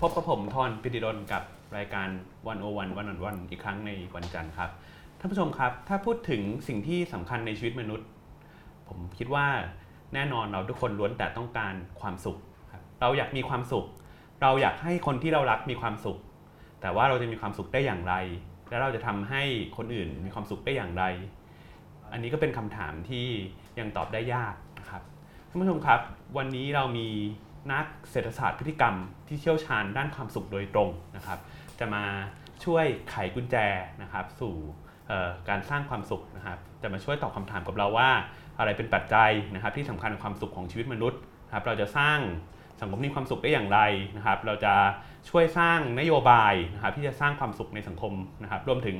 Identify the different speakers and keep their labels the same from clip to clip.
Speaker 1: รพิติดลกับรายการวันโอวันวันอนวันอีกครั้งในวันจันทร์ครับท่านผู้ชมครับ ถ้าพูดถึงสิ่งที่สำคัญในชีวิตมนุษย์ ผมคิดว่าแน่นอนเราทุกคนล้วนแต่ต้องการความสุขครับเราอยากมีความสุข เราอยากให้คนที่เรารักมีความสุข แต่ว่าเราจะมีความสุขได้อย่างไร และเราจะทำให้คนอื่นมีความสุขได้อย่างไร อันนี้ก็เป็นคำถามที่ยังตอบได้ยากนะครับ ท่านผู้ชมครับวันนี้เรามีนักเศรษฐศาสตร์พฤติกรรมที่เชี่ยวชาญด้านความสุขโดยตรงนะครับ จะมาช่วยไขกุญแจนะครับ สู่เอ่อการสร้างความสุขนะครับ จะมาช่วยตอบคำถามกับเราว่า อะไรเป็นปัจจัยนะครับ ที่สำคัญกับความสุขของชีวิตมนุษย์นะครับ เราจะสร้างสังคมที่มีความสุขได้อย่างไรนะครับ เราจะช่วยสร้างนโยบายนะครับ ที่จะสร้างความสุขในสังคมนะครับ รวมถึง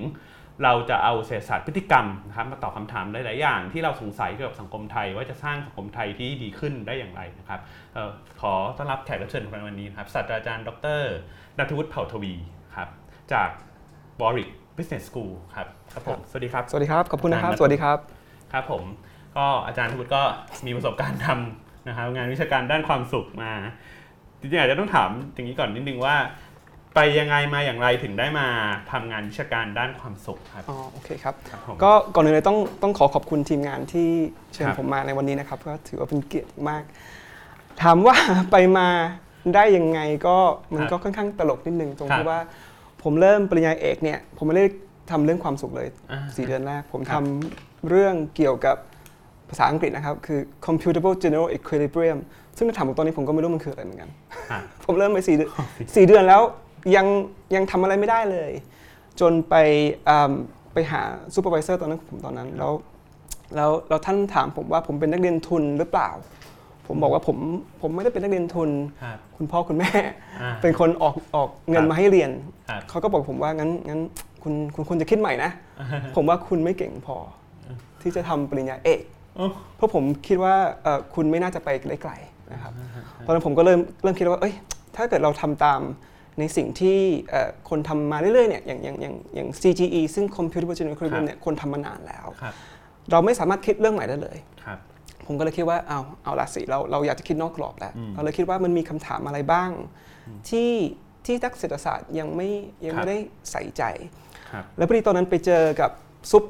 Speaker 1: เราจะเอาเศรษฐศาสตร์พฤติกรรมนะครับมาตอบคำถามหลาย ๆ อย่าง ที่เราสงสัยเกี่ยวกับสังคมไทย ว่าจะสร้างสังคมไทยที่ดีขึ้นได้อย่างไรนะครับเออขอต้อนรับแขกรับเชิญของเราวันนี้นะครับศาสตราจารย์ดรนัทวุฒิเผ่าทวีครับจากบริ c Business School ครับครับผมสวัสดีครับ
Speaker 2: สวัสดีครับ ขอบคุณนะครับ สวัสดีครับ
Speaker 1: ครับผมก็อาจารย์ทุตก็มีประสบการณ์ทำนะครับงานวิชาการด้านความสุขมาจริงๆอาจจะต้องถามอย่างนี้ก่อนนิดนึงว่า ไปยังไงมาอย่างไรถึงได้มาทำงานวิชาการด้านความสุขครับ
Speaker 2: อ๋อ โอเคครับ
Speaker 1: ครับผม
Speaker 2: ก็ก่อนอื่นเลยต้องต้องขอขอบคุณทีมงานที่เชิญ
Speaker 1: ครับ
Speaker 2: ผมมาในวันนี้นะครับ ก็ถือว่าเป็นเกียรติมาก ถาม ว่า ไปมาได้ยังไงก็มันก็ค่อนข้างตลกนิดนึงตรงที่ว่า ผมเริ่มปริญญาเอกเนี่ย ผมไม่ได้ทำเรื่องความสุขเลย
Speaker 1: อ่า
Speaker 2: สี่เดือนแรกผม
Speaker 1: ครั
Speaker 2: ท
Speaker 1: บ
Speaker 2: ำเรื่องเกี่ยวกับภาษาอังกฤษนะครับ คือ computable general equilibrium ซึ่งถ้าถามผมตอนนี้ผมก็ไม่รู้มันคืออะไรเหมือนกัน
Speaker 1: อ่ะ
Speaker 2: ผมเริ่มไปสี่เดือนสี่เดือนแล้ว ยังยังทำอะไรไม่ได้เลย จนไปอืมไปหาซูเปอร์วิเซอร์ตอนนั้นผมตอนนั้นแล้วแล้วแล้วท่านถามผมว่าผมเป็นนักเรียนทุนหรือเปล่า ผมบอกว่าผมผมไม่ได้เป็นนักเรียนทุน
Speaker 1: ครับ
Speaker 2: คุณพ่อคุณแม่
Speaker 1: อ่า
Speaker 2: เป็นคนออกออกเงิน
Speaker 1: ครับ
Speaker 2: มาให้เรียน
Speaker 1: ครับ
Speaker 2: เขาก็บอกผมว่างั้นงั้นคุณคุณควรจะคิดใหม่นะ ผมว่าคุณไม่เก่งพอ ที่จะทำปริญญาเอก
Speaker 1: โอ้
Speaker 2: เพราะผมคิดว่าเอ่อคุณไม่น่าจะไปได้ไกลนะครับ ตอนนั้นผมก็เริ่มเริ่มคิดว่า เอ้ย ถ้าเกิดเราทำตามในสิ่งที่เอ่อคนทำมาเรื่อยๆเนี่ย อย่างอย่างอย่างอย่าง CGE ซึ่ง Computer Vision Curriculum เนี่ย คนทำมานานแล้ว
Speaker 1: ครับ
Speaker 2: เราไม่สามารถคิดเรื่องใหม่ได้เลย
Speaker 1: ครับ
Speaker 2: ผมก็เลยคิดว่า เอาเอาละสิเราเราอยากจะคิดนอกกรอบแล้ว
Speaker 1: อืม
Speaker 2: เราเลยคิดว่ามันมีคำถามอะไรบ้าง ที่ที่นักเศรษฐศาสตร์ยังไม่ยัง
Speaker 1: ครับ
Speaker 2: ไม่ได้ใส่ใจ
Speaker 1: ครับ
Speaker 2: แล้วพอดีตอนนั้นไปเจอกับซุป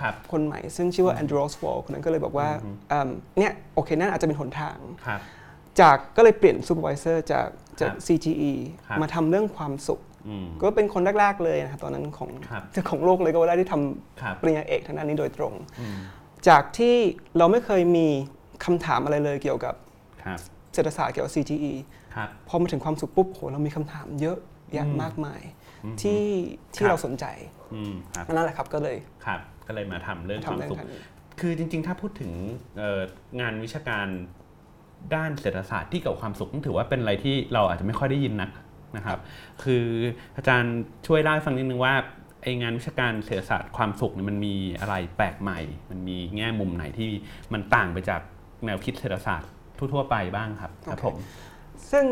Speaker 1: ครับ
Speaker 2: คนใหม่ ซึ่งชื่อว่าแอนดรูสวอลคนนั้นก็เลยบอกว่า
Speaker 1: อืม
Speaker 2: เอิ่มเนี่ยโอเคนั่นอาจจะเป็นหนทาง
Speaker 1: ครับ
Speaker 2: จากก็เลยเปลี่ยนซูเปอร์วิเซอร์จากจาก
Speaker 1: ครับ
Speaker 2: CGE
Speaker 1: ครับ
Speaker 2: มาทำเรื่องความสุข
Speaker 1: อืม
Speaker 2: ก็เป็นคนแรก ๆ เลยนะครับตอนนั้นของ
Speaker 1: ครับ
Speaker 2: ของโลกเลยก็ว่าได้ที่ท
Speaker 1: ครับ
Speaker 2: ำปริญญาเอกทางด้านนี้โดยตรง
Speaker 1: อืม
Speaker 2: จากที่เราไม่เคยมีคำถามอะไรเลยเกี่ยวกับ
Speaker 1: ครับ
Speaker 2: เศรษฐศาสตร์เกี่ยวกับ CGE
Speaker 1: ครับ
Speaker 2: พอมาถึงความสุขปุ๊บโหเรามีคำถามเยอะแยะ
Speaker 1: อืม
Speaker 2: มากมาย
Speaker 1: อืม
Speaker 2: ที่
Speaker 1: ค
Speaker 2: ที่
Speaker 1: รับ
Speaker 2: เราสนใจ
Speaker 1: อืมครับ
Speaker 2: นั่นแหละครับก็เลย
Speaker 1: ครับ ก็เลยมาทำเรื่องความ
Speaker 2: ทำเรื่อง
Speaker 1: สุข
Speaker 2: การนี้
Speaker 1: คือจริง ๆ ถ้าพูดถึงเอ่องานวิชาการด้านเศรษฐศาสตร์ที่เกี่ยวกับความสุขต้องถือว่าเป็นอะไรที่เราอาจจะไม่ค่อยได้ยินนักนะครับ คืออาจารย์ช่วยเล่าให้ฟังนิดนึงว่าไองานวิชาการเศรษฐศาสตร์ความสุขเนี่ยมันมีอะไรแปลกใหม่ มันมีแง่มุมไหนที่มันต่างไปจากแนวคิดเศรษฐศาสตร์ทั่วๆไปบ้างครับครับ
Speaker 2: โอเค
Speaker 1: ผม
Speaker 2: ซึ่ง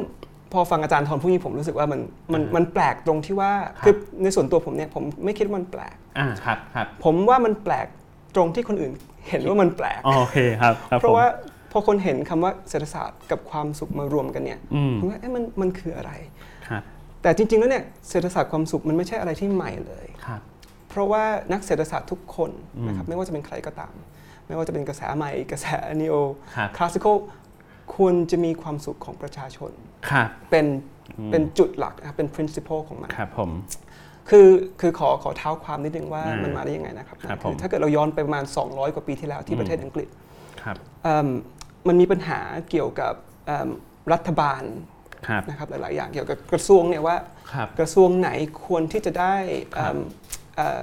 Speaker 2: พอฟังอาจารย์ทอนพูดอย่างนี้ผมรู้สึกว่ามันมัน
Speaker 1: อ่าฮะ
Speaker 2: มันแปลกตรงที่ว่า
Speaker 1: ครับ
Speaker 2: คือในส่วนตัวผมเนี่ยผมไม่คิดว่ามันแปลก
Speaker 1: อ่าครับครับ
Speaker 2: ผมว่ามันแปลกตรงที่คนอื่นเห็นว่ามันแปลก
Speaker 1: อ๋อโอเคครับคบ
Speaker 2: เพราะ
Speaker 1: ผม
Speaker 2: ว่าพอคนเห็นคำว่าเศรษฐศาสตร์กับความสุขมารวมกันเนี่ย
Speaker 1: อืม
Speaker 2: ผมว่าเอ๊ะมันมันคืออะไร
Speaker 1: ครับ
Speaker 2: แต่จริง ๆ แล้วเนี่ยเศรษฐศาสตร์ความสุขมันไม่ใช่อะไรที่ใหม่เลย
Speaker 1: ครับ
Speaker 2: เพราะว่านักเศรษฐศาสตร์ทุกคน
Speaker 1: อืม
Speaker 2: นะครับไม่ว่าจะเป็นใครก็ตาม ไม่ว่าจะเป็นกระแสใหม่กระแสนีโอ
Speaker 1: ครับ
Speaker 2: คลาสสิคอลควรจะมีความสุขของประชาชน
Speaker 1: ครับ
Speaker 2: เป็น
Speaker 1: อืม
Speaker 2: เป็นจุดหลักนะครับเป็น principle ของมัน
Speaker 1: ครับผม
Speaker 2: คือคือขอขอเท้าความนิดนึงว่า
Speaker 1: อ่ามั
Speaker 2: มันมาได้ยังไงนะครับ
Speaker 1: ครับ
Speaker 2: คือ
Speaker 1: ผม
Speaker 2: ถ้าเกิดเราย้อนไปประมาณ 200 กว่าปีที่แล้ว
Speaker 1: อื
Speaker 2: ที่
Speaker 1: ม
Speaker 2: ประเทศอังกฤษ
Speaker 1: ครับ
Speaker 2: เอิ่มมันมีปัญหาเกี่ยวกับเอิ่มรัฐบาล
Speaker 1: ครับ
Speaker 2: นะครับหลายๆอย่างเกี่ยวกับกระทรวงเนี่ยว่า
Speaker 1: ครับ
Speaker 2: กระทรวงไหนควรที่จะได้เอิ่มเอ่อ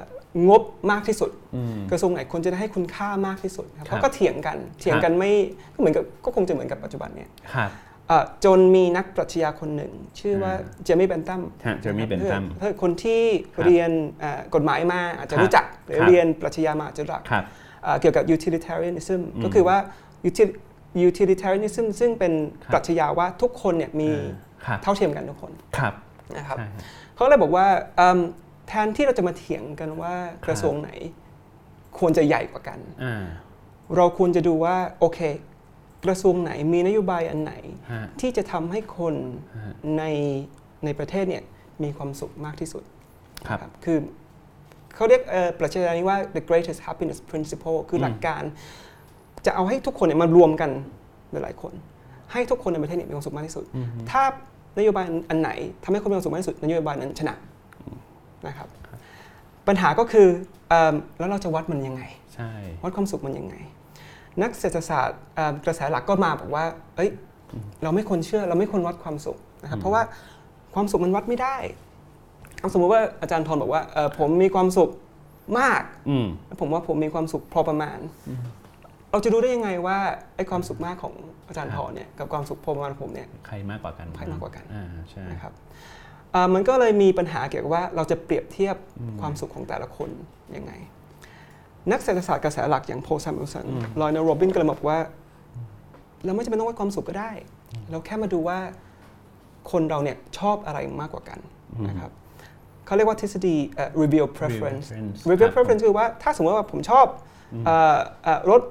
Speaker 2: งบมากที่สุด
Speaker 1: อืม
Speaker 2: กระทรวงไหนควรจะได้ให้คุณค่ามากที่สุดค
Speaker 1: ครั
Speaker 2: รับ
Speaker 1: บ
Speaker 2: เขาก็เถียงกันเถียงกันไม่ก็เหมือนกับก็คงจะเหมือนกับปัจจุบันเนี่ย
Speaker 1: ครับ
Speaker 2: เอ่อจนมีนักปรัชญาคนหนึ่ง ชื่อว่า
Speaker 1: อ่า
Speaker 2: เจมี่เบนตัม
Speaker 1: ฮะเจอร์มี่เบนตัม
Speaker 2: ถ้าคนที่
Speaker 1: ครับ
Speaker 2: เรียนเอ่อกฎหมายมาอาจจะรู้จัก หรือ
Speaker 1: ครับ
Speaker 2: เรียนปรัชญามาอาจจะรู้จัก
Speaker 1: ครับ
Speaker 2: เอ่อเกี่ยวกับ utilitarianism
Speaker 1: อืม
Speaker 2: ก็คือว่า util- utilitarianism ซึ่งเป็น
Speaker 1: ครับ
Speaker 2: ปรัชญาว่าทุกคนเนี่ยมี
Speaker 1: เออครับ
Speaker 2: เท่าเทียมกันทุกคน
Speaker 1: ครับ
Speaker 2: นะครับ
Speaker 1: ใช่ฮะ
Speaker 2: เขาเลยบอกว่าเอิ่มแทนที่เราจะมาเถียงกันว่ากระทรวงไหน ควรจะใหญ่กว่ากัน
Speaker 1: อ่า
Speaker 2: เราควรจะดูว่าโอเค กระทรวงไหนมีนโยบายอันไหน
Speaker 1: ฮะ
Speaker 2: ที่จะทำให้คน
Speaker 1: ฮะ
Speaker 2: ในในประเทศเนี่ย มีความสุขมากที่สุด
Speaker 1: ครับ
Speaker 2: ครับคือเขาเรียกเอ่อปรัชญานี้ว่า the greatest happiness principle คือหลักการ จะเอาให้ทุกคนเนี่ยมารวมกันหลายๆคน ให้ทุกคนในประเทศเนี่ยมีความสุขมากที่สุด
Speaker 1: อืม
Speaker 2: ถ้านโยบายอันไหนทำให้คนมีความสุขมากที่สุดนโยบายนั้นชนะนะครับ ปัญหาก็คือเอิ่มแล้วเราจะวัดมันยังไง
Speaker 1: ใช่
Speaker 2: วัดความสุขมันยังไง นักเศรษฐศาสตร์เอ่อกระแสหลักก็มาบอกว่า เอ้ย เราไม่ควรเชื่อ เราไม่ควรวัดความสุขนะครับ เพราะว่าความสุขมันวัดไม่ได้เอาสมมติว่าอาจารย์ทรบอกว่าเอ่อผมมีความสุขมาก
Speaker 1: อืม
Speaker 2: ผมว่าผมมีความสุขพอประมาณ เราจะรู้ได้ยังไงว่าไอ้ความสุขมากของอาจารย์
Speaker 1: ครั
Speaker 2: ท
Speaker 1: บ
Speaker 2: รเนี่ยกับความสุขพอประมาณของผมเนี่ย
Speaker 1: ใครมากกว่ากัน
Speaker 2: ใครมากกว่ากัน
Speaker 1: อ่าใช่
Speaker 2: นะครับเอ่อมันก็เลยมีปัญหาเกี่ยวกับว่าเราจะเปรียบเทียบความสุขของแต่ละคนยังไง นักเศรษฐศาสตร์กระแสหลักอย่างโพลซัมเอลสัน
Speaker 1: อืม
Speaker 2: ลอยนาโรบินก็เลยบอกว่า เราไม่จำเป็นต้องวัดความสุขก็ได้ เราแค่มาดูว่าคนเราเนี่ยชอบอะไรมากกว่ากันนะครับเขาเรียกว่าทฤษฎีเอ่อ reveal preference
Speaker 1: ค
Speaker 2: reveal
Speaker 1: รับ
Speaker 2: preference คือว่าถ้าสมมติว่าผมชอบ
Speaker 1: อืม
Speaker 2: เอ่อเอ่อรถ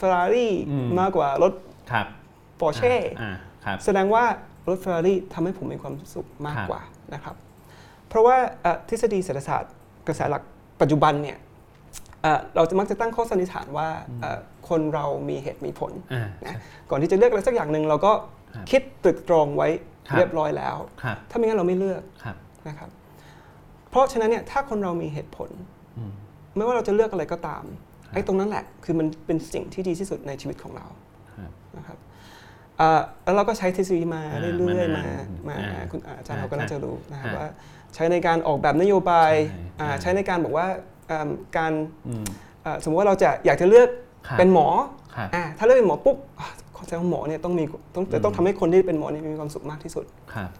Speaker 2: Ferrari
Speaker 1: อืม
Speaker 2: มากกว่ารถ
Speaker 1: ครับ
Speaker 2: Porsche
Speaker 1: อ่าครับ
Speaker 2: แสดงว่ารถเฟอร์รารี่ทำให้ผมมีความสุขมาก
Speaker 1: ครับ
Speaker 2: กว่านะครับ เพราะว่าเอ่อทฤษฎีเศรษฐศาสตร์กระแสหลักปัจจุบันเนี่ยเอ่อเราจะมักจะตั้งข้อสันนิษฐานว่าเอ่อคนเรามีเหตุมีผล
Speaker 1: อ่า
Speaker 2: ก่อนที่จะเลือกอะไรสักอย่างหนึ่งเราก็
Speaker 1: ครับ
Speaker 2: คิดตรึกตรองไว้
Speaker 1: ครับ
Speaker 2: เรียบร้อยแล้ว
Speaker 1: ครับ
Speaker 2: ถ้าไม่งั้นเราไม่เลือก
Speaker 1: ครับ
Speaker 2: นะครับ เพราะฉะนั้นเนี่ยถ้าคนเรามีเหตุผล
Speaker 1: อืม
Speaker 2: ไม่ว่าเราจะเลือกอะไรก็ตาม
Speaker 1: ครับ
Speaker 2: ไอ้ตรงนั้นแหละคือมันเป็นสิ่งที่ดีที่สุดในชีวิตของเรา
Speaker 1: ครับ
Speaker 2: นะครับเอ่อแล้วเราก็ใช้ทฤษฎีมา
Speaker 1: อ่า
Speaker 2: เรื่อย
Speaker 1: มา
Speaker 2: ๆาน
Speaker 1: มาน
Speaker 2: มา
Speaker 1: อ่า
Speaker 2: คุณอาจารย์เราก็
Speaker 1: อ่า
Speaker 2: น่าจะรู้นะครับ
Speaker 1: อ่า
Speaker 2: ว่าใช้ในการออกแบบนโยบาย
Speaker 1: ใช่
Speaker 2: อ่า
Speaker 1: อ่า
Speaker 2: ใช้ในการบอกว่าเอิ่มการ
Speaker 1: อืม
Speaker 2: เอ่อสมมติว่าเราจะอยากจะเลือก
Speaker 1: ครับ
Speaker 2: เป็นหมอ
Speaker 1: ครับ
Speaker 2: อ่าถ้าเลือกเป็นหมอปุ๊บอ่าแสดงว่าหมอเนี่ยต้องมีต้องจะต้องทำให้คนที่เป็นหมอเนี่ยมีความสุขมากที่สุด
Speaker 1: ครับ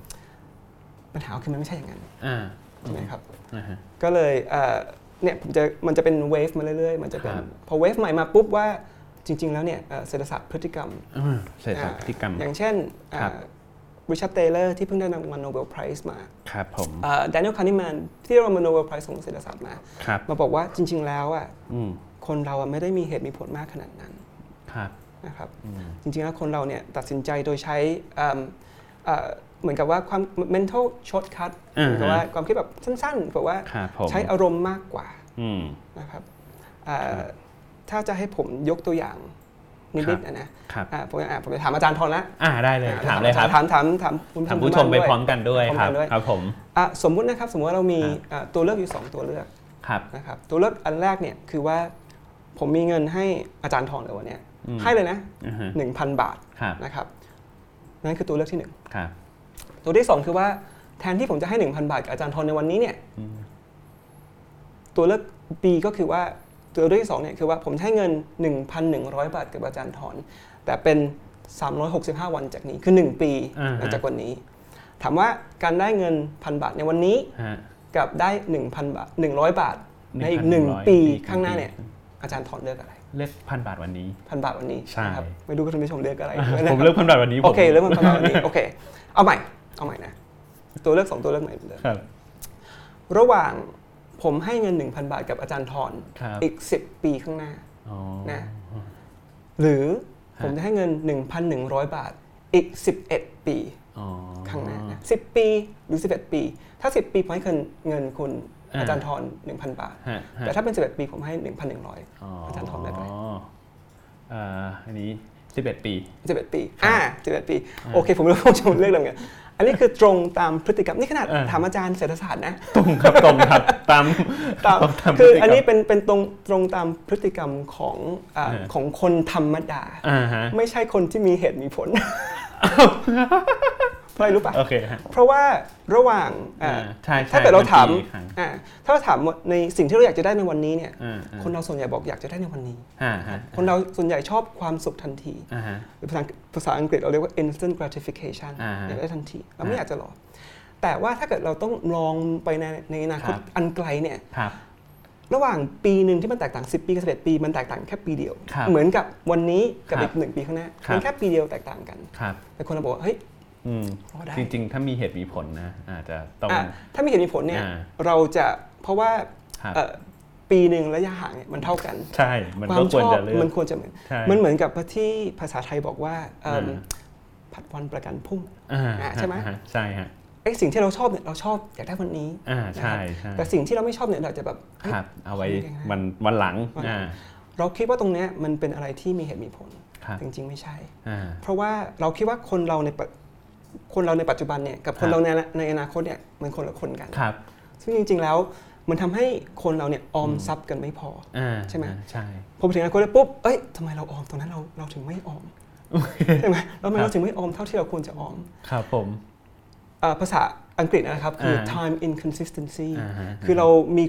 Speaker 2: ปัญหาคือมันไม่ใช่อย่างนั้น
Speaker 1: อ่า
Speaker 2: ใช่ไหมครับ
Speaker 1: อ่าฮะ
Speaker 2: ก็เลยเอ่อเนี่ยผมจะมันจะเป็นเวฟมาเรื่อยๆ มันจะเป็น
Speaker 1: ครับ
Speaker 2: พอเวฟใหม่มาปุ๊บว่าจริง ๆ แล้วเนี่ยเอ่อเศรษฐศาสตร์พฤติกรรม
Speaker 1: อ่าเศรษฐศาสตร์พฤติกรรม
Speaker 2: อ่าอย่างเช่น
Speaker 1: ครับ
Speaker 2: ริชาร์ดเตเลอร์ที่เพิ่งได้รางวัลโนเบลไพรส์มา
Speaker 1: ครับผม
Speaker 2: แดเนียลคานิแมนที่ได้รางวัลโนเบลไพรส์ของเศรษฐศาสตร์มา
Speaker 1: ครับ
Speaker 2: มาบอกว่าจริง ๆ แล้วอ่ะ
Speaker 1: อืม
Speaker 2: คนเราอะไม่ได้มีเหตุมีผลมากขนาดนั้น
Speaker 1: ครับ
Speaker 2: นะครับ
Speaker 1: อืม
Speaker 2: จริง ๆ แล้วคนเราเนี่ยตัดสินใจโดยใช้เอิ่มเอ่อเหมือนกับว่าความ mental shortcut
Speaker 1: อ่า
Speaker 2: เหมือนกับ
Speaker 1: ฮะ
Speaker 2: ว่าความคิดแบบสั้นๆแบบว่า
Speaker 1: ครับผม
Speaker 2: ใช้อารมณ์มากกว่า
Speaker 1: อืม
Speaker 2: นะครับอ่าถ้าจะให้ผมยกตัวอย่าง
Speaker 1: ครั
Speaker 2: นิด
Speaker 1: บ
Speaker 2: ๆอะนะครับ อ่าผมอ่าผมจะถามอาจารย์ทองละ
Speaker 1: อ่าได้เลยถามเลยครับ
Speaker 2: ถามถามถามคุณ
Speaker 1: ถามผู้ชมไปพร้อมกันด้วย
Speaker 2: พร้อม
Speaker 1: ครั
Speaker 2: กับ นด้วย
Speaker 1: ครับผม
Speaker 2: อ่ะสมมุตินะครับสมมติว่าเรามี
Speaker 1: ครับ
Speaker 2: อ่ะตัวเลือกอยู่ 2 ตัวเลือก
Speaker 1: ครับ
Speaker 2: นะครับตัวเลือกอันแรกเนี่ยคือว่าผมมีเงินให้อาจารย์ทองเลยวันเนี้ย
Speaker 1: อืม
Speaker 2: ให้เลยนะ
Speaker 1: อ่าฮะ
Speaker 2: 1,000 บาท
Speaker 1: ครับ
Speaker 2: นะครับนั่นคือตัวเลือกที่
Speaker 1: ครับ
Speaker 2: 1 ตัวที่ 2 คือว่าแทนที่ผมจะให้ 1,000 บาทกับอาจารย์ทองในวันนี้เนี่ย
Speaker 1: อืม
Speaker 2: ตัวเลือก B ก็คือว่าตัวเลือกที่สองเนี่ยคือว่าผมจะให้เงิน 1,100 บาทกับอาจารย์ทอนแต่เป็น 365 วันจากนี้คือ 1 ปี
Speaker 1: อ่า
Speaker 2: หลั
Speaker 1: ฮะ
Speaker 2: งจากวันนี้ ถามว่าการได้เงินพันบาทในวันนี้
Speaker 1: ฮะ
Speaker 2: กับได้ 1,000 บาท 100 บาท ในอีก 1
Speaker 1: 1,100
Speaker 2: ปีข้างหน้าเนี่ยอาจารย์ถอนเลือกอะไร
Speaker 1: เลือกพันบาทวันนี้
Speaker 2: พันบาทวันนี้
Speaker 1: ใช่
Speaker 2: นะครับไม่รู้ว่าท่านผู้ชมเลือกอะไร
Speaker 1: ผมเลือกพันบาทวันนี้
Speaker 2: โอเค
Speaker 1: ผม
Speaker 2: เลือกพันบาทวัน นี้โอเคเอาใหม่เอาใหม่นะตัวเลือก 2 ตัวเลือกใหม่เลย
Speaker 1: ครับ
Speaker 2: ระหว่างผมให้เงิน 1,000 บาทกับอาจารย์ทอน
Speaker 1: ครับ
Speaker 2: อีก 10 ปีข้างหน้า
Speaker 1: อ๋อ
Speaker 2: นะ หรือ
Speaker 1: ฮะ
Speaker 2: ผมจะให้เงิน 1,100 บาทอีก 11 ปี
Speaker 1: อ๋อ
Speaker 2: ข้างหน้านะ10 ปีหรือ 11 ปี ถ้า 10 ปีผมให้เงินเงินคุณ
Speaker 1: อ่า
Speaker 2: อาจารย์ทอน1,000 บาท
Speaker 1: ฮะฮะ
Speaker 2: แต่ถ้าเป็น 11 ปีผมให้ 1,100 อาจารย์ถอนได้ไหม
Speaker 1: เอ่ออันนี้ 11 ปี
Speaker 2: 11 ปี
Speaker 1: ครับ
Speaker 2: อ่า11 ปี
Speaker 1: อ่า
Speaker 2: โอเค ผมรู้ว่าผมจะเลือกอะไรเหมือนกันอันนี้คือตรงตามพฤติกรรม นี่ขนาด
Speaker 1: เออ
Speaker 2: ถามอาจารย์เศรษฐศาสตร์นะ
Speaker 1: ตรงครับ ตรงครับ ตาม
Speaker 2: ตาม
Speaker 1: ตาม
Speaker 2: คื
Speaker 1: พ
Speaker 2: อ
Speaker 1: ฤติกรรม
Speaker 2: อันนี้เป็นเป็นตรงตรงตามพฤติกรรมของอ่า
Speaker 1: เออ
Speaker 2: ของคนธรรมดา
Speaker 1: อ่าฮะ
Speaker 2: ไม่ใช่คนที่มีเหตุมีผลเพราะอะไรรู้ปะ
Speaker 1: โอเคฮะ
Speaker 2: เพราะว่าระหว่างอ่า
Speaker 1: อ่าใช่ใช่
Speaker 2: ถ้าเกิดเราถาม
Speaker 1: นปีครั้ง
Speaker 2: อ่าถ้าเราถามว่าในสิ่งที่เราอยากจะได้ในวันนี้เนี่ย
Speaker 1: อ่าอ่า
Speaker 2: คนเราส่วนใหญ่บอกอยากจะได้ในวันนี้
Speaker 1: อ่าฮะ
Speaker 2: คนเราส่วนใหญ่ชอบความสุขทันที
Speaker 1: อ่าฮะ
Speaker 2: หรือภาษาภาษาอังกฤษเราเรียกว่า instant gratification
Speaker 1: อ่าฮะ
Speaker 2: อยากได้ทันที เราไม่
Speaker 1: อ่า
Speaker 2: อยากจะรอ แต่ว่าถ้าเกิดเราต้องลองไปในในอนาคต
Speaker 1: ครับ
Speaker 2: อันไกลเนี่ย
Speaker 1: ครับ
Speaker 2: ระหว่างปีหนึ่งที่มันแตกต่าง 10 ปีกับ11ปี มันแตกต่างแค่ปีเดียว
Speaker 1: ครับ
Speaker 2: เหมือนกับวันนี้กับ
Speaker 1: ครับ
Speaker 2: อีกหนึ่งปีข้างหน้า
Speaker 1: ครับ
Speaker 2: มันแค่ปีเดียวแตกต่างกัน
Speaker 1: ครับ
Speaker 2: แต่คนเราบอกว่า เฮ้ย
Speaker 1: อืม
Speaker 2: รอได้
Speaker 1: จริง ๆ ถ้ามีเหตุมีผลนะ อาจจะต้อง
Speaker 2: อ่ะถ้ามีเหตุมีผลเนี่ย
Speaker 1: อ่า
Speaker 2: เราจะ เพราะว่า
Speaker 1: ครับ
Speaker 2: เอ่อปีหนึ่งระยะห่างเนี่ยมันเท่ากัน
Speaker 1: ใช่ มันก็ควรจะเลือก
Speaker 2: มันควรจะเหมือน
Speaker 1: ใช่
Speaker 2: มันเหมือนกับที่ภาษาไทยบอกว่าเอิ่ม
Speaker 1: อ่า
Speaker 2: ผัดวันประกันพรุ่ง
Speaker 1: อ่า
Speaker 2: อ่าใช่ไหม
Speaker 1: ฮะใช่ฮะ
Speaker 2: เอ๊ะสิ่งที่เราชอบเนี่ยเราชอบอยากได้วันนี้
Speaker 1: อ่าใช่ใช่
Speaker 2: แต่สิ่งที่เราไม่ชอบเนี่ยเราจะแบบเอ๊ะ
Speaker 1: ครับ เอาไว้
Speaker 2: ยังไงนะ
Speaker 1: วันวันหลัง
Speaker 2: วันหลัง
Speaker 1: อ่า
Speaker 2: เราคิดว่าตรงเนี้ยมันเป็นอะไรที่มีเหตุมีผล
Speaker 1: ครับ
Speaker 2: จริง ๆ ไม่ใช่
Speaker 1: อ่า
Speaker 2: เพราะว่าเราคิดว่าคนเราในปัจคนเราในปัจจุบันเนี่ยกับค
Speaker 1: ค
Speaker 2: น
Speaker 1: รับ
Speaker 2: เราในในอนาคตเนี่ยมันคนละคนกัน
Speaker 1: ครับ
Speaker 2: ซึ่งจริง ๆ แล้วมันทำให้คนเราเนี่ยออมทรัพย์กันไม่พอ
Speaker 1: อ่า
Speaker 2: ใช่ไหม
Speaker 1: อ่าใช่
Speaker 2: พอไปถึงอนาคตแล้วปุ๊บเอ้ยทำไมเราออมตรงนั้นเราเราถึงไม่อ อมใช่ไหมแล้วทำไม
Speaker 1: ครับ
Speaker 2: เราถึงไม่ออมเท่าที่เราควรจะออม
Speaker 1: ครับผม
Speaker 2: เอ่อภาษาอังกฤษนะครับคืออ
Speaker 1: า
Speaker 2: time inconsistency
Speaker 1: อ่าฮะ
Speaker 2: คือเรามี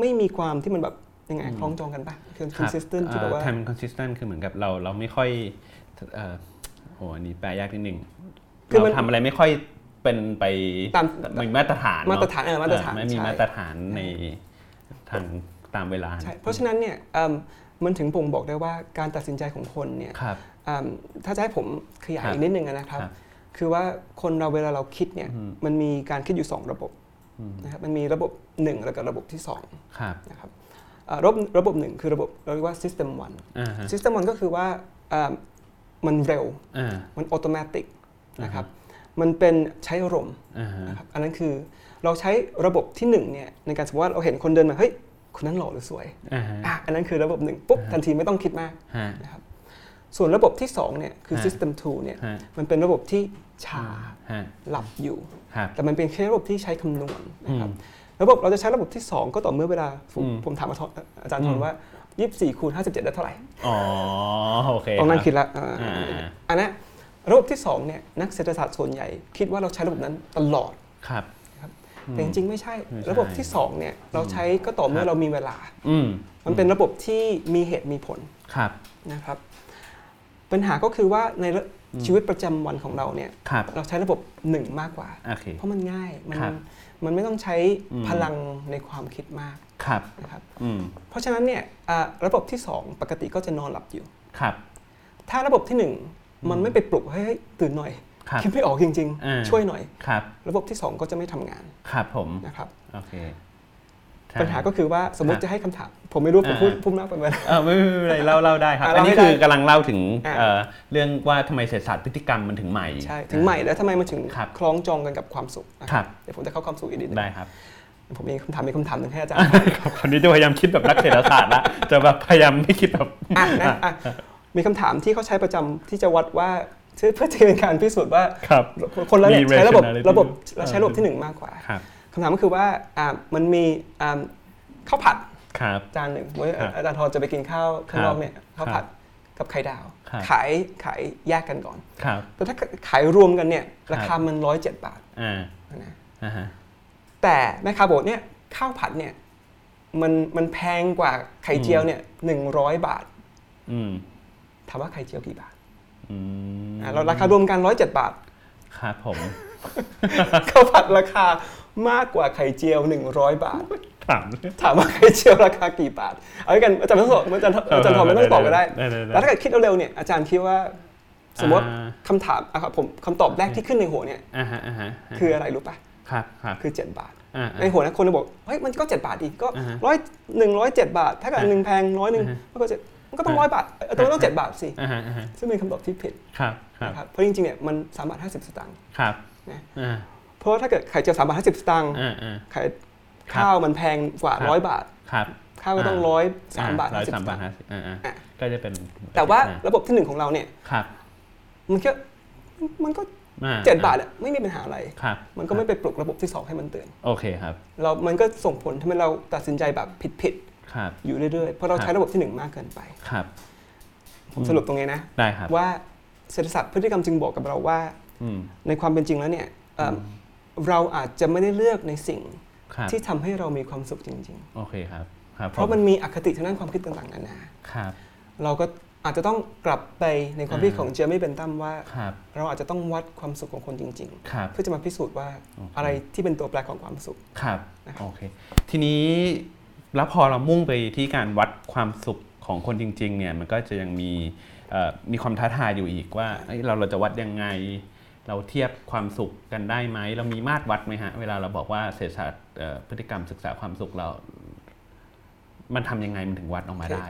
Speaker 2: ไม่มีความที่มันแบบยังไงคล้องจองกันปะคือ
Speaker 1: ครับ
Speaker 2: consistent ที่แบบว่า
Speaker 1: ทำ consistent คือเหมือนกับเราเราไม่ค่อยเอ่อโอ้อันนี้แปลยากนิดนึง
Speaker 2: คือมั
Speaker 1: เรา
Speaker 2: น
Speaker 1: ทำอะไรไม่ค่อยเป็นไป
Speaker 2: ตาม
Speaker 1: มีมาตรฐานเนอะ
Speaker 2: มาตรฐานเออมาตรฐาน
Speaker 1: เออไม่มี
Speaker 2: ใช่
Speaker 1: มาตรฐานในทางตามเวลา
Speaker 2: ใช่ เพราะฉะนั้นเนี่ยเอิ่มมันถึงบ่งบอกได้ว่าการตัดสินใจของคนเนี่ย
Speaker 1: ครับ
Speaker 2: เอิ่มถ้าจะให้ผมขยาย
Speaker 1: ครับ
Speaker 2: อีกนิดนึงอะนะครับ
Speaker 1: ครับ
Speaker 2: คือว่าคนเราเวลาเราคิดเนี่ย
Speaker 1: อืม
Speaker 2: มันมีการคิดอยู่ 2 ระบบ
Speaker 1: อืม
Speaker 2: นะครับมันมีระบบ 1 แล้วก็ระบบที่
Speaker 1: ครับ
Speaker 2: 2นะครับเอ่อระบบระบบหนึ่งคือระบบเราเรียกว่า system one
Speaker 1: อ่าฮะ
Speaker 2: system one ก็คือว่าเอิ่มมันเร็ว
Speaker 1: อ่า
Speaker 2: มันอัตโนมัตินะครับ
Speaker 1: อ่
Speaker 2: มันเป็นใช้อารมณ์
Speaker 1: อ่าฮะ
Speaker 2: นะครับอันนั้นคือเราใช้ระบบที่หนึ่งเนี่ยในการสมมติว่าเราเห็นคนเดินมาเฮ้ยคนนั้นหล่อหรือสวย
Speaker 1: อ่าฮะ
Speaker 2: อ่ะอันนั้นคือระบบหนึ่งปุ๊บ
Speaker 1: อ่าฮะ
Speaker 2: ทันทีไม่ต้องคิดมาก
Speaker 1: ฮะ
Speaker 2: นะครับส่วนระบบที่สองเนี่ยคือ
Speaker 1: ฮะ
Speaker 2: system 2เนี่ย
Speaker 1: ฮะ
Speaker 2: มันเป็นระบบที่ชา
Speaker 1: ฮะ
Speaker 2: หลับอยู่
Speaker 1: ครับ
Speaker 2: แต่มันเป็นแค่ระบบที่ใช้คำนวณ
Speaker 1: อื
Speaker 2: นะครับ
Speaker 1: ม
Speaker 2: ระบบเราจะใช้ระบบที่สองก็ต่อเมื่อเวลาผม
Speaker 1: อืม
Speaker 2: ผมถามอาทรอาจารย์ท
Speaker 1: อื
Speaker 2: น
Speaker 1: ม
Speaker 2: ว่า 24คูณ57 ได้เท่าไหร่
Speaker 1: อ๋อโอเค
Speaker 2: ตองนั่ง
Speaker 1: รับ
Speaker 2: คิดละอ่า
Speaker 1: อ่า
Speaker 2: อันนั้นระบบที่สองเนี่ยนักเศรษฐศาสตร์ส่วนใหญ่ คิดว่าเราใช้ระบบนั้นตลอด
Speaker 1: ครับ
Speaker 2: ครับ
Speaker 1: อืม
Speaker 2: แต่จริง ๆ ไม่ใช่
Speaker 1: ไม่ใช่
Speaker 2: ระบบที่ 2 เนี่ย เราใช้ก็ต่อเมื่
Speaker 1: ครั
Speaker 2: อบ เรามีเวลา
Speaker 1: อืม
Speaker 2: มันเป็นระบบที่มีเหตุมีผล
Speaker 1: ครับ
Speaker 2: นะครับ ปัญหาก็คือว่าในระชีวิตประจำวันของเราเนี่ย
Speaker 1: ครับ
Speaker 2: เราใช้ระบบหนึ่งมากกว่า
Speaker 1: โอเค
Speaker 2: เพราะมันง่าย มัน
Speaker 1: ครับ
Speaker 2: มันไม่ต้องใช้
Speaker 1: อืม
Speaker 2: พลังในความคิดมาก
Speaker 1: ครับ
Speaker 2: นะครับ
Speaker 1: อืม
Speaker 2: เพราะฉะนั้นเนี่ยอ่าระบบที่ 2 ปกติก็จะนอนหลับอยู่
Speaker 1: ครับ
Speaker 2: ถ้าระบบที่ 1 มันไม่ไปปลุกให้ตื่นหน่อย
Speaker 1: ครับ
Speaker 2: คิดไม่ออกจริง
Speaker 1: อ่า
Speaker 2: ๆ ช่วยหน่อย
Speaker 1: ครับ
Speaker 2: ระบบที่ 2 ก็จะไม่ทำงาน
Speaker 1: ครับผม
Speaker 2: นะครับ
Speaker 1: โอเคใช่
Speaker 2: ปัญหาก็คือว่าสมมติ
Speaker 1: ฮะ
Speaker 2: จะให้คำถาม ผมไม่รู้ผม
Speaker 1: อ่า
Speaker 2: พูดพูดมากไปไหม
Speaker 1: เออไม่ไม่ไม่เป็นไรเล่าเล่าได้ครับ
Speaker 2: อ่ะ
Speaker 1: อันนี้
Speaker 2: เล่าได้
Speaker 1: คือกำลังเล่าถึง
Speaker 2: อ่ะ
Speaker 1: เอ่อเรื่องว่าทำไมเศรษฐศาสตร์พฤติกรรมมันถึงใหม่
Speaker 2: ใช่ ถึงใหม่แล้วทำไมมันถึง
Speaker 1: ครับ
Speaker 2: คล้องจองกันกับความสุขนะครับ เดี๋ยวผมจะเข้าความสุขอีกนิดนึง
Speaker 1: ได้ครับ
Speaker 2: ผมมีคำถามมีคำถามหนึ่งให้อาจารย์
Speaker 1: ครับคราวนี้จะพยายามคิดแบบนักเศรษฐศาสตร์ละจะแบบพยายามไม่คิดแบบ
Speaker 2: อ่ะนะอ่ะมีคำถามที่เขาใช้ประจำที่จะวัดว่า เพื่อเพื่อจะเป็นการพิสูจน์ว่า
Speaker 1: ครับ
Speaker 2: คนเราเนี่ย
Speaker 1: มี
Speaker 2: ใช้ระบบ
Speaker 1: rationality
Speaker 2: ระบบ
Speaker 1: เออ
Speaker 2: ใช้ระบบที่หนึ่งมากกว่า
Speaker 1: ครับ
Speaker 2: คำถามก็คือว่าอ่ะมันมีอ่ะข้าวผัด
Speaker 1: ครับ
Speaker 2: จานหนึ่งเมื่อ
Speaker 1: ครับ
Speaker 2: อาจารย์ทอจะไปกินข้าวข้างนอ
Speaker 1: ครั
Speaker 2: ก
Speaker 1: บ
Speaker 2: เนี่ยข้าวผัดกับไข่ดาว
Speaker 1: ครับ
Speaker 2: ขายขายแยกกันก่อน
Speaker 1: ครับ
Speaker 2: แต่ถ้าขายรวมกันเนี่ย
Speaker 1: ครับ
Speaker 2: ราคามันร้อยเจ็ดบาท
Speaker 1: อ่า
Speaker 2: นะ
Speaker 1: อ่าฮะ
Speaker 2: แต่แม่ค้าบอกเนี่ยข้าวผัดเนี่ยมันมันแพงกว่าไข่เจียวเนี่ยหนึ่งร้อยบาท
Speaker 1: อืม
Speaker 2: ถามว่าไข่เจียวกี่บาท
Speaker 1: อืม
Speaker 2: อ่ะเราราคารวมกันร้อยเจ็ดบาท
Speaker 1: ครับผม
Speaker 2: ข้าวผัดราคามากกว่าไข่เจียวหนึ่งร้อยบาท
Speaker 1: ถามเลย
Speaker 2: ถามว่าไข่เจียวราคากี่บาทเอาด้วยกันอาจารย์ไม่ต้องตอบอาจารย์อาจารย์ทอมไม่ต้องตอบก็ได้
Speaker 1: ได้ได้ได้
Speaker 2: แล้วถ้าเกิดคิดเร็วๆเนี่ยอาจารย์คิดว่า สมมติ
Speaker 1: อ่า
Speaker 2: คำถามอ่ะครับผมคำตอบแรกที่ขึ้นในหัวเนี่ย
Speaker 1: อ่าฮะอ่าฮะาฮะ
Speaker 2: คืออะไรรู้ป่ะ
Speaker 1: ครับครับ
Speaker 2: คือ 7 บาท
Speaker 1: อ่า
Speaker 2: ใน
Speaker 1: อ่า
Speaker 2: หัวนะคนจะบอกเฮ้ยมันก็เจ็ดบาทดีก็
Speaker 1: อ่าฮะ
Speaker 2: ร้อยหนึ่งร้อยเจ็ดบาท ถ้าเกิด
Speaker 1: อ่า
Speaker 2: หนึ่งแพงร้อยหนึ่ง
Speaker 1: อ่าฮะ
Speaker 2: มันก็จะมันก็ต้อง
Speaker 1: อ่า
Speaker 2: ร้อยบาทเออแต่มันต้อง
Speaker 1: อ่าฮะ
Speaker 2: เจ็ดบาทสิ
Speaker 1: อ่าฮะอ่าฮะ
Speaker 2: ซึ่งเป็นคำตอบที่ผิด
Speaker 1: ครับครับ
Speaker 2: นะครับเพราะจริงๆเนี่ยมันสามบาทห้าสิบสตางค์
Speaker 1: ครับ
Speaker 2: นะ
Speaker 1: อ่า
Speaker 2: เพราะว่าถ้าเกิดไข่เจียวสามบาทห้าสิบสตางค์
Speaker 1: อ่าอ่า
Speaker 2: ไข่
Speaker 1: ครับ
Speaker 2: ข้าวมันแพงกว่า
Speaker 1: ครับ
Speaker 2: ร้อยบาท
Speaker 1: ครับ
Speaker 2: ข้าวก็ต้องร้อยสามบาท
Speaker 1: ร้อ
Speaker 2: ห้าย สิบ
Speaker 1: สาม
Speaker 2: ส
Speaker 1: บาท
Speaker 2: ตางค์
Speaker 1: ห้าสิบอ่าอ่า
Speaker 2: อ่ะ
Speaker 1: ก็จะเป็น
Speaker 2: แต่ว่า
Speaker 1: อ่
Speaker 2: ระบบที่หนึ่งของเราเนี่ย
Speaker 1: ครับ
Speaker 2: มันก็มันก็
Speaker 1: อ่
Speaker 2: เจ็ดบาทอะไม่มีปัญหาอะไร
Speaker 1: ครับ
Speaker 2: มันก็ไม่ไปปลุกระบบที่สองให้มันตื่น
Speaker 1: โอเคครับ
Speaker 2: เรา มันก็ส่งผลทำให้เราตัดสินใจแบบผิด
Speaker 1: ครับ
Speaker 2: ๆอยู่เรื่อยๆเพราะเรา
Speaker 1: ครับ
Speaker 2: ใช้ระบบที่หนึ่งมากเกินไป
Speaker 1: ครับ
Speaker 2: ผม
Speaker 1: อืม
Speaker 2: สรุปตรงนี้นะ
Speaker 1: ได้ครับ
Speaker 2: ว่าเศรษฐศาสตร์พฤติกรรมจึงบอกกับเราว่า
Speaker 1: อืม
Speaker 2: ในความเป็นจริงแล้วเนี่ยเอิ่มเราอาจจะไม่ได้เลือกในสิ่ง
Speaker 1: ครับ
Speaker 2: ที่ทำให้เรามีความสุขจริง
Speaker 1: โอเคครับครับ
Speaker 2: ๆ เพราะมันมีอคติทางด้านความคิดต่างๆนานา
Speaker 1: ครับ
Speaker 2: เราก็อาจจะต้องกลับไปในความ
Speaker 1: อ่า
Speaker 2: คิดของเจอร์มี่เบนตัมว่า
Speaker 1: ครับ
Speaker 2: เราอาจจะต้องวัดความสุขของคนจริง
Speaker 1: ครับ
Speaker 2: ๆ เพื่อจะมาพิสูจน์ว่า
Speaker 1: โอเค
Speaker 2: อะไรที่เป็นตัวแปรของความสุข
Speaker 1: ครับ
Speaker 2: นะครับ
Speaker 1: โอเค ทีนี้แล้วพอเรามุ่งไปที่การวัดความสุขของคนจริงๆเนี่ยมันก็จะยังมีเอ่อมีความท้าทายอยู่อีกว่าเอ้ยเราเราจะวัดยังไง เราเทียบความสุขกันได้ไหม เรามีมาตรวัดไหมฮะ เวลาเราบอกว่าเศรษฐศาสตร์เอ่อพฤติกรรมศึกษาความสุขเรา มันทำยังไงมันถึงวัดออกมาได้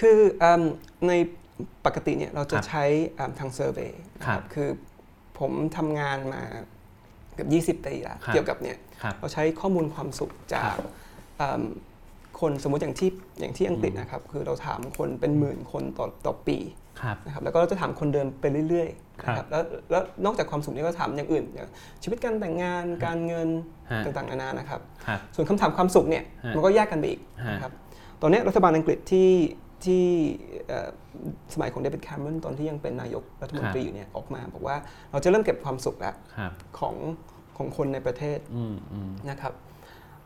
Speaker 2: คือเอิ่มในปกติเนี่ยเรา
Speaker 1: ค
Speaker 2: จะ
Speaker 1: รับ
Speaker 2: ใช้เอิ่มทางเซอร์เวย
Speaker 1: ครับ
Speaker 2: คือผมทำงานมา เกือบ20ปีละ
Speaker 1: ครับ
Speaker 2: เกี่ยวกับเนี่ย
Speaker 1: ครับ
Speaker 2: เราใช้ข้อมูลความสุขจา
Speaker 1: ครั
Speaker 2: ก
Speaker 1: บ
Speaker 2: เอิ่มคนสมมติอย่างที่อย่างที่อังกฤษนะครับ คือเราถามคนเป็นหมื่นคนต่อต่อปี
Speaker 1: ครับ
Speaker 2: นะครับแล้วก็เราจะถามคนเดิมไปเรื่อยๆนะครับ แล้วแล้วนอกจากความสุขนี้ก็ถามอย่างอื่นอย่างชีวิตการแต่งงานการเงิน
Speaker 1: ฮะ
Speaker 2: ต่างๆนานานะครับ
Speaker 1: ครับ
Speaker 2: ส่วนคำถามความสุขเนี่ย
Speaker 1: ฮะ
Speaker 2: มันก็แยกกันไปอีก
Speaker 1: ฮะ
Speaker 2: นะครับตอนเนี้ยรัฐบาลอังกฤษที่ที่เอ่อสมัยของเดวิดแคมเมรอนตอนที่ยังเป็นนายกรัฐมนตรีอยู่เนี่ยออกมาบอกว่าเราจะเริ่มเก็บความสุขแล้ว
Speaker 1: ครับ
Speaker 2: ของของคนในประเทศ
Speaker 1: อืมอืม
Speaker 2: นะครับ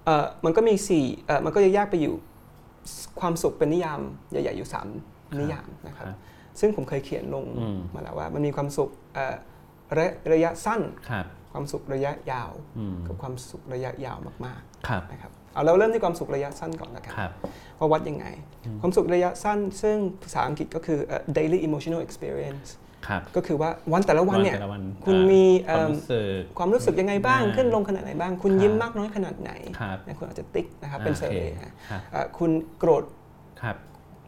Speaker 2: เอ่อมันก็มี4เอ่อมันก็จะแยกไปอยู่ความสุขเป็นนิยามใหญ่ๆอยู่ 3 นิยามนะค
Speaker 1: ครับ รับ
Speaker 2: ซึ่งผมเคยเขียนลง
Speaker 1: อืม
Speaker 2: มาแล้วว่ามันมีความสุขเอ่อระระยะสั้น
Speaker 1: ครับ
Speaker 2: ความสุขระยะยาว
Speaker 1: อืม
Speaker 2: กับความสุขระยะยาวมาก
Speaker 1: ครับ
Speaker 2: ๆนะครับเอาเราเริ่มที่ความสุขระยะสั้นก่อนละกัน
Speaker 1: ครับ
Speaker 2: ว่าวัดยังไง
Speaker 1: อืม
Speaker 2: ความสุขระยะสั้น ซึ่งภาษาอังกฤษก็คือเอ่อ daily emotional experience
Speaker 1: ครับ
Speaker 2: ก็คือว่าวันแต่ละวันเนี่ย
Speaker 1: แต่ละวัน
Speaker 2: คุณ
Speaker 1: เอ่อ
Speaker 2: มี
Speaker 1: ค
Speaker 2: เอิ่
Speaker 1: วาม
Speaker 2: ม
Speaker 1: รู้สึก
Speaker 2: ความรู้สึกยังไงบ้าง
Speaker 1: อ่า
Speaker 2: ขึ้นลงขนาดไหนบ้าง คุณ
Speaker 1: ครับ
Speaker 2: ยิ้มมากน้อยขนาดไหน
Speaker 1: ครับ
Speaker 2: นะคุณอาจจะติ๊กนะครับ เป็นเซอร์
Speaker 1: โอ
Speaker 2: เล
Speaker 1: ค
Speaker 2: ย์นะครับ เอ่อคุณโกรธ
Speaker 1: ครับ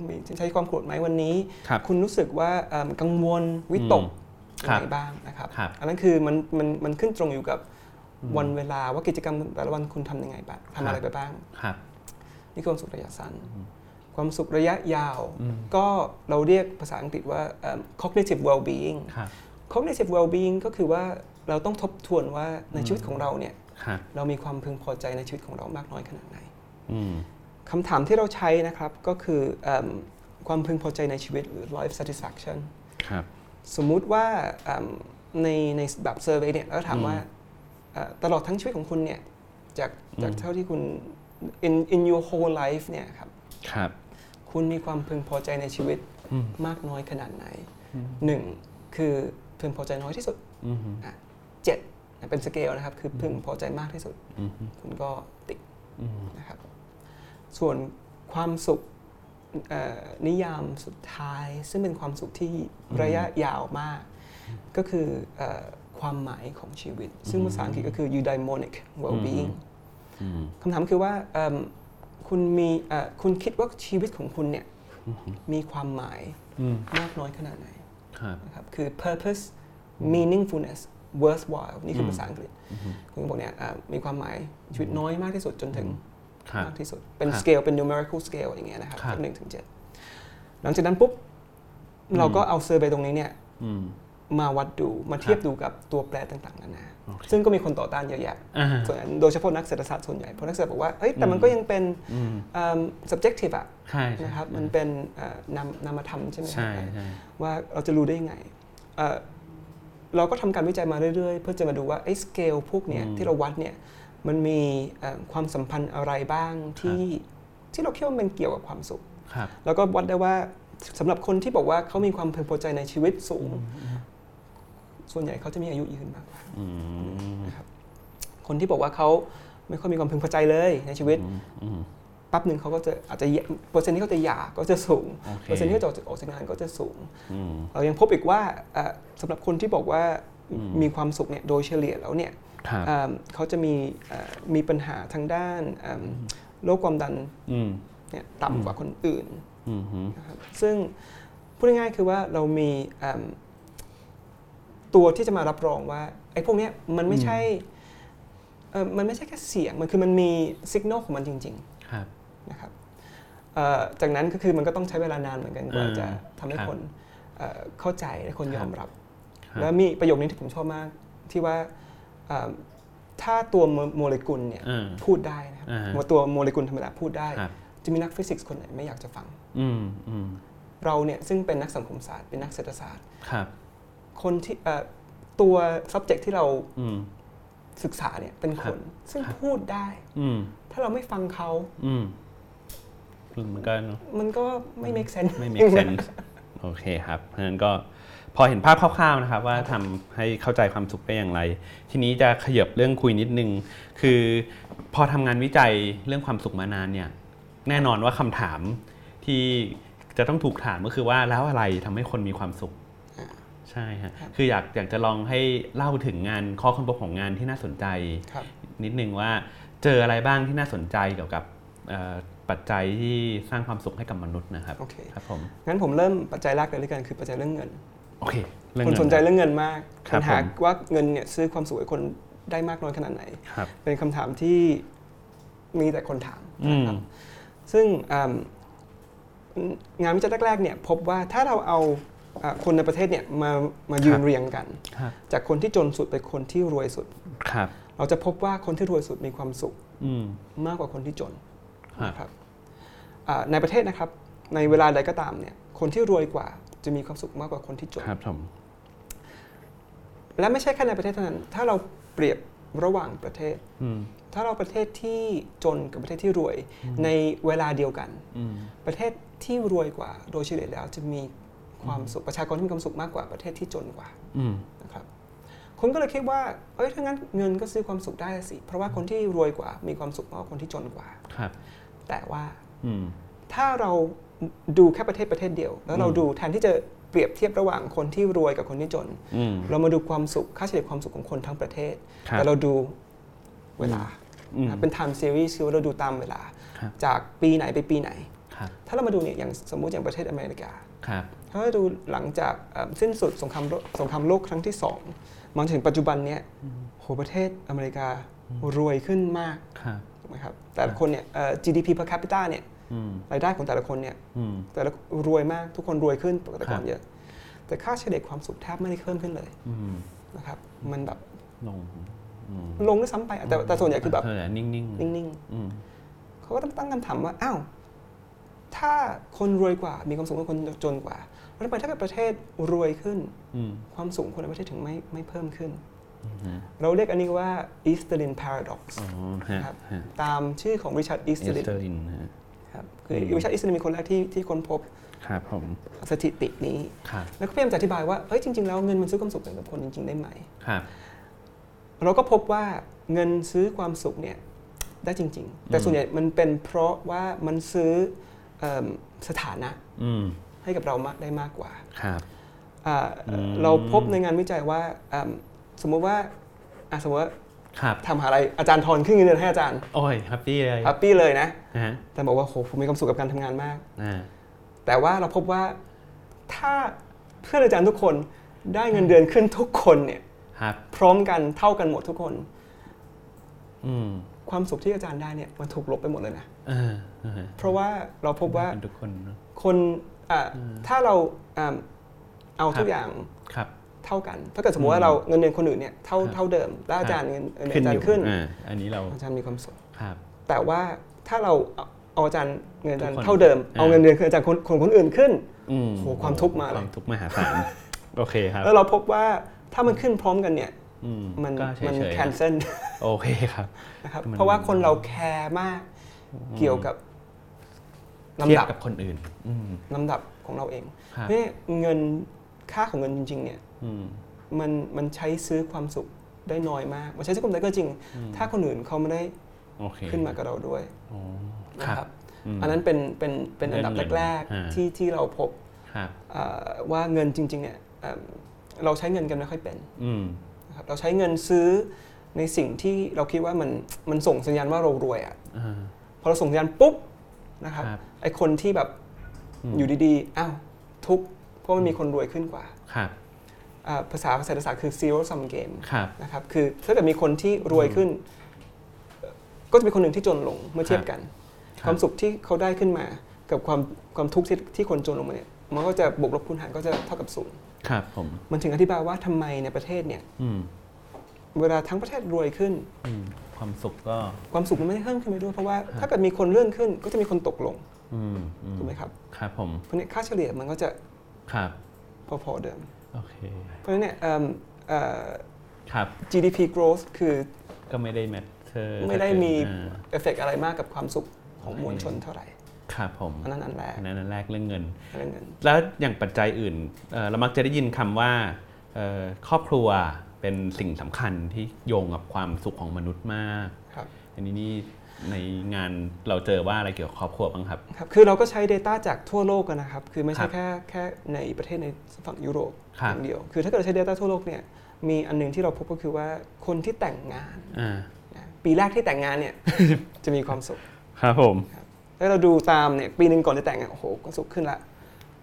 Speaker 2: มีใช้ความโกรธไหมวันนี้
Speaker 1: ครับ
Speaker 2: คุณรู้สึกว่าเอิ่มกังวล วิตก
Speaker 1: อืม
Speaker 2: ยั
Speaker 1: ค
Speaker 2: ง
Speaker 1: รับ
Speaker 2: ไงบ้างนะครับ
Speaker 1: ครับ
Speaker 2: อันนั้นคือมันมันมันขึ้นตรงอยู่กับ
Speaker 1: อืม
Speaker 2: วันเวลาว่ากิจกรรมแต่ละวันคุณทำยังไงบ้างทำอะไร
Speaker 1: ครับ
Speaker 2: ไปบ้าง
Speaker 1: ครับ
Speaker 2: นี่คือความสุขระยะสั้น
Speaker 1: อืม
Speaker 2: ความสุขระยะยาว
Speaker 1: อืม
Speaker 2: ก็เราเรียกภาษาอังกฤษว่าเอิ่ม cognitive well-being
Speaker 1: ครับ
Speaker 2: cognitive well-being ก็คือว่าเราต้องทบทวนว่าใน
Speaker 1: อืม
Speaker 2: ชีวิตของเราเนี่ย
Speaker 1: ครับ
Speaker 2: เรามีความพึงพอใจในชีวิตของเรามากน้อยขนาดไหน
Speaker 1: อืม
Speaker 2: คำถามที่เราใช้นะครับก็คือเอิ่มความพึงพอใจในชีวิตหรือ life satisfaction
Speaker 1: ครับ
Speaker 2: สมมุติว่าเอิ่มในในแบบ survey เนี่ยเราก็ถามว่าเอ่อตลอดทั้งชีวิตของคุณเนี่ยจากจาก
Speaker 1: อืม
Speaker 2: เท่าที่คุณ in in your whole life เนี่ยครับ
Speaker 1: ครับ
Speaker 2: คุณมีความพึงพอใจในชีวิต
Speaker 1: อืม
Speaker 2: มากน้อยขนาดไหน
Speaker 1: อืม
Speaker 2: 1. คือพึงพอใจน้อยที่สุด
Speaker 1: อืม
Speaker 2: 7. เป็นสเกลนะครับ คือพึงพอใจมากที่สุด
Speaker 1: อืม
Speaker 2: คุณก็ติด
Speaker 1: อืม
Speaker 2: นะครับ ส่วนความสุขเอ่อนิยามสุดท้าย ซึ่งเป็นความสุขที่ระยะยาวมาก ก็คือเออความหมายของชีวิต ซึ่งภาษาอังกฤษก็คือ eudaimonic well-being
Speaker 1: อืม
Speaker 2: คำถามคือว่าเอิ่มคุณมีเอ่อคุณคิดว่าชีวิตของคุณเนี่ยมีความหมาย
Speaker 1: อืม
Speaker 2: มากน้อยขนาดไหน
Speaker 1: ครับ
Speaker 2: นะครับคือ purpose meaningfulness worthwhile นี่คือ
Speaker 1: ม
Speaker 2: ภาษาอังกฤษ
Speaker 1: อืม
Speaker 2: คุณบอกเนี่ยอ่ามีความหมายชีวิตน้อยมากที่สุดจนถึง
Speaker 1: ครับ
Speaker 2: มากที่สุด เป็น
Speaker 1: ครับ
Speaker 2: สเกลเป็น numerical scale อย่างเงี้ยนะครับ
Speaker 1: ครับ
Speaker 2: จากหนึ่งถึงเจ็ดหลังจากนั้นปุ๊บ
Speaker 1: อืม
Speaker 2: เราก็เอาเซอร์ไปตรงนี้เนี่ย
Speaker 1: อืม
Speaker 2: มาวัดดูมาเทียบดูกับตัวแปรต่างๆนานา
Speaker 1: โอเค
Speaker 2: ซึ่งก็มีคนต่อต้านเยอะแยะ
Speaker 1: อ่า
Speaker 2: ส่วนอันโดยเฉพาะนักเศรษฐศาสตร์ส่วนใหญ่เพราะนักเศรษฐบอกว่าเอ้ยแต่มันก็ยังเป็น
Speaker 1: อืม
Speaker 2: เอิ่ม subjective อะ
Speaker 1: ใช่ใช่
Speaker 2: นะครับมันเป็นเอ่อนามนามธรรมใช่ไหมครั
Speaker 1: ใช่
Speaker 2: บ
Speaker 1: ใช่
Speaker 2: ว่าเราจะรู้ได้ยังไงเอ่อเราก็ทำการวิจัยมาเรื่อยๆ เพื่อจะมาดูว่าไอ้สเกลพวกเนี้ย
Speaker 1: อืม
Speaker 2: ที่เราวัดเนี่ยมันมีเอ่อความสัมพันธ์อะไรบ้าง
Speaker 1: ครับ
Speaker 2: ที่ที่เราคิดว่ามันเกี่ยวกับความสุข
Speaker 1: ครับ
Speaker 2: แล้วก็วัดได้ว่าสำหรับคนที่บอกว่าเขามีความพึงพอใจในชีวิตสูง ส่วนใหญ่เขาจะมีอายุยืนมากกว่า
Speaker 1: อืม
Speaker 2: นะครับคนที่บอกว่าเขาไม่ค่อยมีความพึงพอใจเลยในชีวิต
Speaker 1: อืมอืม
Speaker 2: แปั๊บหนึ่งเขาก็จะอาจจะแย่เปอร์เซ็นต์ที่เขาจะหย่าก็จะสูง
Speaker 1: โอเค
Speaker 2: เปอร์เซ็นต์ที่เขาจะออกจากออกจากงานก็จะสูง
Speaker 1: อืม
Speaker 2: เรายังพบอีกว่าเอ่อสำหรับคนที่บอกว่า
Speaker 1: อืม
Speaker 2: มีความสุขเนี่ยโดยเฉลี่ยแล้วเนี่ย
Speaker 1: ครับ
Speaker 2: เอิ่มเขาจะมีเอ่อมีปัญหาทางด้านเอิ่มโรคความดัน
Speaker 1: อืม
Speaker 2: เนี่ย
Speaker 1: อืม
Speaker 2: ต่ำกว่าคนอื่น
Speaker 1: อืมอืม
Speaker 2: นะครับซึ่งพูดง่ายๆคือว่าเรามีเอิ่มตัวที่จะมารับรองว่าไอ้พวกเนี้ยมันไม่ใช่เอิ่มมันไม่ใช่แค่เสียง มันคือมันมีสัญญาณของมันจริง ๆ
Speaker 1: ครับ
Speaker 2: นะครับเอ่อจากนั้นก็คือมันก็ต้องใช้เวลานานเหมือนกันกว่า
Speaker 1: อืม
Speaker 2: จะทำให้
Speaker 1: ครับ
Speaker 2: คนเอ่อเข้าใจและคน
Speaker 1: ครับ
Speaker 2: ยอมรับ
Speaker 1: ครับ
Speaker 2: แล้วมีประโยคนี้ที่ผมชอบมากที่ว่าเอ่อถ้าตัวโมโมเลกุลเนี่ย
Speaker 1: อ่า
Speaker 2: พูดได้นะครับ
Speaker 1: อ่าฮะ
Speaker 2: ว่าตัวโมเลกุลธรรมดาพูดได้
Speaker 1: ครับ
Speaker 2: จะมีนักฟิสิกส์คนไหนไม่อยากจะฟัง
Speaker 1: อืมอืม
Speaker 2: เราเนี่ยซึ่งเป็นนักสังคมศาสตร์เป็นนักเศรษฐศาสตร์
Speaker 1: ครับ
Speaker 2: คนที่เอ่อตัว subject ที่เรา
Speaker 1: อืม
Speaker 2: ศึกษาเนี่ยเป็นคน ซึ่ง
Speaker 1: ครับ
Speaker 2: พูดได้
Speaker 1: อืม
Speaker 2: ถ้าเราไม่ฟังเขา
Speaker 1: อืมมันก็เนอะ
Speaker 2: มันก็ไม่ make sense
Speaker 1: ไม่ make sense โอเคครับเพราะฉะนั้นก็พอเห็นภาพคร่าวๆนะครับ ว่าทำให้เข้าใจความสุขได้อย่างไร ทีนี้จะขยับเรื่องคุยนิดนึง คือพอทำงานวิจัยเรื่องความสุขมานานเนี่ย แน่นอนว่าคำถามที่จะต้องถูกถามก็คือว่าแล้วอะไรทำให้คนมีความสุข
Speaker 2: อ่า
Speaker 1: ใช่ฮะ
Speaker 2: ครับ
Speaker 1: คืออยากอยากจะลองให้เล่าถึงงานข้อค้นพบของงานที่น่าสนใจ
Speaker 2: ครับ
Speaker 1: นิดนึงว่าเจออะไรบ้างที่น่าสนใจเกี่ยวกับเอ่อปัจจัยที่สร้างความสุขให้กับมนุษย์นะครับ
Speaker 2: โอเค
Speaker 1: ครับผม
Speaker 2: งั้นผมเริ่มปัจจัยแรกเลยด้วยกันคือปัจจัยเรื่องเงิน
Speaker 1: โอเคเรื่อง
Speaker 2: คน
Speaker 1: เงิ
Speaker 2: สนใจเรื่องเงินมาก
Speaker 1: ครับ
Speaker 2: ปัญหา
Speaker 1: ผม
Speaker 2: ว่าเงินเนี่ยซื้อความสุขให้คน ได้มากน้อยขนาดไหน
Speaker 1: ครับ
Speaker 2: เป็นคำถามที่มีแต่คนถาม
Speaker 1: อืม
Speaker 2: นะครับ ซึ่งอ่ำงานวิจัยแรกๆเนี่ยพบว่าถ้าเราเอาอ่าคนในประเทศเนี่ยมามายืนเรียงกัน
Speaker 1: ครับ
Speaker 2: จากคนที่จนสุดไปคนที่รวยสุด
Speaker 1: ครับ
Speaker 2: เราจะพบว่าคนที่รวยสุดมีความสุข
Speaker 1: อืม
Speaker 2: มากกว่าคนที่จน
Speaker 1: ฮะ
Speaker 2: นะครับอ่าในประเทศนะครับ ในเวลาใดก็ตามเนี่ยคนที่รวยกว่าจะมีความสุขมากกว่าคนที่จน
Speaker 1: ครับผม
Speaker 2: และไม่ใช่แค่ในประเทศเท่านั้น ถ้าเราเปรียบระหว่างประเทศ
Speaker 1: อืม
Speaker 2: ถ้าเราประเทศที่จนกับประเทศที่รวยในเวลาเดียวกัน
Speaker 1: อืม
Speaker 2: ประเทศที่รวยกว่าโดยเฉลี่ยแล้วจะมีความสุขประชากรที่มีความสุขมากกว่าประเทศที่จนกว่า
Speaker 1: อืม
Speaker 2: นะครับคนก็เลยคิดว่าเอ้ยถ้างั้นเงินก็ซื้อความสุขได้สิ เพราะว่าคนที่รวยกว่ามีความสุขมากกว่าคนที่จนกว่า
Speaker 1: ครับ
Speaker 2: แต่ว่า
Speaker 1: อืม
Speaker 2: ถ้าเราดูแค่ประเทศประเทศเดียว แล้วเรา
Speaker 1: อืม
Speaker 2: ดูแทนที่จะเปรียบเทียบระหว่างคนที่รวยกับคนที่จน
Speaker 1: อืม
Speaker 2: เรามาดูความสุขค่าเฉลี่ยความสุขของคนทั้งประเทศ
Speaker 1: ครับ
Speaker 2: แต่เราดูเวลา
Speaker 1: อืม
Speaker 2: นะเป็น time series คือว่าเราดูตามเวลา
Speaker 1: ครับ
Speaker 2: จากปีไหนไปปีไหน
Speaker 1: ครับ
Speaker 2: ถ้าเรามาดูเนี่ยอย่างสมมุติอย่างประเทศอเมริกา
Speaker 1: ครับ
Speaker 2: ถ้าดูหลังจากเอ่อสิ้นสุดสงครามโลกสงครามโลกครั้งที่สองมาถึงปัจจุบันเนี่ยโหประเทศอเมริการวยขึ้นมาก
Speaker 1: ครับ
Speaker 2: ถูกไหมครับแต่ละคนเนี่ยเอ่อ GDP per capita เนี่ย
Speaker 1: อืม
Speaker 2: รายได้ของแต่ละคนเนี่ย
Speaker 1: อืม
Speaker 2: แต่ละรวยมากทุกคนรวยขึ้นปกติก่อ
Speaker 1: ครั
Speaker 2: น
Speaker 1: บ
Speaker 2: เยอะ แต่ค่าเฉลี่ยความสุขแทบไม่ได้เพิ่มขึ้นเลย
Speaker 1: อืม
Speaker 2: นะครับมันแบบ
Speaker 1: ลง อืม
Speaker 2: ลงด้วยซ้ำไปแต่แต่ส่วนใหญ่คือแบบ
Speaker 1: เออนิ่งๆ
Speaker 2: นิ่ง
Speaker 1: อืม
Speaker 2: ๆเขาก็ต้องตั้งคำถามว่าอ้าวถ้าคนรวยกว่ามีความสุขกว่าคนจนกว่าแล้วทำไมถ้าเป็นประเทศรวยขึ้น
Speaker 1: อืม
Speaker 2: ความสูงคนในประเทศถึงไม่ไม่เพิ่มขึ้น
Speaker 1: อืม
Speaker 2: เราเรียกอันนี้ว่า Easterlin Paradox
Speaker 1: อ๋อฮะ
Speaker 2: ครับ
Speaker 1: ฮะ
Speaker 2: ตามชื่อของ Richard
Speaker 1: เอส
Speaker 2: Easterlin
Speaker 1: เตอร์ลินฮะ
Speaker 2: ครับคือ
Speaker 1: ม
Speaker 2: Richard Easterlin เป็นคนแรกที่ที่ค้นพบ
Speaker 1: ครับผม
Speaker 2: สถิตินี้
Speaker 1: ครับ
Speaker 2: แล้วก็พยายามจะอธิบายว่าเอ้ยจริง ๆ แล้วเงินมันซื้อความสุขให้กับคนจริง ๆ ได้ไหม
Speaker 1: ครับ
Speaker 2: เราก็พบว่าเงินซื้อความสุขเนี่ยได้จริง ๆ แต่
Speaker 1: อืม
Speaker 2: ส่วนใหญ่มันเป็นเพราะว่ามันซื้อเอิ่มสถานะ
Speaker 1: อืม
Speaker 2: ให้กับเรามากได้มากกว่า
Speaker 1: ครับ
Speaker 2: อ่า
Speaker 1: อืม
Speaker 2: เราพบในงานวิจัยว่าเอิ่มสมมติว่าอ่ะสมมติว่า
Speaker 1: ครับ
Speaker 2: ทำหาอะไรอาจารย์ทอนขึ้นเงินเดือนให้อาจารย์
Speaker 1: โอ้ยแฮปปี้เลย
Speaker 2: แฮปปี้เลยนะ
Speaker 1: นะฮะ
Speaker 2: แต่บอกว่าโหผมมีความสุขกับการทำงานมาก
Speaker 1: อ่า
Speaker 2: แต่ว่าเราพบว่าถ้าเพื่อนอาจารย์ทุกคนได้เงินเดือนขึ้นทุกคนเนี่ย
Speaker 1: ครับ
Speaker 2: พร้อมกันเท่ากันหมดทุกคน
Speaker 1: อืม
Speaker 2: ความสุขที่อาจารย์ได้เนี่ยมันถูกลบไปหมดเลยนะ
Speaker 1: เออเออ
Speaker 2: เพราะว่าเราพบว่า
Speaker 1: เป็นทุกคนเนอะ
Speaker 2: คนอ่ะ
Speaker 1: อืม
Speaker 2: ถ้าเราอ่ะเอา
Speaker 1: ครับ
Speaker 2: ทุกอย่าง
Speaker 1: ครับ
Speaker 2: เท่ากัน ถ้าเกิดสมมติว่าเราเงินเดือนคนอื่นเนี่ยเท่า
Speaker 1: ครับ
Speaker 2: เท่าเดิม แล้วอาจารย์
Speaker 1: ครับ
Speaker 2: เงินเดือนอาจารย์ขึ้น
Speaker 1: อ่าอันนี้เรา
Speaker 2: อาจารย์มีความสุข
Speaker 1: ครับ
Speaker 2: แต่ว่าถ้าเราเอาเอาอาจารย์เงินอาจารย์
Speaker 1: ทุกคน
Speaker 2: เท่าเดิม
Speaker 1: อ่า
Speaker 2: เอาเงินเดือนคืออาจารย์คนคนคนอื่นขึ้น
Speaker 1: อืม
Speaker 2: โหความทุกข์มาเล
Speaker 1: ค
Speaker 2: ย
Speaker 1: วามทุกข์มหา ศาล โอเคครับ
Speaker 2: แล้วเราพบว่าถ้ามันขึ้นพร้อมกันเนี่ย
Speaker 1: อืม
Speaker 2: มัน
Speaker 1: ก็เฉย
Speaker 2: มัน
Speaker 1: ๆ
Speaker 2: แคนเซิล
Speaker 1: โอเคครับ
Speaker 2: นะครับ
Speaker 1: มัน
Speaker 2: เพราะว่าคนเราแคร์มากเกี่ยวกับลำดับ
Speaker 1: เทียกับคนอื่น อืม
Speaker 2: ลำดับของเราเอง
Speaker 1: ครับ
Speaker 2: นี่เงินค่าของเงินจริง ๆ เนี่ย
Speaker 1: อืม
Speaker 2: มันมันใช้ซื้อความสุขได้น้อยมาก มันใช้ซื้อความสุขได้ก็จริง ถ้าคนอื่นเขาไม่ได้
Speaker 1: โอเค
Speaker 2: ขึ้นมากับเราด้วย
Speaker 1: โอ้
Speaker 2: นะครับ ครับ
Speaker 1: อืม
Speaker 2: อันนั้นเป็นเป็นเป็นอันดับ
Speaker 1: เรื่องเงิน
Speaker 2: แรก
Speaker 1: อ่า
Speaker 2: ๆที่ที่เราพบ
Speaker 1: ครับ
Speaker 2: เอ่อว่าเงินจริงๆเนี่ยเอิ่มเราใช้เงินกันไม่ค่อยเป็น
Speaker 1: อืม
Speaker 2: นะครับเราใช้เงินซื้อในสิ่งที่เราคิดว่ามันมันส่งสัญญาณว่าเรารวยอะ่ะ
Speaker 1: อ่า
Speaker 2: พอเราส่งสัญญาณปุ๊บนะครับ
Speaker 1: ครับ
Speaker 2: ไอคนที่แบบ
Speaker 1: อืม
Speaker 2: อยู่ดีๆอ้าวทุกข์เพราะมันมีคนรวยขึ้นกว่า
Speaker 1: ครับ
Speaker 2: อ่าภาษาเศรษฐศาสตร์คือ zero sum game
Speaker 1: ครับ
Speaker 2: นะครับคือถ้าเกิดมีคนที่รวยขึ้นเอ่อก็จะมีคนหนึ่งที่จนลงเมื่อเทียบกัน
Speaker 1: ครับ
Speaker 2: ความสุขที่เขาได้ขึ้นมา กับความความทุกข์ที่ที่คนจนลงมาเนี่ยมันก็จะบวกลบคูณหารก็จะเท่ากับศูนย์
Speaker 1: ครับผม
Speaker 2: มันถึงอธิบายว่าทำไมในประเทศเนี่ย
Speaker 1: อืม
Speaker 2: เวลาทั้งประเทศรวยขึ้น
Speaker 1: อืม ความสุขก็
Speaker 2: ความสุขมันไม่ได้เพิ่มขึ้นไปด้วยเพราะว่าถ้าเกิดมีคนเลื่อนขึ้นก็จะมีคนตกลง
Speaker 1: อืมอืม
Speaker 2: ถูกไหมครับ
Speaker 1: ครับผม
Speaker 2: เพราะเนี่ยค่าเฉลี่ยมันก็จะ
Speaker 1: ครับ
Speaker 2: พอๆเดิม
Speaker 1: โอเค
Speaker 2: เพราะฉะนั้นเนี่ยเอิ่มเอ่อ
Speaker 1: ครับ
Speaker 2: GDP growth คือ
Speaker 1: ก็ไม่ได้แมทเธอ
Speaker 2: ไม่ได้มี
Speaker 1: อ่า
Speaker 2: เอฟเฟกอะไรมากกับความสุขของมวลชนเท่าไหร่
Speaker 1: ครับผม
Speaker 2: อันนั้นอันแรก
Speaker 1: อันนั้นอันแรกเรื่องเงิน
Speaker 2: อันนั้นเงิน
Speaker 1: แล้วอย่างปัจจัยอื่นเอ่อเรามักจะได้ยินคำว่าเอ่อครอบครัวเป็นสิ่งสำคัญที่โยงกับความสุขของมนุษย์มาก
Speaker 2: ครับ
Speaker 1: อันนี้นี่ในงานเราเจอว่าอะไรเกี่ยวกับครอบครัวบ้างครับ
Speaker 2: ครับคือเราก็ใช้ Data จากทั่วโลกอะนะครับ คือไม่
Speaker 1: ค
Speaker 2: ใช่
Speaker 1: รับ
Speaker 2: แค่แค่ในประเทศในฝั่งยุโรป
Speaker 1: ครับ
Speaker 2: อย่างเดียว คือถ้าเกิดเราใช้ Data ทั่วโลกเนี่ยมีอันหนึงที่เราพบก็คือว่าคนที่แต่งงาน
Speaker 1: อ่า
Speaker 2: นะปีแรกที่แต่งงาน เนี่ย จะมีความสุข
Speaker 1: ครับผม
Speaker 2: แล้วเราดูตามเนี่ยปีหนึ่งก่อนจะแต่งอะโอ้โหก็สุขขึ้นละ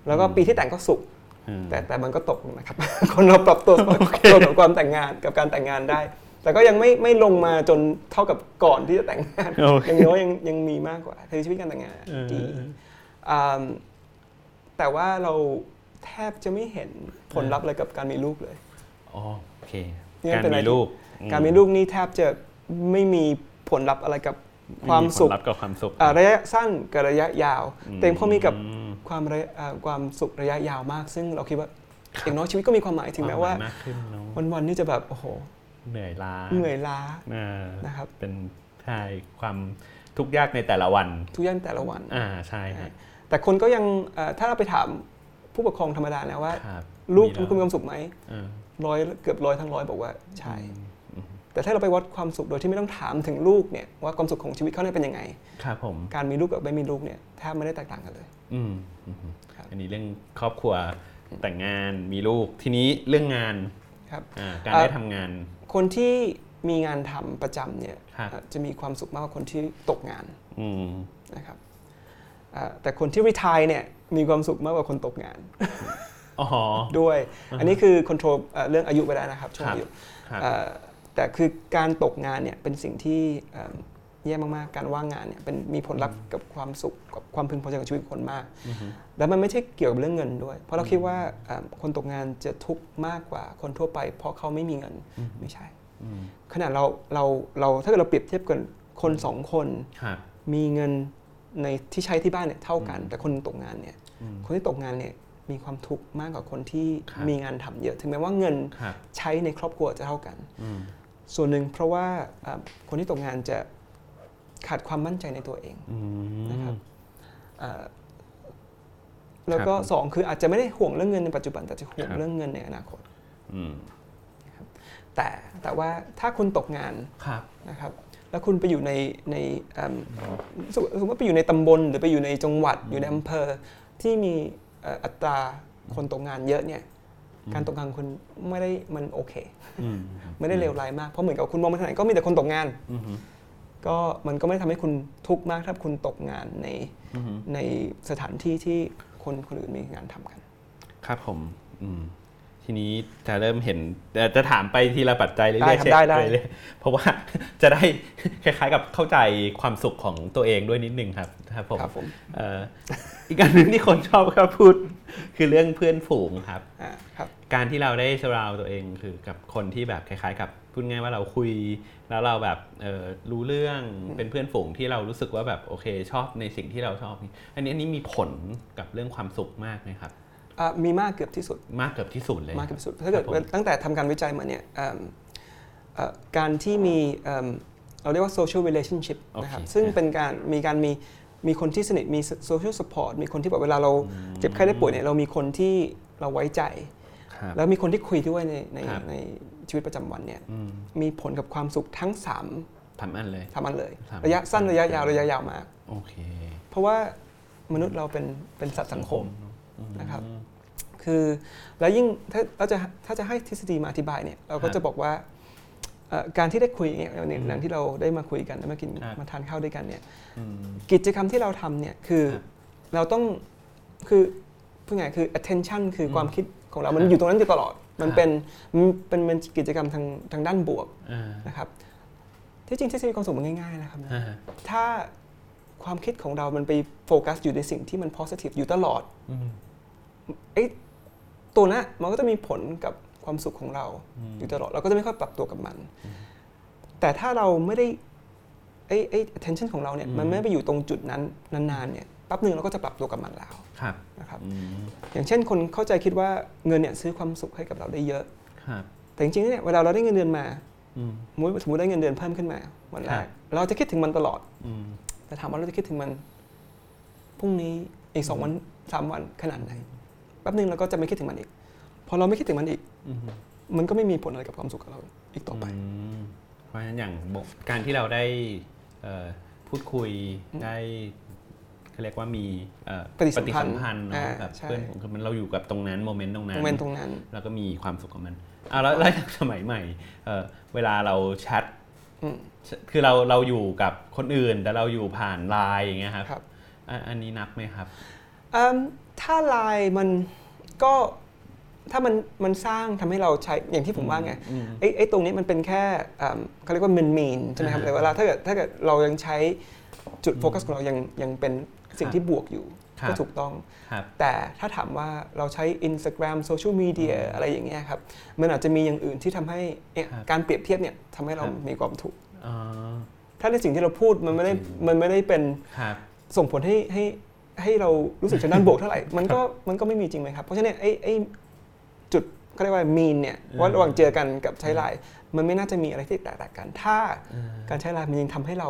Speaker 2: แล้วก็ปีที่แต่งก็สุข แต่แต่มันก็ตกนะครับ คนเราปรับตัวปรับตัวกับความแต่งงานกับการแต่งงานได้ แต่ก็ยังไม่ไม่ลงมาจนเท่ากับก่อนที่จะแต่งงาน
Speaker 1: โอเค
Speaker 2: ยังน้อยยังยังมีมากกว่าในชีวิตการแต่งงาน
Speaker 1: เออ
Speaker 2: ดีอ่าแต่ว่าเราแทบจะไม่เห็นผลลัพธ์อะไรกับการมีลูกเลย
Speaker 1: อ๋อโอเค
Speaker 2: เนี่ย
Speaker 1: การ
Speaker 2: เป็นอะไร
Speaker 1: มีลูก
Speaker 2: การมีลูกนี่แทบจะไม่มีผลลัพธ์อะไรกับความสุข
Speaker 1: ไรับกับความสุข
Speaker 2: อ่าระยะสั้นกับระยะยาว
Speaker 1: ม
Speaker 2: แต่พอมีกับ ความระยะอ่าความสุขระยะยาวมาก ซึ่งเราคิดว่าอย่างน้อยชีวิตก็มีความหมายถึงแม้ว่า
Speaker 1: คหยกขึ้นเนอะ
Speaker 2: วันๆนี่จะแบบโอ้โห
Speaker 1: เหนื่อยล้า
Speaker 2: เหนื่อยล้า
Speaker 1: อ่า
Speaker 2: นะครับ
Speaker 1: เป็นใช่ความทุกข์ยากในแต่ละวัน
Speaker 2: ทุกอย่างแต่ละวัน
Speaker 1: อ่าใช่ฮะ
Speaker 2: แต่คนก็ยังเอ่อถ้าเราไปถามผู้ปกครองธรรมดานะว่า
Speaker 1: ครับ
Speaker 2: ลูก
Speaker 1: แ
Speaker 2: คุณมีความสุขไหม
Speaker 1: เออ
Speaker 2: ร้อยเกือบร้อยทั้งร้อยบอกว่าใช่
Speaker 1: อืม
Speaker 2: แต่ถ้าเราไปวัดความสุขโดยที่ไม่ต้องถามถึงลูกเนี่ยว่าความสุขของชีวิตเขาเนี่ยเป็นยังไง
Speaker 1: ครับผม
Speaker 2: การมีลูกกับไม่มีลูกเนี่ยแทบไม่ได้แตกต่างกันเลย
Speaker 1: อืมอืมอืม
Speaker 2: ครับ
Speaker 1: อันนี้เรื่องครอบครัวแต่งงานมีลูกทีนี้เรื่องงาน
Speaker 2: ครับ
Speaker 1: อ่าการ
Speaker 2: อ่ะ
Speaker 1: ได้ทำงาน
Speaker 2: คนที่มีงานทำประจำเนี่ย
Speaker 1: ครับ
Speaker 2: อ่ะจะมีความสุขมากกว่าคนที่ตกงาน
Speaker 1: อืม
Speaker 2: นะครับอ่ะแต่คนที่รีทายเนี่ยมีความสุขมากกว่าคนตกงาน
Speaker 1: อ๋อ
Speaker 2: ด้วย
Speaker 1: อ่าฮะ
Speaker 2: อันนี้คือคอนโทรลเรื่องอายุไปได้นะครับช่วง
Speaker 1: ครับ
Speaker 2: อายุ
Speaker 1: ครับ
Speaker 2: เอ่อแต่คือการตกงานเนี่ยเป็นสิ่งที่เอิ่มแย่มากๆ การว่างงานเนี่ยเป็นมีผลลัพธ์กับความสุขกับความพึงพอใจของชีวิตคนมาก
Speaker 1: อือฮึ
Speaker 2: แล้วมันไม่ใช่เกี่ยวกับเรื่องเงินด้วย เพราะเราคิดว่าเอิ่มคนตกงานจะทุกข์มากกว่าคนทั่วไป เพราะเขาไม่มีเงินไม่ใช่
Speaker 1: อืม
Speaker 2: ขนาดเราเราเราถ้าเกิดเราเปรียบเทียบกันคนสองคน
Speaker 1: ครับ
Speaker 2: มีเงินในที่ใช้ที่บ้านเนี่ยเท่ากัน แต่คนตกงานเนี่ย
Speaker 1: อืม
Speaker 2: คนที่ตกงานเนี่ยมีความทุกข์มากกว่าคนที่
Speaker 1: ครับ
Speaker 2: มีงานทำเยอะ ถึงแม้ว่าเงิน
Speaker 1: ครับ
Speaker 2: ใช้ในครอบครัวจะเท่ากัน
Speaker 1: อืม
Speaker 2: ส่วนหนึ่งเพราะว่าเอ่อคนที่ตกงานจะขาดความมั่นใจในตัวเอง
Speaker 1: อืม
Speaker 2: นะครับ เอ่อแล้วก็
Speaker 1: ครับผม
Speaker 2: สองคืออาจจะไม่ได้ห่วงเรื่องเงินในปัจจุบันแต่จะห่วง
Speaker 1: ครับ
Speaker 2: เรื่องเงินในอนาคต
Speaker 1: อืม
Speaker 2: แต่แต่ว่าถ้าคุณตกงาน
Speaker 1: ครับ
Speaker 2: นะครับ แล้วคุณไปอยู่ในในเอิ่มสมมุติสมมติว่าไปอยู่ในตำบล หรือไปอยู่ในจังหวัดอยู่ในอำเภอที่มีเอ่ออัตราคนตกงานเยอะเนี่ย การตกงานคุณไม่ได้มันโอเค
Speaker 1: อืม
Speaker 2: ไม่ได้เลวร้ายมาก เพราะเหมือนกับคุณมองไปทางไหนก็มีแต่คนตกงาน
Speaker 1: อืมอืม
Speaker 2: ก็มันก็ไม่ได้ทำให้คุณทุกข์มากถ้าคุณตกงานใน
Speaker 1: อืม
Speaker 2: ในสถานที่ที่คนคนอื่นมีงานทำกัน
Speaker 1: ครับผมอืมทีนี้จะเริ่มเห็นเอ่อจะถามไปทีละปัจจัยเรื่อ
Speaker 2: ได้
Speaker 1: ยๆ
Speaker 2: ครับ
Speaker 1: เช็ค
Speaker 2: ได้ได้
Speaker 1: ปเรื่อยๆเพราะว่า จะได้ คล้ายๆกับเข้าใจความสุขของตัวเองด้วยนิดนึงครับครับผม
Speaker 2: ครับผม
Speaker 1: เอ่ออีกอันหนึ่งที่คนชอบครับพูด คือเรื่องเพื่อนฝูงครับ
Speaker 2: อ่าครับ
Speaker 1: การที่เราได้สราวตัวเองคือกับคนที่แบบคล้าย ๆ กับพูดง่ายว่าเราคุย แล้วเราแบบเอ่อรู้เรื่องเป็นเพื่อนฝูงที่เรารู้สึกว่าแบบโอเค ชอบในสิ่งที่เราชอบ อันนี้อันนี้มีผลกับเรื่องความสุขมากไหมครับ
Speaker 2: อ่ะมีมากเกือบที่สุด
Speaker 1: มากเกือบที่สุดเลย
Speaker 2: มากเกือบที่สุด ถ้าเกิด
Speaker 1: ครับผม
Speaker 2: ตั้งแต่ทำการวิจัยมาเนี่ยเอิ่มเอ่อการที่มีเอิ่มเราเรียกว่า social relationship นะครับ
Speaker 1: โอเค
Speaker 2: ซึ่ง
Speaker 1: ครับ
Speaker 2: เป็นการมีการมีมีคนที่สนิท มี social support มีคนที่แบบเวลาเราเจ็บไข้ได้ป่วยเนี่ยเรามีคนที่เราไว้ใจ
Speaker 1: ครับ
Speaker 2: แล้วมีคนที่คุยด้วยในใน
Speaker 1: ครับ
Speaker 2: ในชีวิตประจำวันเนี่ย
Speaker 1: อืม
Speaker 2: มีผลกับความสุขทั้ง3าม
Speaker 1: ทำอันเลย
Speaker 2: สามอันเลย
Speaker 1: สาม
Speaker 2: ระยะสั้น
Speaker 1: อัน
Speaker 2: ระยะยา
Speaker 1: ค
Speaker 2: ว
Speaker 1: รับ
Speaker 2: ระยะยาวมาก
Speaker 1: โอเค
Speaker 2: เพราะว่ามนุษย์เราเป็นเป็นสัตว์สังคม
Speaker 1: อืม
Speaker 2: นะครับ คือแล้วยิ่งถ้าเราจะถ้าจะให้ทฤษฎีมาอธิบายเนี่ยเราก็
Speaker 1: ครับ
Speaker 2: จะบอกว่าเอ่อการที่ได้คุยอย่างเงี้ยใน
Speaker 1: อืม
Speaker 2: หลังที่เราได้มาคุยกันได้มากิน
Speaker 1: ครับ
Speaker 2: มาทานข้าวด้วยกันเนี่ย
Speaker 1: อืม
Speaker 2: กิจกรรมที่เราทำเนี่ยคือ
Speaker 1: ครับ
Speaker 2: เราต้องคือพูดไงายคือ attention คืออ
Speaker 1: ม
Speaker 2: ความคิดของเรา
Speaker 1: ครับ
Speaker 2: มันอยู่ตรงนั้นอยู่ตลอด มัน
Speaker 1: ครับ
Speaker 2: เป็นมันเป็นเป็นกิจกรรมทางทางด้านบวก
Speaker 1: อ่า
Speaker 2: นะครับที่จริงทฤษฎีความสุขมันง่ายๆนะครับนะ
Speaker 1: อ่า
Speaker 2: ถ้าความคิดของเรา มันไปโฟกัสอยู่ในสิ่งที่มัน positive อยู่ตลอด
Speaker 1: อืม
Speaker 2: ไอ้ตัวนั้นมันก็จะมีผลกับความสุขของเรา อยู่ตลอด เราก็จะไม่ค่อยปรับตัวกับมัน แต่ถ้าเราไม่ได้ไอ้ไอ้ attention ของเราเนี่ยมันไม่ไปอยู่ตรงจุดนั้นนานๆเนี่ยแป๊บหนึ่งเราก็จะปรับตัวกับมันแล้ว
Speaker 1: ครับ
Speaker 2: นะครับ
Speaker 1: อืม
Speaker 2: อย่างเช่นคนเข้าใจคิดว่าเงินเนี่ยซื้อความสุขให้กับเราได้เยอะ
Speaker 1: ครับ
Speaker 2: แต่จริงๆแล้วเนี่ยเวลาเราได้เงินเดือนมา
Speaker 1: อืม
Speaker 2: สมมุติสมมติได้เงินเดือนเพิ่มขึ้นมาวันแร
Speaker 1: ครั
Speaker 2: ก
Speaker 1: บ
Speaker 2: เราจะคิดถึงมันตลอด
Speaker 1: อืม
Speaker 2: แต่ถามว่าเราจะคิดถึงมันพรุ่งนี้อีกสองวันสามวันขนาดไหนแป๊บหนึงเราก็จะไม่คิดถึงมันอีก พอเราไม่คิดถึงมันอีก
Speaker 1: อืม
Speaker 2: มันก็ไม่มีผลอะไรกับความสุขของเราอีกต่อไป
Speaker 1: มเพราะฉะนั้นอย่างบอกการที่เราได้เอ่อพูดคุย
Speaker 2: อืม
Speaker 1: ได้เขาเรียกว่ามีเอ่อ
Speaker 2: ปฏิสัมพันธ์
Speaker 1: สัมพันธ์เน
Speaker 2: อ่า
Speaker 1: อะแบบ
Speaker 2: ใช่
Speaker 1: เพื่อนผมคือมันเราอยู่กับตรงนั้นโมเมนต์ตรงนั้น
Speaker 2: โมเมนต์ตรงนั้น
Speaker 1: แล้วก็มีความสุขกับมันอ่ะแล้วแล้วอย่างสมัยใหม่เอ่อเวลาเราแชท
Speaker 2: อืม
Speaker 1: คือเราเราอยู่กับคนอื่นแต่เราอยู่ผ่านไลน์อย่างเงี้ยครับ
Speaker 2: ครับ
Speaker 1: อ่ะอันนี้นับไหมครับ
Speaker 2: อืมถ้าไลน์มันก็ ถ้ามันมันสร้างทำให้เราใช้อย่างที่ผมว่าไง
Speaker 3: อืม
Speaker 2: ไอ้ไอ้ตรงนี้มันเป็นแค่อ่าเขาเรียกว่าเมนเมนใช่ไหมครับ
Speaker 1: อ่า
Speaker 2: แต่เวลาถ้าเกิดถ้าเกิดเรายังใช้จุดโฟกัสของเรายังยังเป็นสิ่งที่บวกอยู่
Speaker 1: ครับ
Speaker 2: ก็ถูกต้อง
Speaker 1: ครับ
Speaker 2: แต่ถ้าถามว่าเราใช้ Instagram โซเชียลมีเดียอะไรอย่างเงี้ยครับ มันอาจจะมีอย่างอื่นที่ทำให้เอ๊ะ
Speaker 1: ครับ
Speaker 2: การเปรียบเทียบเนี่ยทำให้เรา
Speaker 1: ครับ
Speaker 2: มีความถูกข์
Speaker 1: อ๋อ
Speaker 2: ถ้าในสิ่งที่เราพูดมันไม่ได้
Speaker 3: จริง
Speaker 2: มันไม่ได้เป็น
Speaker 1: ครับ
Speaker 2: ส่งผลให้ให้ให้เรารู้สึกจากด้านบวกเท่าไห ร่ มันก็มันก็ไม่มีจริงไหมครับ เพราะฉะนั้นไอ้ไอ้จุดก็เรียกว่ามีนเนี่ย
Speaker 1: อืม
Speaker 2: ว่าระหว่างเจอกันกับใช้ไลน์มันไม่น่าจะมีอะไรที่แตกต่างกัน ถ้า
Speaker 1: อืม
Speaker 2: การใช้ไลน์มันยังทำให้เรา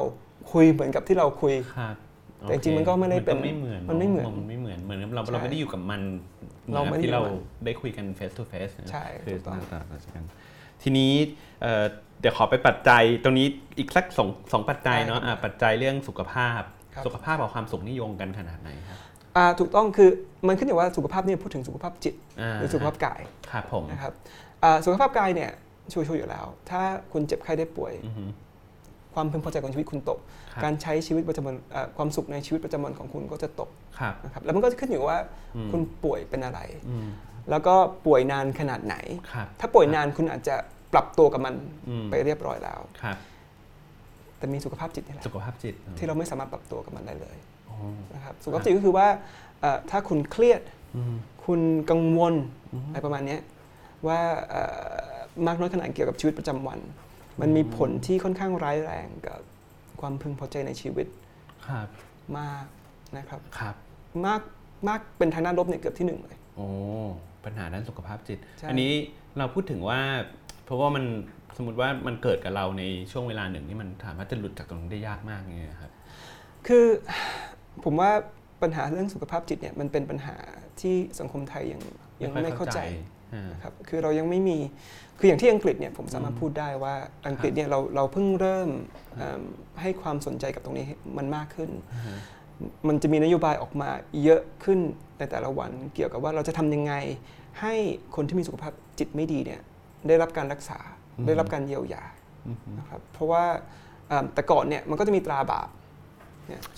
Speaker 2: คุยเหมือนกับที่เราคุย
Speaker 1: ครับ
Speaker 2: แต่จริงๆมันก็ไม่ได้เป็น
Speaker 1: นก็ไม่เหมือน
Speaker 2: มันไม่เหมือน
Speaker 1: มันไม่เหมือนเหมือนกับเรา
Speaker 2: ใช่
Speaker 1: เราไม่ได้อยู่กับมัน
Speaker 2: เราไม่ได้
Speaker 1: ที่เรา
Speaker 2: อยู่กับ
Speaker 1: ได้คุยกัน face to face นะ
Speaker 2: ใช่
Speaker 1: คื
Speaker 2: ถู
Speaker 1: อก
Speaker 2: ต้อง
Speaker 1: ต่างๆกันทีนี้เอ่อเดี๋ยวขอไปปัจจัยตรงนี้อีกสักสองสองปัจจัยเนาะอ่ะปัจจัยเรื่องสุขภาพ
Speaker 2: ครับ
Speaker 1: สุขภาพกับความสุขนิยมกันขนาดไหนครับ
Speaker 2: อ่าถูกต้องคือมันขึ้นอยู่ว่าสุขภาพเนี่ยพูดถึงสุขภาพจิต
Speaker 1: า
Speaker 2: หรือสุขภาพกาย
Speaker 1: ครับผม
Speaker 2: นะครับอ่าสุขภาพกายเนี่ยช่วยๆอยู่แล้ว ถ้าคุณเจ็บไข้ได้ป่วย
Speaker 1: อือฮึ
Speaker 2: ความพึงพอใจของชีวิตคุณตก
Speaker 1: ครับ
Speaker 2: การใช้ชีวิตประจำวันอ่าความสุขในชีวิตประจำวันของคุณก็จะตก
Speaker 1: ครับ
Speaker 2: นะครับแล้วมันก็จะขึ้นอยู่ว่า
Speaker 1: อืม
Speaker 2: คุณป่วยเป็นอะไร
Speaker 1: อืม
Speaker 2: แล้วก็ป่วยนานขนาดไหน
Speaker 1: ครับ
Speaker 2: ถ้าป่วยนานคุณอาจจะปรับตัวกับมัน
Speaker 1: อืม
Speaker 2: ไปเรียบร้อยแล้ว
Speaker 1: ครับ
Speaker 2: แต่มีสุขภาพจิตนี่แหละ
Speaker 1: สุขภาพจิต
Speaker 2: ที่เราไม่สามารถปรับตัวกับมันได้เลย
Speaker 1: อ๋อ
Speaker 2: นะครับสุขภาพจิตก็คือว่าเอ่อถ้าคุณเครียด
Speaker 1: อืม
Speaker 2: คุณกังวล
Speaker 1: อืม
Speaker 2: อะไรประมาณเนี้ยว่าเอ่อมากน้อยขนาดเกี่ยวกับชีวิตประจำวัน มันมีผลที่ค่อนข้างร้ายแรงกับความพึงพอใจในชีวิต
Speaker 1: ครับ
Speaker 2: มากนะครับ
Speaker 1: ครับ
Speaker 2: มากมากเป็นทางด้านลบเนี่ยเกือบที่หนึ่งเลย
Speaker 1: โอ้ปัญหาด้านสุขภาพจิต
Speaker 2: ใช่
Speaker 1: อันนี้เราพูดถึงว่า เพราะว่ามันสมมติว่ามันเกิดกับเราในช่วงเวลาหนึ่งนี่มันสามารถจะหลุดจากตรงนี้ได้ยากมากเลยนะครับ
Speaker 2: คือ ผมว่าปัญหาเรื่องสุขภาพจิตเนี่ยมันเป็นปัญหาที่สังคมไทยยังยังไม่เข้าใจ
Speaker 1: อ่า
Speaker 2: นะครับคือเรายังไม่มีคืออย่างที่อังกฤษเนี่ยผมสามารถพูดได้ว่าอังกฤษเนี่ยเราเราเพิ่งเริ่มเอิ่มให้ความสนใจกับตรงนี้มันมากขึ้น มันจะมีนโยบายออกมาเยอะขึ้นในแต่ละวัน เกี่ยวกับว่าเราจะทำยังไง ให้คนที่มีสุขภาพจิตไม่ดีเนี่ยได้รับการรักษา
Speaker 1: อืม
Speaker 2: ได้รับการเยียวยา
Speaker 1: อือฮึ
Speaker 2: นะครับเพราะว่าเอิ่มแต่ก่อนเนี่ยมันก็จะมีตราบาป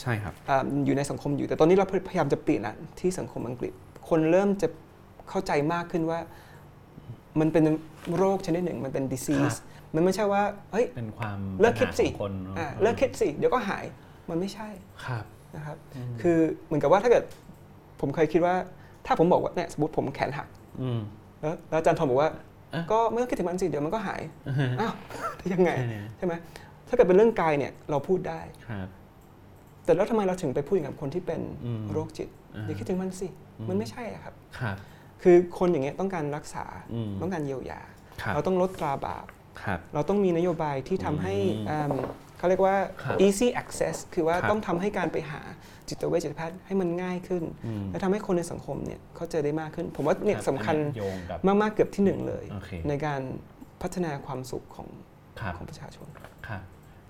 Speaker 1: ใช่ครับ
Speaker 2: เอมอยู่ในสังคมอยู่ แต่ตอนนี้เราพยายามจะเปลี่ยนละที่สังคมอังกฤษ คนเริ่มจะเข้าใจมากขึ้นว่า มันเป็นโรคชนิดหนึ่งมันเป็น disease มันไม่ใช่ว่าเฮ้ย
Speaker 1: เป็นความ
Speaker 2: เลิกคิดสิ
Speaker 1: ปัญหาของคน
Speaker 2: อ่ะเลิกคิดสิเดี๋ยวก็หายมันไม่ใช่
Speaker 1: ครับ
Speaker 2: นะครับ
Speaker 1: อืม
Speaker 2: คือเหมือนกับว่าถ้าเกิดผมเคยคิดว่า ถ้าผมบอกว่าเนี่ยสมมติผมแขนหัก
Speaker 1: อืม
Speaker 2: แล้วแล้วอาจารย์ทอมบอกว่า
Speaker 1: อ่ะ
Speaker 2: ก็ไม่ต้องคิดถึงมันสิ เดี๋ยวมันก็หาย อ้าว ได้ยังไง
Speaker 1: ใช่เนี่ย
Speaker 2: ใช่ไหม ถ้าเกิดเป็นเรื่องกายเนี่ยเราพูดได้
Speaker 1: ครับ
Speaker 2: แต่แล้วทำไมเราถึงไปพูดอย่างกับคนที่เป็น
Speaker 1: อืม
Speaker 2: โรคจิต
Speaker 1: อ่า
Speaker 2: อย่าคิดถึงมันสิ
Speaker 1: อืม
Speaker 2: มันไม่ใช่อะครับ
Speaker 1: ครับ
Speaker 2: คือคนอย่างเงี้ยต้องการรักษา
Speaker 1: อืม
Speaker 2: ต้องการเยียวยา
Speaker 1: ครับ
Speaker 2: เราต้องลดตราบาป
Speaker 1: ครับ
Speaker 2: เราต้องมีนโยบายที่ทำให้
Speaker 1: อืม
Speaker 2: เอิ่มเขาเรียกว่า
Speaker 1: ครับ
Speaker 2: easy access คือว่า
Speaker 1: ครับ
Speaker 2: ต้องทำให้การไปหาจิตเวชจิตแพทย์ให้มันง่ายขึ้น
Speaker 1: อืม
Speaker 2: และทำให้คนในสังคมเนี่ยเข้าใจได้มากขึ้น ผมว่าเนี่ย
Speaker 1: รับ
Speaker 2: สำคัญ
Speaker 1: อันนี้โยงกับ
Speaker 2: มาก ๆ เกือบที่หนึ่งเลย
Speaker 1: โอเค
Speaker 2: ในการพัฒนาความสุขของ
Speaker 1: ครับ
Speaker 2: ของประชาชน
Speaker 1: ครับ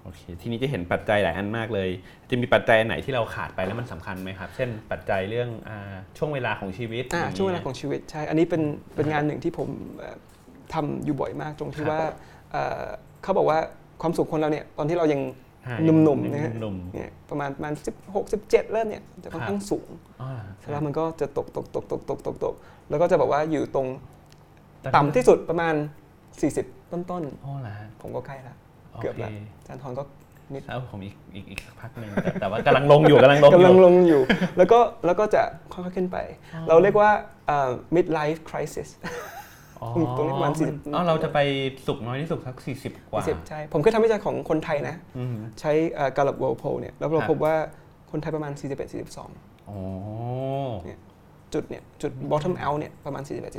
Speaker 1: โอเคทีนี้จะเห็นปัจจัยหลายอันมากเลย จะมีปัจจัยอันไหนที่เราขาดไปแล้วมันสำคัญไหมครับ เช่นปัจจัยเรื่องอาช่วงเวลาของชีวิต
Speaker 2: อ่า
Speaker 1: ย่
Speaker 2: ช่วงเวลาของชีวิตใช่ อันนี้เป็นเป็นงานหนึ่งที่ผมเอ่อทำอยู่บ่อยมากตรงที่ว่าเอ่อเขาบอกว่าความสุขคนเราเนี่ยตอนที่เรายัง
Speaker 1: อ่า
Speaker 2: หนุ่มๆนะฮะ
Speaker 1: หนุ่ม
Speaker 2: เนี่ยประมาณประมาณสิบหกสิบเจ็ดเริ่มเนี่ยจะค่อนข้างสูง
Speaker 1: ๆอ่า
Speaker 2: เสร็จแล้วมันก็จะตกตกตกตกตกตกตกแล้วก็จะบอกว่าอยู่ตรงต่ำที่สุดประมาณ 40 ต้น
Speaker 1: โอ้ละ
Speaker 2: ๆ ผมก็ใกล้ละ เกือบละ อาจารย์ทอนก็
Speaker 1: แล้วผมอีกอีกอีกสักพักหนึ่งแต่แต่ว่ากำลังลงอยู่กำลังลงอก
Speaker 2: ำลัง
Speaker 1: ยู่
Speaker 2: ลงอยู่ แล้วก็แล้วก็จะค่อยๆขึ้นไป
Speaker 1: อ๋อ
Speaker 2: เราเรียกว่าเอ่อ midlife crisis
Speaker 1: อ๋อ
Speaker 2: ตรงนี้ประมาณ40
Speaker 1: อ๋อเราจะไปสุกน้อยที่สุดสัก 40 กว่า
Speaker 2: ใช่ ผมเคยทำวิจัยของคนไทยนะ
Speaker 1: อืม
Speaker 2: ใช้การลับ world poll เนี่ยแล้วเรา
Speaker 1: ครับ
Speaker 2: พบว่าคนไทยประมาณ 41-42
Speaker 1: โอ้
Speaker 2: จุดเนี่ย จุด bottom out เนี่ย ประมาณ 41-42
Speaker 1: อ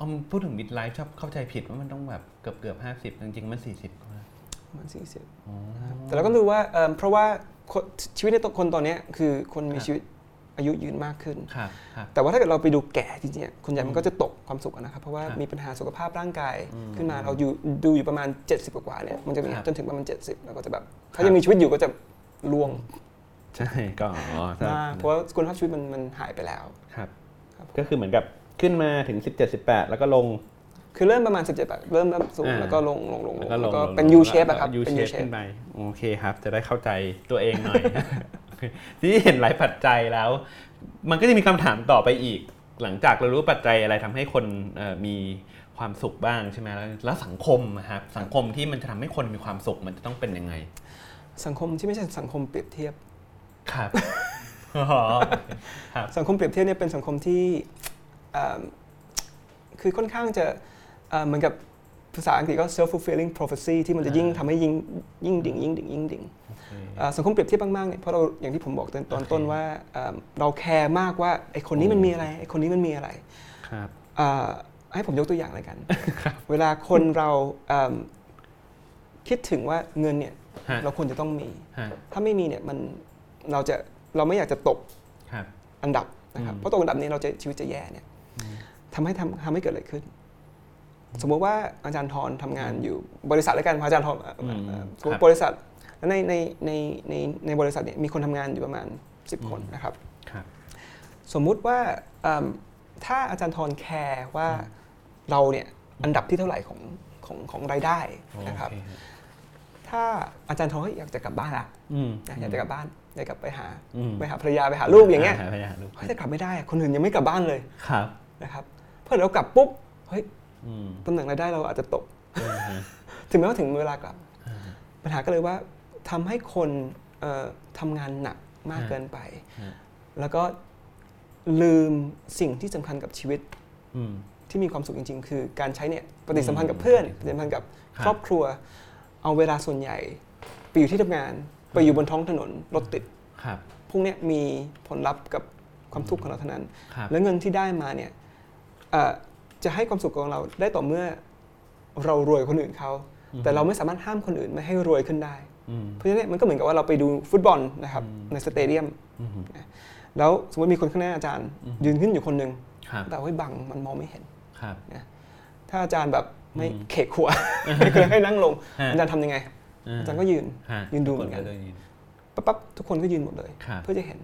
Speaker 1: อมพูดถึง mid life ชอบเข้าใจผิดว่ามันต้องแบบเกือบเกือบห้าสิบจริงๆมันสี่สิบกว่า
Speaker 2: ประมาณ 40
Speaker 1: อ๋อ
Speaker 2: แต่เราก็รู้ว่าเอิ่มเพราะว่าคนชีวิตในตัวคนตอนเนี้ยคือคน
Speaker 1: ค
Speaker 2: มี
Speaker 1: รับ
Speaker 2: ชีวิตอายุยืนมากขึ้น
Speaker 1: ครับครับ
Speaker 2: แต่ว่าถ้าเกิดเราไปดูแก่จริงๆอะคนใหญ่มันก็จะตกความสุขอะนะครับ เพราะว่า
Speaker 1: ครับ
Speaker 2: มีปัญหาสุขภาพร่างกาย
Speaker 1: อืม
Speaker 2: ขึ้นมาเราอยู่ดูอยู่ประมาณ 70 กว่าๆเนี่ยมันจะมี
Speaker 1: ครับ
Speaker 2: จนถึงประมาณ 70 แล้วก็จะแบบ
Speaker 1: ครั
Speaker 2: ถ้า
Speaker 1: บ
Speaker 2: ยังมีชีวิตอยู่ก็จะล่วง
Speaker 1: ใช่ก็อ๋อ
Speaker 2: มากเพราะว่าคุณภาพชีวิตมันมันหายไปแล้ว
Speaker 1: ครับ
Speaker 2: ครับ
Speaker 1: ก็คือเหมือนกับขึ้นมาถึง 17 18 แล้วก็ลง
Speaker 2: คือเริ่มประมาณ 17แบบเริ่มเริ่มสูง
Speaker 1: อ่า
Speaker 2: แล้วก็ลงลงลงลง
Speaker 1: ล
Speaker 2: แล้ว
Speaker 1: ง
Speaker 2: ก็
Speaker 1: ลง
Speaker 2: เป็น
Speaker 1: ลง
Speaker 2: U shape อะครับ
Speaker 1: U
Speaker 2: เป็น U
Speaker 1: shape
Speaker 2: shape
Speaker 1: ขึ้นไปโอเคครับ จะได้เข้าใจตัวเอง หน่อย ทีนี้เห็นหลายปัจจัยแล้ว มันก็จะมีคำถามต่อไปอีก หลังจากเรารู้ปัจจัยอะไรทำให้คนเอ่อมีความสุขบ้างใช่ไหมแล้วแล้วสังคมอะครับสังคมที่มันจะทำให้คนมีความสุขมันจะต้องเป็นยังไง
Speaker 2: สังคมที่ไม่ใช่สังคมเปรียบเทียบ
Speaker 1: ครับ ครับ
Speaker 2: สังคมเปรียบเทียบเนี่ยเป็นสังคมที่เอิ่มคือค่อนข้างจะเอ่อเหมือนกับภาษาอังกฤษก็ self fulfilling prophecy ที่มันจะยิ่ง
Speaker 1: อ่า
Speaker 2: ทำให้ยิ่งยิ่งดิ่งยิ่งดิ่งยิ่งดิ่งเอ่อสังคมเปรียบเทียบมากๆเนี่ยเพราะเราอย่างที่ผมบอกตอนตอนต้นว่าเอิ่มเราแคร์มากว่าไอคนนี้มันมีอะไรไอคนนี้มันมีอะไร
Speaker 1: ครับ
Speaker 2: เอ่อให้ผมยกตัวอย่างอะไร กัน เวลาคนเราเอิ่มคิดถึงว่าเงินเนี่ย
Speaker 1: ฮะ
Speaker 2: เราควรจะต้องมี
Speaker 1: ฮะ
Speaker 2: ถ้าไม่มีเนี่ยมันเราจะเราไม่อยากจะตก
Speaker 1: ครับ
Speaker 2: อันดับนะครับ
Speaker 1: อืม
Speaker 2: เพราะตกอันดับนี้เราจะชีวิตจะแย่เนี่ยทำให้ทำทำให้เกิดอะไรขึ้น สมมติว่าอาจารย์ทรทำงานอยู่บริษัทแล้วกันอาจารย์ทรเอ่อเอ่อเอ่อสมมติบริษัทแล้วในในในในในบริษัทเนี่ยมีคนทำงานอยู่ประมาณ 10 คนนะครับ
Speaker 1: ครับ
Speaker 2: สมมุติว่าเอิ่มถ้าอาจารย์ทรแคร์ว่าเราเนี่ยอันดับที่เท่าไหร่ของของของรายได้นะครับ
Speaker 1: โอเ
Speaker 2: ถ้าอาจารย์ทรเฮ้ยอยากจะกลับบ้านละ
Speaker 1: อืม
Speaker 2: อยากจะกลับบ้านอยากกลับไปหา
Speaker 1: อืม
Speaker 2: ไปหาภรรยาไปหาลูกอย่างเงี้ย
Speaker 1: ไปหาลูก
Speaker 2: เฮ้ยแต่กลับไม่ได้อะคนอื่นยังไม่กลับบ้านเลย
Speaker 1: ครับ
Speaker 2: นะครับเพราะเรากลับปุ๊บเฮ้ย
Speaker 1: อื ม
Speaker 2: ตำแหน่งรายได้เราอาจจะตก
Speaker 1: อ่าฮะ
Speaker 2: ถึงแม้ว่าถึงเวลากลับ
Speaker 1: อ่าฮะ
Speaker 2: ปัญหาก็เลยว่าทำให้คนเอ่อทำงานหนักมาก
Speaker 1: ฮะ
Speaker 2: เกินไป
Speaker 1: ฮะ
Speaker 2: แล้วก็ลืมสิ่งที่สำคัญกับชีวิต
Speaker 1: อืม
Speaker 2: ที่มีความสุขจริงๆ คือการใช้เนี่ยปฏิสัมพันธ์กับเพื่อนปฏิสัมพันธ์กับ
Speaker 1: ครับ
Speaker 2: ครอบครัว เอาเวลาส่วนใหญ่ ไปอยู่ที่ทำงาน ไปอยู่บนท้องถนนรถติด
Speaker 1: ครับ
Speaker 2: พวกเนี้ยมีผลลัพธ์กับความทุกข์ของเราเท่านั้น
Speaker 1: ครับ
Speaker 2: และเงินที่ได้มาเนี่ยเอ่อจะให้ความสุขของเราได้ต่อเมื่อเรารวยคนอื่นเขา แต่เราไม่สามารถห้ามคนอื่นไม่ให้รวยขึ้นได้
Speaker 1: อืม
Speaker 2: เพราะฉะนั้นเนี่ยมันก็เหมือนกับว่าเราไปดูฟุตบอลนะครับ
Speaker 1: อืม
Speaker 2: ในสเตเดียม
Speaker 1: อืม
Speaker 2: แล้วสมมติมีคนข้างหน้าอาจารย์ ยืนขึ้นอยู่คนหนึ่ง
Speaker 1: ครับ
Speaker 2: แต่ว่าบังมันมองไม่เห็น
Speaker 1: ครับ
Speaker 2: ถ้าอาจารย์แบบไม่
Speaker 1: อืม
Speaker 2: เขก หัว ไม่เคยให้นั่งลง
Speaker 1: ฮะ
Speaker 2: อาจารย์ทำยังไง อาจารย์ก็ยืน
Speaker 1: ฮะ
Speaker 2: ยืนดูเหมือนกัน
Speaker 1: ปราฏว่าด้วย
Speaker 2: ปั๊บปั๊บทุกคนก็ยืนหมดเลย
Speaker 1: ครับ
Speaker 2: เพื่อจะเห็น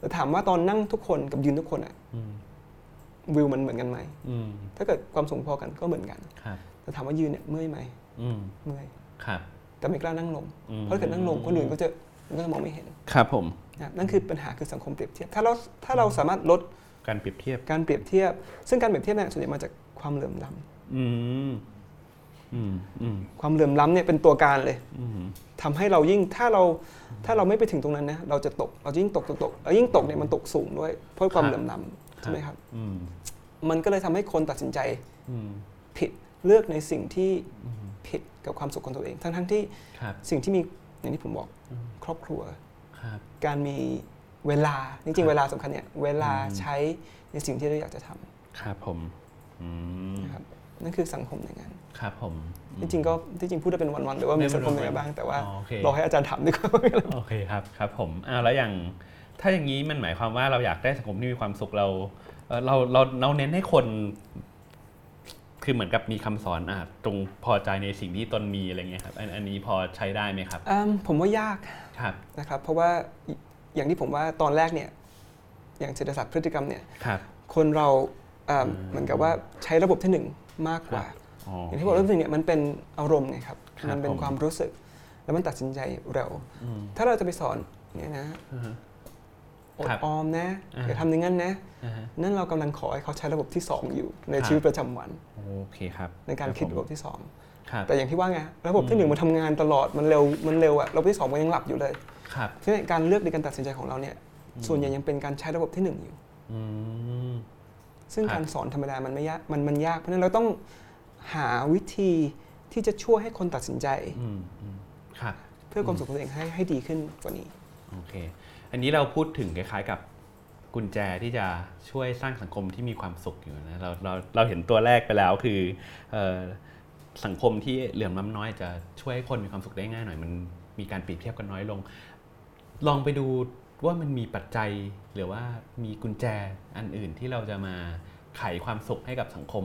Speaker 2: แต่ถามว่าตอนนั่งทุกคนกับยืนทุกคนอะ
Speaker 1: อืม
Speaker 2: วิวมันเหมือนกันไหม
Speaker 1: อืม
Speaker 2: ถ้าเกิดความสูงพอกันก็เหมือนกัน
Speaker 1: ครับ
Speaker 2: แต่ถามว่ายืนเนี่ยเมื่อยไหม
Speaker 1: อืม
Speaker 2: เมื่อย
Speaker 1: ครับ
Speaker 2: แต่ไม่กล้านั่งลง
Speaker 1: อืม
Speaker 2: เพราะถ้าเกิดนั่งลงคนอื่นก็จะมันก็จะมองไม่เห็น
Speaker 1: ครับผม
Speaker 2: นะครับนั่นคือปัญหาคือสังคมเปรียบเทียบถ้าเราถ้าเราสามารถลด
Speaker 1: การเปรียบเทียบ
Speaker 2: การเปรียบเทียบ ซึ่งการเปรียบเทียบเนี่ยส่วนใหญ่มาจากความเหลื่อมล้ำ
Speaker 1: อืมอืมอืม
Speaker 2: ความเหลื่อมล้ำเนี่ยเป็นตัวการเลย
Speaker 1: อืม
Speaker 2: ทำให้เรายิ่งถ้าเราถ้าเราไม่ไปถึงตรงนั้นนะเราจะตกเราจะยิ่งตกตกตกแล้วยิ่งตกเนี่ยมันตกสูงด้วยเพราะความเหลื่อมล้ำใช่ไหมครับ
Speaker 1: อืม
Speaker 2: มันก็เลยทำให้คนตัดสินใจ
Speaker 1: อืม
Speaker 2: ผิดเลือกในสิ่งที่ผิดกับความสุขของตัวเอง ทั้งทั้งที่
Speaker 1: ครับ
Speaker 2: สิ่งที่มีอย่างที่ผมบอกครอบครัว
Speaker 1: ครับ
Speaker 2: การมีเวลาจ
Speaker 1: ครั
Speaker 2: ริง
Speaker 1: บ
Speaker 2: ๆเวลาสำคัญเนี่ยเวลา
Speaker 1: อืม
Speaker 2: ใช้ในสิ่งที่เราอยากจะท
Speaker 1: ครับผมอืม
Speaker 2: ำนะครับนั่นคือสังคมอย่างนั้น
Speaker 1: ครับผม
Speaker 2: จริงๆก็ที่จริงพูดได้เป็นวันๆหรือว่ามีสังคมอย่างไรบ้างแต่ว่า
Speaker 1: อ๋อโอเค
Speaker 2: รอให้อาจารย์ถามดีกว่า
Speaker 1: โอเคครับครับผมอ่าแล้วอย่างถ้าอย่างนี้มันหมายความว่าเราอยากได้สังคมที่มีความสุขเราเอ่อเราเราเราเน้นให้คน คือเหมือนกับมีคำสอนอ่ะตรงพอใจในสิ่งที่ตนมีอะไรเงี้ยครับอันอันนี้พอใช้ได้ไหมครับ
Speaker 2: อืมผมว่ายาก
Speaker 1: ครับ
Speaker 2: นะครับเพราะว่าออย่างที่ผมว่าตอนแรกเนี่ยอย่างเศรษฐศาสตร์พฤติกรรมเนี่ย
Speaker 1: ครับ
Speaker 2: คนเราเอ่อเหมือนกับว่าใช้ระบบที่หนึ่งมากกว่า
Speaker 1: อ๋อ
Speaker 2: อ
Speaker 1: อ
Speaker 2: ย่างที่บอกระบบที่หนึ่งเนี่ยมันเป็นอารมณ์ไงครับ
Speaker 1: ครับ
Speaker 2: มันเป็น
Speaker 1: ผม
Speaker 2: ความรู้สึก แล้วมันตัดสินใจเร็ว
Speaker 1: อืม
Speaker 2: ถ้าเราจะไปสอนเนี่ยนะ
Speaker 1: อ่าฮะ
Speaker 2: อด
Speaker 1: ครับ
Speaker 2: ออมนะ
Speaker 1: อ่า
Speaker 2: อย่าทำอย่างนั้นนะ
Speaker 1: อ่าฮะ
Speaker 2: นั่นเรากำลังขอให้เขาใช้ระบบที่สองอยู่ใน
Speaker 1: ครับ
Speaker 2: ชีวิตประจำวัน
Speaker 1: โอเคครับ
Speaker 2: ในการคิดระบบ
Speaker 1: ผม
Speaker 2: ที่สอง
Speaker 1: ครับ
Speaker 2: แต่อย่างที่ว่าไงระบบที่หนึ่งมันทำงานตลอดมันเร็วมันเร็วอะระบบที่สองมันยังหลับอยู่เลย
Speaker 1: ครับ
Speaker 2: ฉะนั้นการเลือกในการตัดสินใจของเราเนี่ยส่วนใหญ่ยังเป็นการใช้ระบบที่หนึ่งอยู่
Speaker 1: อืม
Speaker 2: ซึ่ง
Speaker 1: ครับ
Speaker 2: การสอนธรรมดามันไม่ยากมันมันยาก เพราะฉะนั้นเราต้องหาวิธีที่จะช่วยให้คนตัดสินใจ
Speaker 1: อืมอืมครับ
Speaker 2: เพื่อความสุขของตัวเองให้ให้ดีขึ้นกว่านี้
Speaker 1: โอเค อันนี้เราพูดถึงคล้ายๆกับกุญแจที่จะช่วยสร้างสังคมที่มีความสุขอยู่นะ เราเราเราเห็นตัวแรกไปแล้วคือเออสังคมที่เหลื่อมล้ำน้อยจะช่วยให้คนมีความสุขได้ง่ายหน่อยมันมีการเปรียบเทียบกันน้อยลง ลองไปดูว่ามันมีปัจจัยหรือว่ามีกุญแจอันอื่นที่เราจะมาไขความสุขให้กับสังคม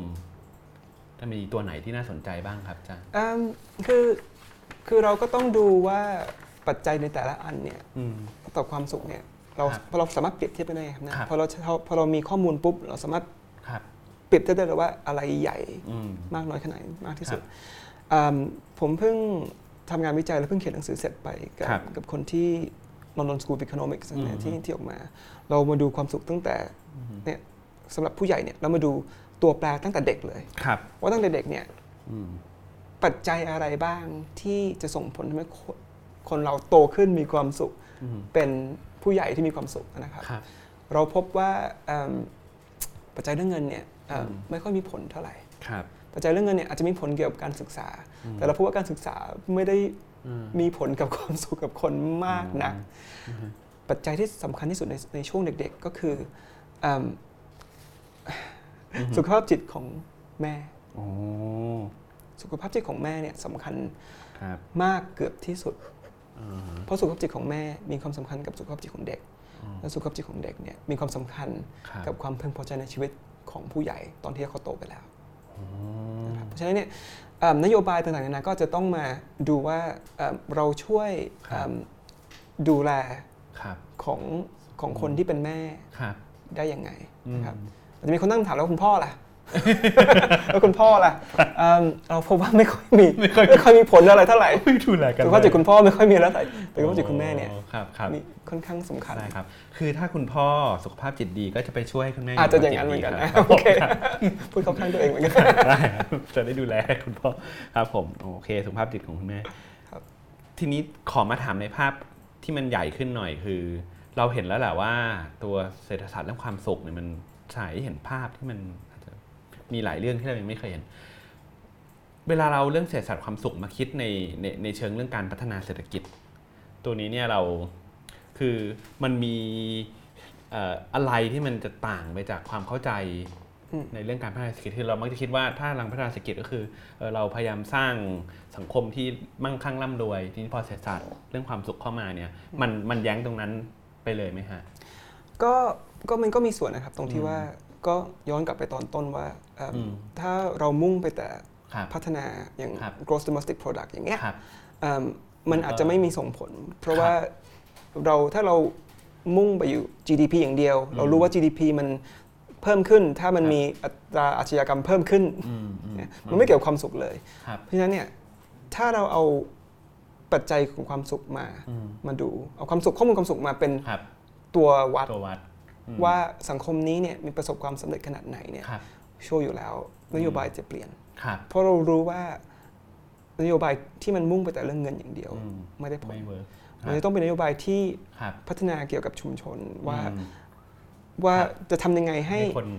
Speaker 1: ถ้ามีตัวไหนที่น่าสนใจบ้างครับอาจารย์
Speaker 2: อืมคือคือเราก็ต้องดูว่าปัจจัยในแต่ละอันเนี่ย
Speaker 1: อืม
Speaker 2: ต่อความสุขเนี่ยเรา
Speaker 1: ครับ
Speaker 2: พอเราสามารถเปรียบเทียบกันได้ครับนะครับ พอเราพอเรามีข้อมูลปุ๊บเราสามารถ
Speaker 1: ครับ
Speaker 2: เปรียบเทียบได้เลยว่าอะไรใหญ่
Speaker 1: อืม
Speaker 2: มากน้อยขนาดไหนมากที่สุด
Speaker 1: ครับ
Speaker 2: อืมผมเพิ่งทำงานวิจัยแล้วเพิ่งเขียนหนังสือเสร็จไปกั
Speaker 1: ครับ
Speaker 2: กับคนที่ London School of Economics
Speaker 1: อื
Speaker 2: นะ
Speaker 1: ม
Speaker 2: ที่ที่ออกมา เรามาดูความสุขตั้งแต่
Speaker 1: อืม
Speaker 2: เนี่ย สำหรับผู้ใหญ่เนี่ยเรามาดูตัวแปรตั้งแต่เด็กเลย
Speaker 1: ครับ
Speaker 2: ว่าตั้งแต่เด็กเนี่ย
Speaker 1: อืม
Speaker 2: ปัจจัยอะไรบ้างที่จะส่งผลทำให้คนคนเราโตขึ้นมีความสุข
Speaker 1: อืม
Speaker 2: เป็นผู้ใหญ่ที่มีความสุขนะครับ
Speaker 1: ครับ
Speaker 2: เราพบว่าเอิ่มปัจจัยเรื่องเงินเนี่ยเอิ่ม
Speaker 1: อืม
Speaker 2: ไม่ค่อยมีผลเท่าไหร่
Speaker 1: ครับ
Speaker 2: ปัจจัยเรื่องเงินเนี่ยอาจจะมีผลเกี่ยวกับการศึกษา
Speaker 1: อืม
Speaker 2: แต่เราพบว่าการศึกษาไม่ได้
Speaker 1: อืม
Speaker 2: มีผลกับความสุขกับคนมากนัก
Speaker 1: อืม
Speaker 2: ปัจจัยที่สำคัญที่สุดในในช่วงเด็กๆ ก็คือเอิ่มสุขภาพจิตของแม่
Speaker 1: โอ้
Speaker 2: สุขภาพจิตของแม่เนี่ยสำคัญ
Speaker 1: ครับ
Speaker 2: มากเกือบที่สุด
Speaker 1: อ่า
Speaker 2: เพราะสุขภาพจิตของแม่มีความสำคัญกับสุขภาพจิตของเด็ก
Speaker 1: อืม
Speaker 2: และสุขภาพจิตของเด็กเนี่ยมีความสำคัญ
Speaker 1: ครับ
Speaker 2: กับความพึงพอใจในชีวิตของผู้ใหญ่ตอนที่เขาโตไปแล้ว
Speaker 1: โอ้
Speaker 2: นะครับเพราะฉะนั้นเนี่ยเอิ่มนโยบายต่างๆนานาก็จะต้องมาดูว่าเอิ่มเราช่วยเอิ่มดูแล
Speaker 1: ครับ
Speaker 2: ของของคนที่เป็นแม่
Speaker 1: ครับ
Speaker 2: ได้ยังไง
Speaker 1: อืม
Speaker 2: นะครับอาจจะมีคนตั้งคำถามแล้วคุณพ่อ ล่ะ แล้วคุณพ่อล่ะเอิ่มเราพบว่าไม่ค่อยมี
Speaker 1: ไม่ค่อย
Speaker 2: ไม่ค่อยมีผลอะไรเท่าไหร่
Speaker 1: ไม่ดูแลกัน
Speaker 2: สุขภาพจิตคุณพ่อไม่ค่อยมีแล้วแต่แต่สุขภาพจิตคุณแม่เนี่ย
Speaker 1: โอ้ครับครับ
Speaker 2: มีค่อนข้างสำคัญ
Speaker 1: ได้ครับ คือถ้าคุณพ่อสุขภาพจิตดีก็จะไปช่วยคุณแม่
Speaker 2: อาจจะอย่างนั้นเหมือนกันนะ
Speaker 1: ครับ
Speaker 2: โอเคพูดเข้าข้างตัวเองเหมือนกัน
Speaker 1: ได้ครับจะได้ดูแลคุณพ่อครับผมโอเค สุขภาพจิตของคุณแม่
Speaker 2: ครับ
Speaker 1: ทีนี้ขอมาถามในภาพที่มันใหญ่ขึ้นหน่อยคือ เราเห็นแล้วแหละว่าตัวเศรษฐศาสตร์เรื่องความสุขเนี่ยมันฉายให้เห็นภาพที่มันอาจจะมีหลายเรื่องที่เรายังไม่เคยเห็น เวลาเราเรื่องเศรษฐศาสตร์ความสุขมาคิดในในในเชิงเรื่องการพัฒนาเศรษฐกิจ ตัวนี้เนี่ยเราคือมันมีเอ่ออะไรที่มันจะต่างไปจากความเข้าใจ
Speaker 2: อืม
Speaker 1: ในเรื่องการพัฒนาเศรษฐกิจคือเรามักจะคิดว่าถ้าลังพัฒนาเศรษฐกิจก็คือเอ่อเราพยายามสร้างสังคมที่มั่งคั่งร่ำรวยทีนี้พอเศรษฐศาสตร์เรื่องความสุขเข้ามาเนี่ยมันมันแย้งตรงนั้นไปเลยไหมฮะ
Speaker 2: ก็ก็มันก็มีส่วนนะครับ ตรงที่
Speaker 1: อืม
Speaker 2: ว่าก็ย้อนกลับไปตอนต้นว่าเอิ่ม
Speaker 1: อืม
Speaker 2: ถ้าเรามุ่งไปแต่
Speaker 1: ครับ
Speaker 2: พัฒนาอย่าง
Speaker 1: ครับ
Speaker 2: gross domestic product อย่างเงี้ย
Speaker 1: ครับ
Speaker 2: เอิ่มมันอาจจะไม่มีส่งผล เพราะ
Speaker 1: ครับ
Speaker 2: ว่าเราถ้าเรามุ่งไปอยู่ GDP อย่างเดียว
Speaker 1: อืม
Speaker 2: เรารู้ว่า GDP มันเพิ่มขึ้น ถ้ามั
Speaker 1: ค
Speaker 2: น
Speaker 1: รับ
Speaker 2: มีอัตราอาชญากรรมเพิ่มขึ้น
Speaker 1: อืมอืม
Speaker 2: เนี่ยมันไม่เกี่ยวกับความสุขเลย
Speaker 1: ครับ
Speaker 2: เพราะฉะนั้นเนี่ยถ้าเราเอาปัจจัยของความสุขมา
Speaker 1: อืม
Speaker 2: มาดูเอาความสุขข้อมูลความสุขมาเป็น
Speaker 1: ครับ
Speaker 2: ตัววัด
Speaker 1: ตัววัดอืม
Speaker 2: ว่าสังคมนี้เนี่ยมีประสบความสำเร็จขนาดไหนเนี่ย
Speaker 1: ครับ
Speaker 2: ชัวร์อยู่แล้วนโยบายจะเปลี่ยน
Speaker 1: ครับ
Speaker 2: เพราะเรารู้ว่านโยบายที่มันมุ่งไปแต่เรื่องเงินอย่างเดียว
Speaker 1: อืม
Speaker 2: ไม่ได้ผล
Speaker 1: ไม่เวิร์ก
Speaker 2: มันจะต้องเป็นนโยบายที่
Speaker 1: ครับ
Speaker 2: พัฒนาเกี่ยวกับชุมชนว่า
Speaker 1: อืม
Speaker 2: ว่า
Speaker 1: ครับ
Speaker 2: จะทำยังไงให้
Speaker 1: คน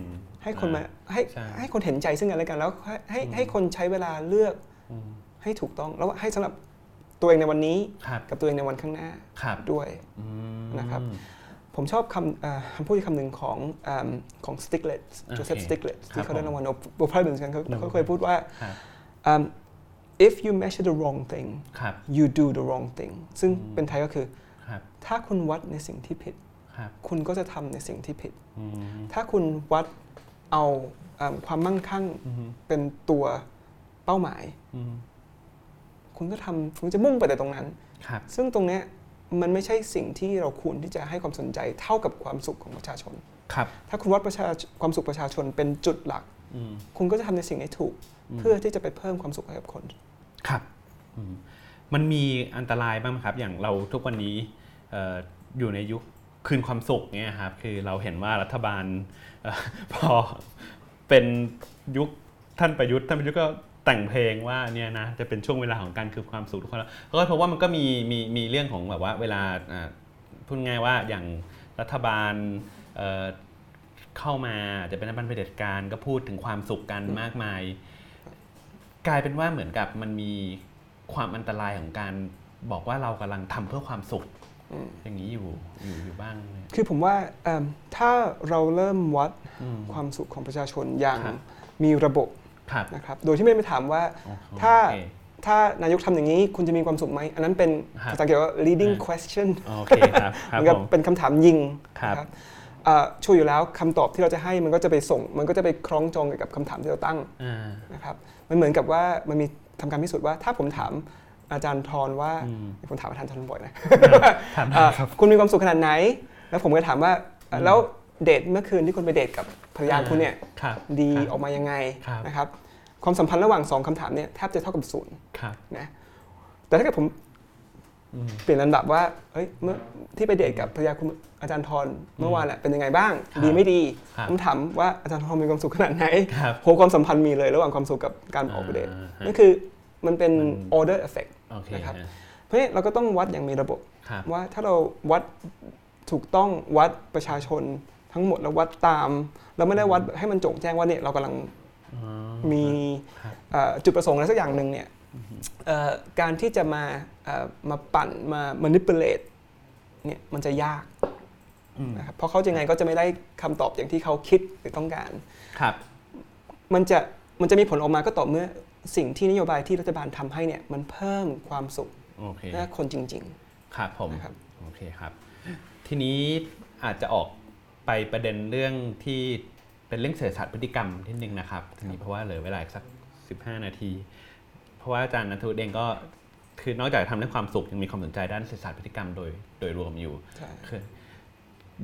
Speaker 2: ให้คนมาให้
Speaker 1: ใช่
Speaker 2: ให้คนเห็นใจซึ่งกันและกันแล้วให้ให้
Speaker 1: อืม
Speaker 2: ให้คนใช้เวลาเลือก
Speaker 1: อืม
Speaker 2: ให้ถูกต้องแล้วให้สำหรับตัวเองในวันนี้
Speaker 1: ครับ
Speaker 2: กับตัวเองในวันข้างหน้า
Speaker 1: ครับ
Speaker 2: ด้วย
Speaker 1: อืม
Speaker 2: นะครับ ผมชอบคำเอ่อคำพูดคำหนึ่งของเอมของสติกเลต
Speaker 1: โอเค
Speaker 2: โจเซฟสติกเลต
Speaker 1: ครับ
Speaker 2: ที่เขาได้รางวัลโนเบลไพรส์เหมือนกันเขา
Speaker 1: ครับ
Speaker 2: เขาเคยพูดว่า
Speaker 1: ครับ
Speaker 2: เอิ่ม if you measure the wrong thing
Speaker 1: ครับ
Speaker 2: you do the wrong thing ซึ่ง
Speaker 1: อืม
Speaker 2: เป็นไทยก็คือ
Speaker 1: ครับ
Speaker 2: ถ้าคุณวัดในสิ่งที่ผิด
Speaker 1: ครับ
Speaker 2: คุณก็จะทำในสิ่งที่ผิด
Speaker 1: อืม
Speaker 2: ถ้าคุณวัดเอาเอิ่มความมั่งคั่ง
Speaker 1: อืม
Speaker 2: เป็นตัวเป้าหมาย
Speaker 1: อืม
Speaker 2: คุณก็ทำคุณจะมุ่งไปแต่ตรงนั้น
Speaker 1: ครับ
Speaker 2: ซึ่งตรงเนี้ยมันไม่ใช่สิ่งที่เราควรที่จะให้ความสนใจเท่ากับความสุขของประชาชน
Speaker 1: ครับ
Speaker 2: ถ้าคุณวัดประชาความสุขประชาชนเป็นจุดหลัก
Speaker 1: อืม
Speaker 2: คุณก็จะทำในสิ่งที่ถูก
Speaker 1: ม
Speaker 2: เพื่อที่จะไปเพิ่มความสุขให้กับคน
Speaker 1: ครับอืมมันมีอันตรายบ้างไหมครับ อย่างเราทุกวันนี้เอ่ออยู่ในยุคคืนความสุขเนี่ยครับ คือเราเห็นว่ารัฐบาลเอ่ อพอเป็นยุคท่านประยุทธ์ท่านประยุทธ์ก็แต่งเพลงว่าเนี่ยนะจะเป็นช่วงเวลาของการคืนความสุขทุกคนแล้วก็เพราะว่ามันก็มีมีมีเรื่องของแบบว่าเวลาอ่าพูดง่ายว่าอย่างรัฐบาลเอ่อ เข้ามาอาจจะเป็นรัฐบาลเผด็จการก็พูดถึงความสุขกันมากมาย กลายเป็นว่าเหมือนกับมันมีความอันตรายของการบอกว่าเรากำลังทำเพื่อความสุข
Speaker 2: อืม
Speaker 1: อย่างนี้อยู่อยู่อยู่บ้างไหม
Speaker 2: คือผมว่าเอิ่มถ้าเราเริ่มวัด
Speaker 1: อืม
Speaker 2: ความสุขของประชาชนอย่าง
Speaker 1: ครับ
Speaker 2: มีระบบ
Speaker 1: ครับ
Speaker 2: นะครับ โดยที่ไม่ได้ไปถามว่า
Speaker 1: โอเค
Speaker 2: ถ้า ถ้านายกทำอย่างนี้คุณจะมีความสุขไหม อันนั้นเป็น
Speaker 1: ครับ
Speaker 2: ภาษาอังกฤษว่า leading question
Speaker 1: โอเคครับค
Speaker 2: เห
Speaker 1: รับ
Speaker 2: มือน
Speaker 1: ผ
Speaker 2: กับ
Speaker 1: ม
Speaker 2: เป็นคำถามยิง
Speaker 1: ครับ
Speaker 2: นะเอ่อช่วยอยู่แล้วคำตอบที่เราจะให้มันก็จะไปส่ง มันก็จะไปคล้องจองกับคำถามที่เราตั้ง
Speaker 1: อ่า
Speaker 2: นะครับมันเหมือนกับว่ามันมีทำการพิสูจน์ว่าถ้าผมถามอาจารย์ทรว่า
Speaker 1: อืม
Speaker 2: ผมถามอาจารย์ทรบ่อยนะ
Speaker 1: ถาม
Speaker 2: เอ่อคุณมีความสุขขนาดไหน แล้วผมก็ถามว่าเอ่อ
Speaker 1: อืม
Speaker 2: แล้วเดทเมื่อคืนที่คุณไปเดทกับภรรยาคุณเนี่ย
Speaker 1: ครับ
Speaker 2: ดี
Speaker 1: ครับ
Speaker 2: ออกมายังไง
Speaker 1: ครับ
Speaker 2: นะครับความสัมพันธ์ระหว่างสองคำถามเนี่ยแทบจะเท่ากับศูนย์
Speaker 1: ครับ
Speaker 2: นะแต่ถ้าเกิดผม
Speaker 1: อืม
Speaker 2: เปลี่ยนลำดับว่าเอ้ยเมื่อที่ไปเดทกับภรรยาคุณอาจารย์ทรเมื่อวานแหละเป็นยังไงบ้าง
Speaker 1: ครับ
Speaker 2: ดีไม่ดี
Speaker 1: ครับ
Speaker 2: ต้องถามว่าอาจารย์ทรมีความสุขขนาดไหน
Speaker 1: ครับ
Speaker 2: โหความสัมพันธ์มีเลยระหว่างความสุขกับการออกไปเดท
Speaker 1: อ่า
Speaker 2: นั่น
Speaker 1: ฮะ
Speaker 2: คือมันเป็น
Speaker 1: มัน
Speaker 2: order effect
Speaker 1: โอเค
Speaker 2: นะครับ
Speaker 1: ฮะ
Speaker 2: เพราะฉะนั้นเราก็ต้องวัดอย่างมีระบบ
Speaker 1: ครับ
Speaker 2: ว่าถ้าเราวัดถูกต้องวัดประชาชนทั้งหมดแล้ววัดตาม เราไม่ได้วัดให้มันโจ่งแจ้งว่าเนี่ยเรากำลังมี
Speaker 1: ครับ
Speaker 2: เอ่อจุดประสงค์อะไรสักอย่างหนึ่งเนี่ยเอ่อการที่จะมาเอ่อมาปั่นมา manipulate เนี่ยมันจะยาก
Speaker 1: อืม
Speaker 2: นะครับเพราะเขายังไงก็จะไม่ได้คำตอบอย่างที่เขาคิดหรือต้องการ
Speaker 1: ครับ
Speaker 2: มันจะมันจะมีผลออกมาก็ต่อเมื่อสิ่งที่นโยบายที่รัฐบาลทำให้เนี่ยมันเพิ่มความสุข
Speaker 1: โอเค
Speaker 2: ให้คนจริง
Speaker 1: ครับผม
Speaker 2: นะครับ
Speaker 1: โอเคครับ ทีนี้อาจจะออกไปประเด็นเรื่องที่เป็นเรื่องเศรษฐศาสตร์พฤติกรรมทีนึงนะครับทีนี้เพราะว่าเหลือเวลาอีกสัก 15 นาที เพราะว่าอาจารย์นันทวุฒิเองก็คือนอกจากทำเรื่องความสุขยังมีความสนใจด้านเศรษฐศาสตร์พฤติกรรมโดยโดยรวมอยู่
Speaker 2: ๆใช่
Speaker 1: คือ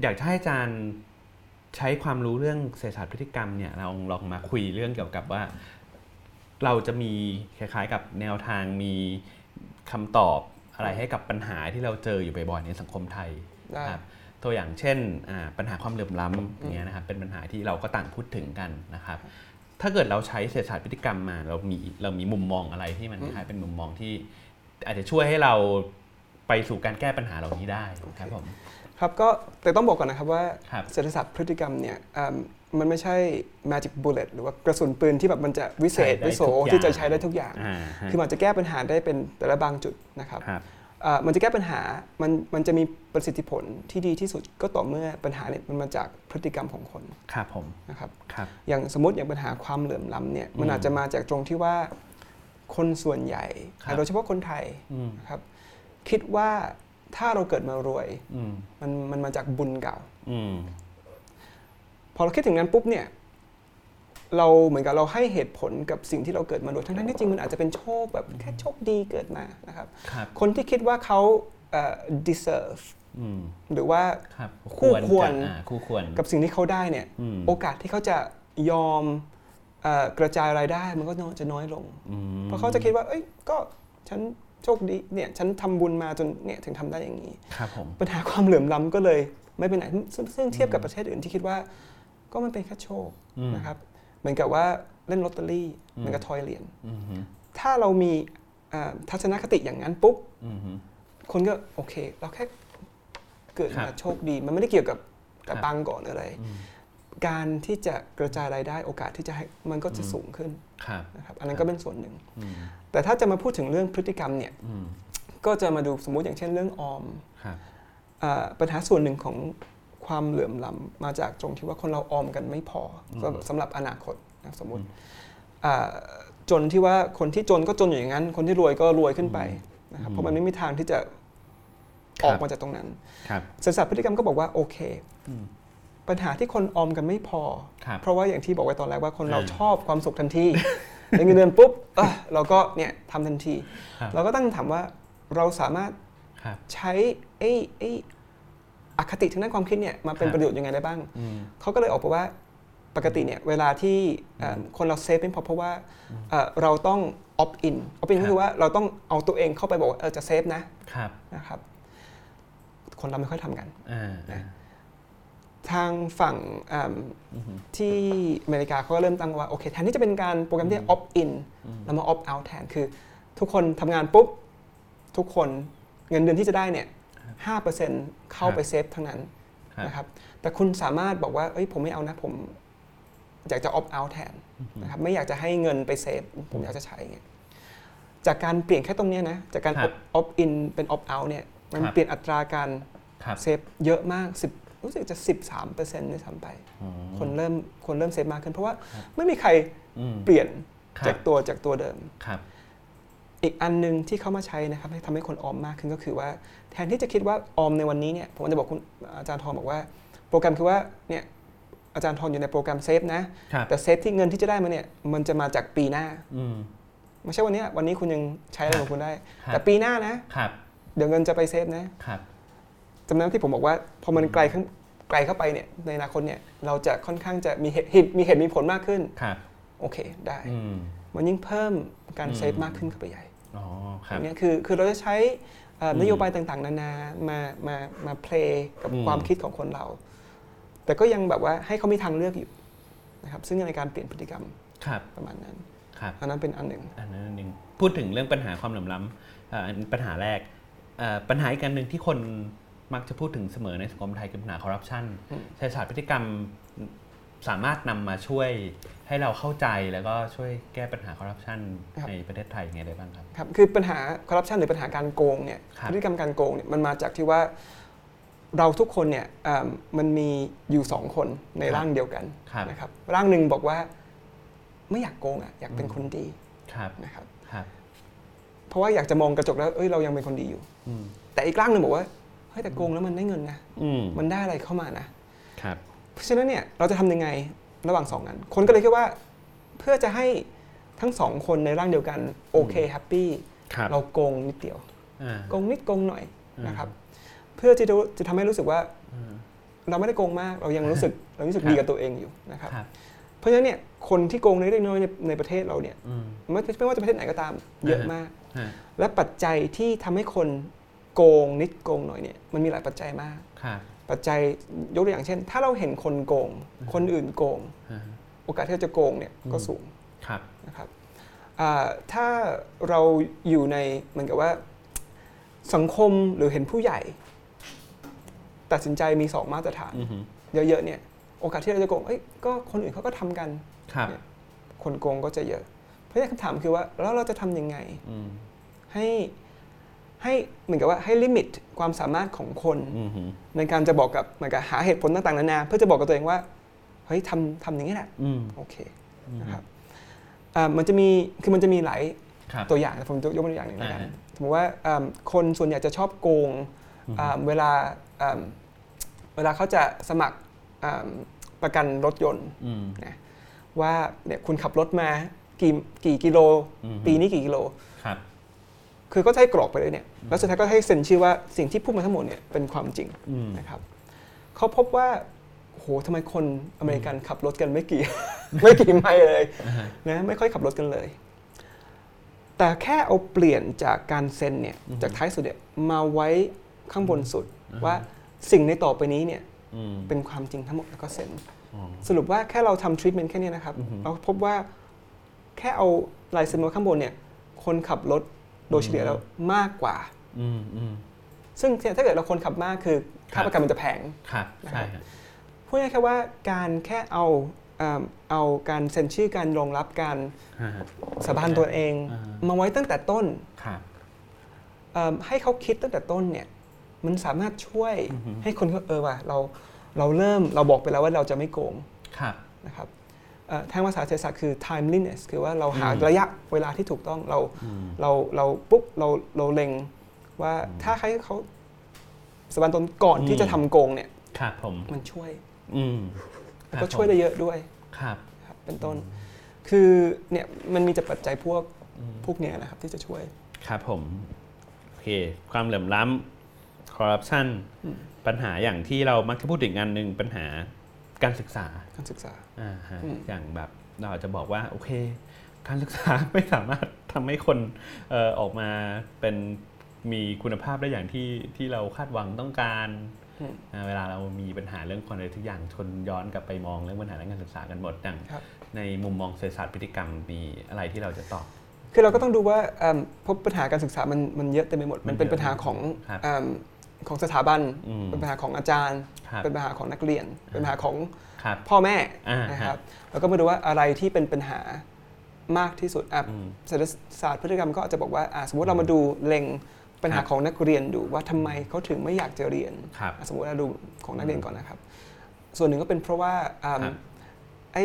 Speaker 1: อยากจะให้อาจารย์ใช้ความรู้เรื่องเศรษฐศาสตร์พฤติกรรมเนี่ยเราลองมาคุยเรื่องเกี่ยวกับว่า เราจะมีคล้ายๆ กับแนวทางมีคำตอบอะไรให้กับปัญหาที่เราเจออยู่บ่อยๆในสังคมไทย
Speaker 2: ได้
Speaker 1: ครับตัวอย่างเช่นอ่าปัญหาความเหลื่อมล้ำอย่างเงี้ยนะครับเป็นปัญหาที่เราก็ต่างพูดถึงกันนะครับ ถ้าเกิดเราใช้เศรษฐศาสตร์พฤติกรรมมา เรามีเรามีมุมมองอะไรที่มันคล้ายๆเป็นมุมมองที่ อาจจะช่วยให้เราไปสู่การแก้ปัญหาเหล่านี้ได้ครับผม
Speaker 2: ครับก็แต่ต้องบอกก่อนนะครับว่า
Speaker 1: ครับ
Speaker 2: เศรษฐศาสตร์พฤติกรรมเนี่ยเอิ่มมันไม่ใช่ magic bullet หรือว่ากระสุนปืนที่แบบมันจะวิเศษ
Speaker 1: ใช้ได้
Speaker 2: วิโส
Speaker 1: ทุกอย่าง
Speaker 2: ที่จะใช้ได้ทุกอย่าง
Speaker 1: อ่าฮะ
Speaker 2: คือมันจะแก้ปัญหาได้เป็นแต่ละบางจุดนะครับ
Speaker 1: ครับ
Speaker 2: เอ่อมันจะแก้ปัญหามันมันจะมีประสิทธิผลที่ดีที่สุดก็ต่อเมื่อปัญหาเนี่ยมันมาจากพฤติกรรมของคน
Speaker 1: ครับผม
Speaker 2: นะครับ
Speaker 1: ครับ
Speaker 2: อย่างสมมติอย่างปัญหาความเหลื่อมล้ำเนี่ยมัน
Speaker 1: อืม
Speaker 2: อาจจะมาจากตรงที่ว่าคนส่วนใหญ่
Speaker 1: ครับ
Speaker 2: โดยเฉพาะคนไทย
Speaker 1: อืม
Speaker 2: นะครับคิดว่าถ้าเราเกิดมารวย
Speaker 1: อืม
Speaker 2: มันมันมาจากบุญเก่า
Speaker 1: อืม
Speaker 2: พอเราคิดถึงนั้นปุ๊บเนี่ยเราเหมือนกับเราให้เหตุผลกับสิ่งที่เราเกิดมาโดยทั้งๆที่จริงมันอาจจะเป็นโชคแบบแค่โชคดีเกิดมานะครับ
Speaker 1: ครับ
Speaker 2: คนที่คิดว่าเขาเอ่อ deserve
Speaker 1: อืม
Speaker 2: หรือว่า
Speaker 1: ครับ
Speaker 2: คู่ควร
Speaker 1: จะอ่าคู่ควร
Speaker 2: กับสิ่งที่เขาได้เนี่ย
Speaker 1: อืม
Speaker 2: โอกาสที่เขาจะยอมเอ่อกระจายรายได้มันก็น้อยจะน้อยลง
Speaker 1: อืม
Speaker 2: เพราะเขาจะคิดว่าเอ้ยก็ฉันโชคดีเนี่ยฉันทำบุญมาจนเนี่ยถึงทำได้อย่างนี้
Speaker 1: ครับผม
Speaker 2: ปัญหาความเหลื่อมล้ำก็เลยไม่เป็นไหนซึ่งซึ่งเทียบกับประเทศอื่นที่คิดว่าก็มันเป็นแค่โชค
Speaker 1: อืม
Speaker 2: นะครับ เหมือนกับว่าเล่นลอตเตอรี่
Speaker 1: อืม
Speaker 2: เหมือนกับทอยเหรียญ
Speaker 1: อืมฮึ
Speaker 2: ถ้าเรามีเอ่อทัศนคติอย่างนั้นปุ๊บ
Speaker 1: อืมฮึ
Speaker 2: คนก็โอเค เราแค่เกิด
Speaker 1: ครั
Speaker 2: มา
Speaker 1: บ
Speaker 2: โชคดี มันไม่ได้เกี่ยวกับ
Speaker 1: ครั
Speaker 2: กับบ ปังก่อนหรืออะไร
Speaker 1: อืม
Speaker 2: การที่จะกระจายรายได้โอกาสที่จะให้มันก็จะสูงขึ้น
Speaker 1: ครับ
Speaker 2: นะครับอันนั้นก็เป็นส่วนหนึ่ง
Speaker 1: อืม
Speaker 2: แต่ถ้าจะมาพูดถึงเรื่องพฤติกรรมเนี่ย
Speaker 1: อืม
Speaker 2: ก็จะมาดูสมมุติอย่างเช่นเรื่องออม
Speaker 1: ครับ
Speaker 2: เอ่อปัญหาส่วนหนึ่งของความเหลื่อมล้ำมาจากตรงที่ว่าคนเราออมกันไม่พออ
Speaker 1: ม
Speaker 2: สำหรับสำหรับอนาคตนะสมมติ
Speaker 1: อืม
Speaker 2: เอ่อจนที่ว่าคนที่จนก็จนอยู่อย่างนั้น คนที่รวยก็รวยขึ้นไปนะครับ
Speaker 1: อืม
Speaker 2: เพราะมันไม่มีทางที่จะ
Speaker 1: ครับ
Speaker 2: ออกมาจากตรงนั้น
Speaker 1: ครับ
Speaker 2: ศาสตร์พฤติกรรมก็บอกว่าโอเค
Speaker 1: อืม
Speaker 2: ปัญหาที่คนออมกันไม่พอ
Speaker 1: ครับ
Speaker 2: เพราะว่าอย่างที่บอกไว้ตอนแรกว่าคนเรา
Speaker 1: อ่า
Speaker 2: ชอบความสุขทันที ได้เงินเดือนปุ๊บเอ้อเราก็เนี่ยทำทันที
Speaker 1: ครับ
Speaker 2: เราก็ตั้งคำถามว่าเราสามารถ
Speaker 1: ครับ
Speaker 2: ใช้ไอ้ไอ้อคติทางด้านความคิดเนี่ยมาเป็
Speaker 1: ค
Speaker 2: น
Speaker 1: รับ
Speaker 2: ประโยชน์ยังไงได้บ้าง
Speaker 1: อืม
Speaker 2: เขาก็เลยออกมาว่าปกติเนี่ยเวลาที่เอ่อคนเราเซฟเป็นพอเพราะว่าเอ่อเราต้องออฟอินออฟอิน
Speaker 1: ครับ
Speaker 2: ก็คือว่าเราต้องเอาตัวเองเข้าไปบอกว่าเออจะเซฟนะครับ นะครับคนเราไม่ค่อยทำกัน
Speaker 1: อ่าอ่า
Speaker 2: ทางฝั่งเอิ่ม
Speaker 1: อืมฮึ
Speaker 2: ที่อเมริกาเขาก็เริ่มตั้งว่าโอเคแทนที่จะเป็นการโปรแกรมที่ออฟอิน
Speaker 1: อืม
Speaker 2: เรามาออฟเอาแทนคือ ทุกคนทำงานปุ๊บ ทุกคนเงินเดือนที่จะได้เนี่ยห้าเปอร์เซ็นต์เข้าไปเซฟทั้งนั้น
Speaker 1: ครับ
Speaker 2: นะครับแต่คุณสามารถบอกว่าเอ้ยผมไม่เอานะผมอยากจะ opt out แทน
Speaker 1: อืมฮึ
Speaker 2: นะครับไม่อยากจะให้เงินไปเซฟผมอยากจะใช้เงี้ยจากการเปลี่ยนแค่ตรงเนี้ยนะจากการ
Speaker 1: ครับ
Speaker 2: opt- opt in เป็น opt out เนี่ยมัน
Speaker 1: ครับ
Speaker 2: เปลี่ยนอัตราการ
Speaker 1: ครับ
Speaker 2: เซฟเยอะมาก10รู้สึกจะ 13เปอร์เซ็นต์ด้วยซ้ำไป
Speaker 1: อืม
Speaker 2: คนเริ่มคนเริ่มเซฟมากขึ้น เพราะว่า
Speaker 1: ครับ
Speaker 2: ไม่มีใคร
Speaker 1: อืม
Speaker 2: เปลี่ยน
Speaker 1: ครับ
Speaker 2: จากตัวจากตัวเดิม
Speaker 1: ครับ
Speaker 2: อีกอันหนึ่งที่เขามาใช้นะครับให้ทำให้คนออมมากขึ้นก็คือว่า แทนที่จะคิดว่าออมในวันนี้เนี่ยผมอาจจะบอกคุณอาจารย์ทองบอกว่า โปรแกรมคือว่าเนี่ยอาจารย์ทองอยู่ในโปรแกรมเซฟนะครับ แต่เซฟที่เงินที่จะได้มาเนี่ยมันจะมาจากปีหน้า
Speaker 1: อืม
Speaker 2: ไม่ใช่วันเนี้ยวันนี้คุณยังใช้อะไรของคุณได้
Speaker 1: ครับ
Speaker 2: แต่ปีหน้านะ
Speaker 1: ครับ
Speaker 2: เดี๋ยวเงินจะไปเซฟนะครับ จำได้ไหมที่ผมบอกว่าพอมันไกลข้างไกลเข้าไปเนี่ยในอนาคตเนี่ยเราจะค่อนข้างจะมีเหตุเหตุมีเหตุมีผลมากขึ้น
Speaker 1: ครับ
Speaker 2: โอเคได้
Speaker 1: อืม
Speaker 2: มันยิ่งเพิ่มการ
Speaker 1: อืม
Speaker 2: เซฟมากขึ้นเข้าไปใหญ่
Speaker 1: อ๋อค
Speaker 2: อ
Speaker 1: รับ
Speaker 2: ย่างเงี้ยคือคือเราจะใช้ เอ่อ
Speaker 1: อืม
Speaker 2: นโยบายต่างๆ นานามามามาเพลย์กับ
Speaker 1: อืม
Speaker 2: ความคิดของคนเรา แต่ก็ยังแบบว่าให้เขามีทางเลือกอยู่นะครับซึ่งในการเปลี่ยนพฤติกรรม
Speaker 1: ครับ
Speaker 2: ประมาณนั้น
Speaker 1: ครับ
Speaker 2: อันนั้นเป็นอันหนึ่ง
Speaker 1: อันนั้นอันหนึ่งพูดถึงเรื่องปัญหาความเหลื่อมล้ำเอ่ออันปัญหาแรกเอ่อปัญหาอีกอันหนึ่งที่คนมักจะพูดถึงเสมอในสังคมไทยคือปัญหาคอร์รัปชัน
Speaker 2: อืม
Speaker 1: ศาสตร์พฤติกรรมสามารถนำมาช่วยให้เราเข้าใจแล้วก็ช่วยแก้ปัญหาคอร์รัปชันในประเทศไทยยังไงได้บ้างครับ
Speaker 2: ครับคือปัญหาคอร์รัปชันหรือปัญหาการโกงเนี่ย
Speaker 1: ครับ
Speaker 2: พฤติกรรมการโกงเนี่ยมันมาจากที่ว่าเราทุกคนเนี่ยเอิ่มมันมีอยู่สองคนในร่างเดียวกัน
Speaker 1: ครับ
Speaker 2: นะครับร่างหนึ่งบอกว่าไม่อยากโกงอ่ะอยากเป็น
Speaker 1: อืม
Speaker 2: คนดี
Speaker 1: ครับ
Speaker 2: นะครับ
Speaker 1: ครับ
Speaker 2: เพราะว่าอยากจะมองกระจกแล้วเอ้ยเรายังเป็นคนดีอยู่
Speaker 1: อืม
Speaker 2: แต่อีกร่างหนึ่งบอกว่าเฮ้ยแต่โกงแล้วมันได้เงินนะ
Speaker 1: อืม
Speaker 2: มันได้อะไรเข้ามานะครับ เพราะฉะนั้นเนี่ยเราจะทำยังไงระหว่างสองอันคนก็เลยคิดว่าเพื่อจะให้ทั้งสองคนในร่างเดียวกันโอเคแฮปปี้
Speaker 1: ครับ
Speaker 2: เราโกงนิดเดียว
Speaker 1: อ่า
Speaker 2: โกงนิดโกงหน่อย
Speaker 1: อืม
Speaker 2: นะครับ เพื่อที่จะจะทำให้รู้สึกว่า
Speaker 1: อืม
Speaker 2: เราไม่ได้โกงมากเรายังรู้สึก เรารู้สึก
Speaker 1: ครับ
Speaker 2: ดีกับตัวเองอยู่นะครับ
Speaker 1: ครับ
Speaker 2: เพราะฉะนั้นเนี่ยคนที่โกงเล็กๆน้อยๆในในประเทศเราเนี่ย
Speaker 1: อืม
Speaker 2: ไม่ไม่ว่าจะประเทศไหนก็ตามเยอะ
Speaker 1: อ่าฮะ
Speaker 2: มาก
Speaker 1: ฮะ
Speaker 2: และปัจจัยที่ทำให้คนโกงนิดโกงหน่อยเนี่ยมันมีหลายปัจจัยมาก
Speaker 1: ครับ
Speaker 2: ปัจจัยยกตัวอย่างเช่น ถ้าเราเห็นคนโกง คนอื่นโกง
Speaker 1: ฮะ
Speaker 2: โอกาสที่เราจะโกงเนี่ยก็
Speaker 1: อืม
Speaker 2: สูง
Speaker 1: ครับ
Speaker 2: นะครับอ่าถ้าเราอยู่ในเหมือนกับว่าสังคมหรือเห็นผู้ใหญ่ ตัดสินใจมีสองมาตรฐาน
Speaker 1: อือหือ
Speaker 2: เยอะๆเนี่ยโอกาสที่เราจะโกงเอ้ยก็คนอื่นเขาก็ทำกัน
Speaker 1: ครับ
Speaker 2: คนโกงก็จะเยอะ เพราะฉะนั้นคำถามคือว่าแล้วเราจะทำยังไง
Speaker 1: อืม
Speaker 2: ให้ให้เหมือนกับว่าให้ลิมิตความสามารถของคน
Speaker 1: อือหือ
Speaker 2: ในการจะบอกกับเหมือนกับหาเหตุผลต่างๆนานาเพื่อจะบอกกับตัวเองว่าเฮ้ยทำทำอย่างนี้แหละ
Speaker 1: อืม
Speaker 2: โอเค
Speaker 1: อืม
Speaker 2: นะครับอ่ามันจะมีคือมันจะมีหลาย
Speaker 1: ครับ
Speaker 2: ตัวอย่างนะผมยกตัวอย่างหนึ่งแล้วกัน
Speaker 1: อ่าฮะ
Speaker 2: สมมติว่าเอิ่มคนส่วนใหญ่จะชอบโกง
Speaker 1: อือฮึ
Speaker 2: เอิ่มเวลาเอิ่มเวลาเขาจะสมัครเอิ่มประกันรถยนต์
Speaker 1: อืม
Speaker 2: ว่าเนี่ยคุณขับรถมากี่กี่กิโล
Speaker 1: อือหือ
Speaker 2: ปีนี้กี่กิโล
Speaker 1: ครับ
Speaker 2: คือก็จะให้กรอกไปเลยเนี่ยแล้วสุดท้ายก็ให้เซ็นชื่อว่าสิ่งที่พูดมาทั้งหมดเนี่ยเป็นความจริง
Speaker 1: อืม
Speaker 2: นะครับเขาพบว่าโหทำไมคนอเมริกันขับรถกันไม่กี่ ไม่กี่ไมล์เลย
Speaker 1: อ่าฮะ
Speaker 2: นะไม่ค่อยขับรถกันเลย แต่แค่เอาเปลี่ยนจากการเซ็นเนี่ยจากท้ายสุดเนี่ยมาไว้ข้างบนสุด ว่าสิ่งในต่อไปนี้เนี่ย
Speaker 1: อืม
Speaker 2: เป็นความจริงทั้งหมดแล้วก็เซ็น
Speaker 1: อ๋อ
Speaker 2: สรุปว่าแค่เราทำทรีทเมนต์แค่เนี้นะครับ
Speaker 1: อือฮึ
Speaker 2: เราพบว่าแค่เอาลายเซ็นมาข้างบนเนี่ยคนขับรถโดยเฉลี่ยแล้วมากกว่า
Speaker 1: อืมอืม
Speaker 2: ซึ่งถ้าเกิดเราคนขับมากคือ
Speaker 1: ครั
Speaker 2: ค่า
Speaker 1: บ
Speaker 2: ประกันมันจะแพง
Speaker 1: ครับใช่ครับ
Speaker 2: พูดง่ายๆแค่ว่าการแค่เอาเอิ่มเอาการเซ็นชื่อการรองรับการ
Speaker 1: ฮะฮะ
Speaker 2: สาบานตัวเอง
Speaker 1: อ่าฮะ
Speaker 2: มาไว้ตั้งแต่ต้น
Speaker 1: ครับ
Speaker 2: เอิ่มให้เขาคิดตั้งแต่ต้นเนี่ยมันสามารถช่วยให้คนเขาเออว่ะเราเราเริ่มเราบอกไปแล้วว่าเราจะไม่โกง
Speaker 1: ครับ
Speaker 2: นะครับเอ่อทางภาษาเศรษฐศาสตร์คือ timeliness คือว่าเราหา
Speaker 1: อืม
Speaker 2: ระยะเวลาที่ถูกต้องเรา
Speaker 1: อืม
Speaker 2: เราเราปุ๊บเราเราเล็งว่า
Speaker 1: อืม
Speaker 2: ถ้าให้เขาสบันตนก่อน
Speaker 1: อืม
Speaker 2: ที่จะทำโกงเนี่ย
Speaker 1: ครับผม
Speaker 2: มันช่วย
Speaker 1: อืม
Speaker 2: แล้วก็ช่วยได้เยอะด้วย
Speaker 1: ครับ
Speaker 2: ครับเป็นต้น คือเนี่ยมันมีแต่ปัจจัยพวก
Speaker 1: อืม
Speaker 2: พวกเนี้ยนะครับที่จะช่วย
Speaker 1: ครับผมโอเค ความเหลื่อมล้ำ corruption
Speaker 2: อืม
Speaker 1: ปัญหาอย่างที่เรามักจะพูดถึงงานหนึ่งปัญหาการศึกษา
Speaker 2: การศึกษา
Speaker 1: อ่าฮะ
Speaker 2: อืม
Speaker 1: อย่างแบบเราอาจจะบอกว่า โอเค การศึกษา ไม่สามารถทำให้คนเอ่อออกมาเป็นมีคุณภาพได้อย่างที่ที่เราคาดหวังต้องการ
Speaker 2: อืม
Speaker 1: อ่าเวลาเรามีปัญหาเรื่องคนอะไรทุกอย่างชนย้อนกลับไปมองเรื่องปัญหาเรื่องการศึกษากันหมดอย่าง
Speaker 2: ครับ
Speaker 1: ในมุมมองเศรษฐศาสตร์พฤติกรรมมีอะไรที่เราจะตอบ
Speaker 2: คือเราก็ต้องดูว่าเอิ่มเพบปัญหาการศึกษามันมันเยอะเต็มไปหมด
Speaker 1: มั
Speaker 2: มัน
Speaker 1: เยอะ
Speaker 2: นเป็นปัญหาของ
Speaker 1: ครับ
Speaker 2: เอิ่มของสถาบัน
Speaker 1: อืม
Speaker 2: เป็นปัญหาของอาจารย์
Speaker 1: ครับ
Speaker 2: เป็นปัญหาของนักเรียน เป็นปัญหาของ
Speaker 1: ครับ
Speaker 2: พ่อแม่
Speaker 1: อ่า
Speaker 2: นะ
Speaker 1: ฮะ
Speaker 2: ครับแล้วก็มาดูว่าอะไรที่เป็นปัญหามากที่สุดอ่ะ
Speaker 1: อืม
Speaker 2: เศรษฐศาสตร์พฤติกรรมก็อาจจะบอกว่าอ่ะสมมติเรามาดูเล็งปัญหา
Speaker 1: ครับ
Speaker 2: ของนักเรียนดูว่าทำไมเขาถึงไม่อยากจะเรียน
Speaker 1: ครับ
Speaker 2: อ่ะสมมติเราดูของนักเรียนก่อนนะครับ ส่วนหนึ่งก็เป็นเพราะว่าเอิ่ม
Speaker 1: ครับ
Speaker 2: ไอ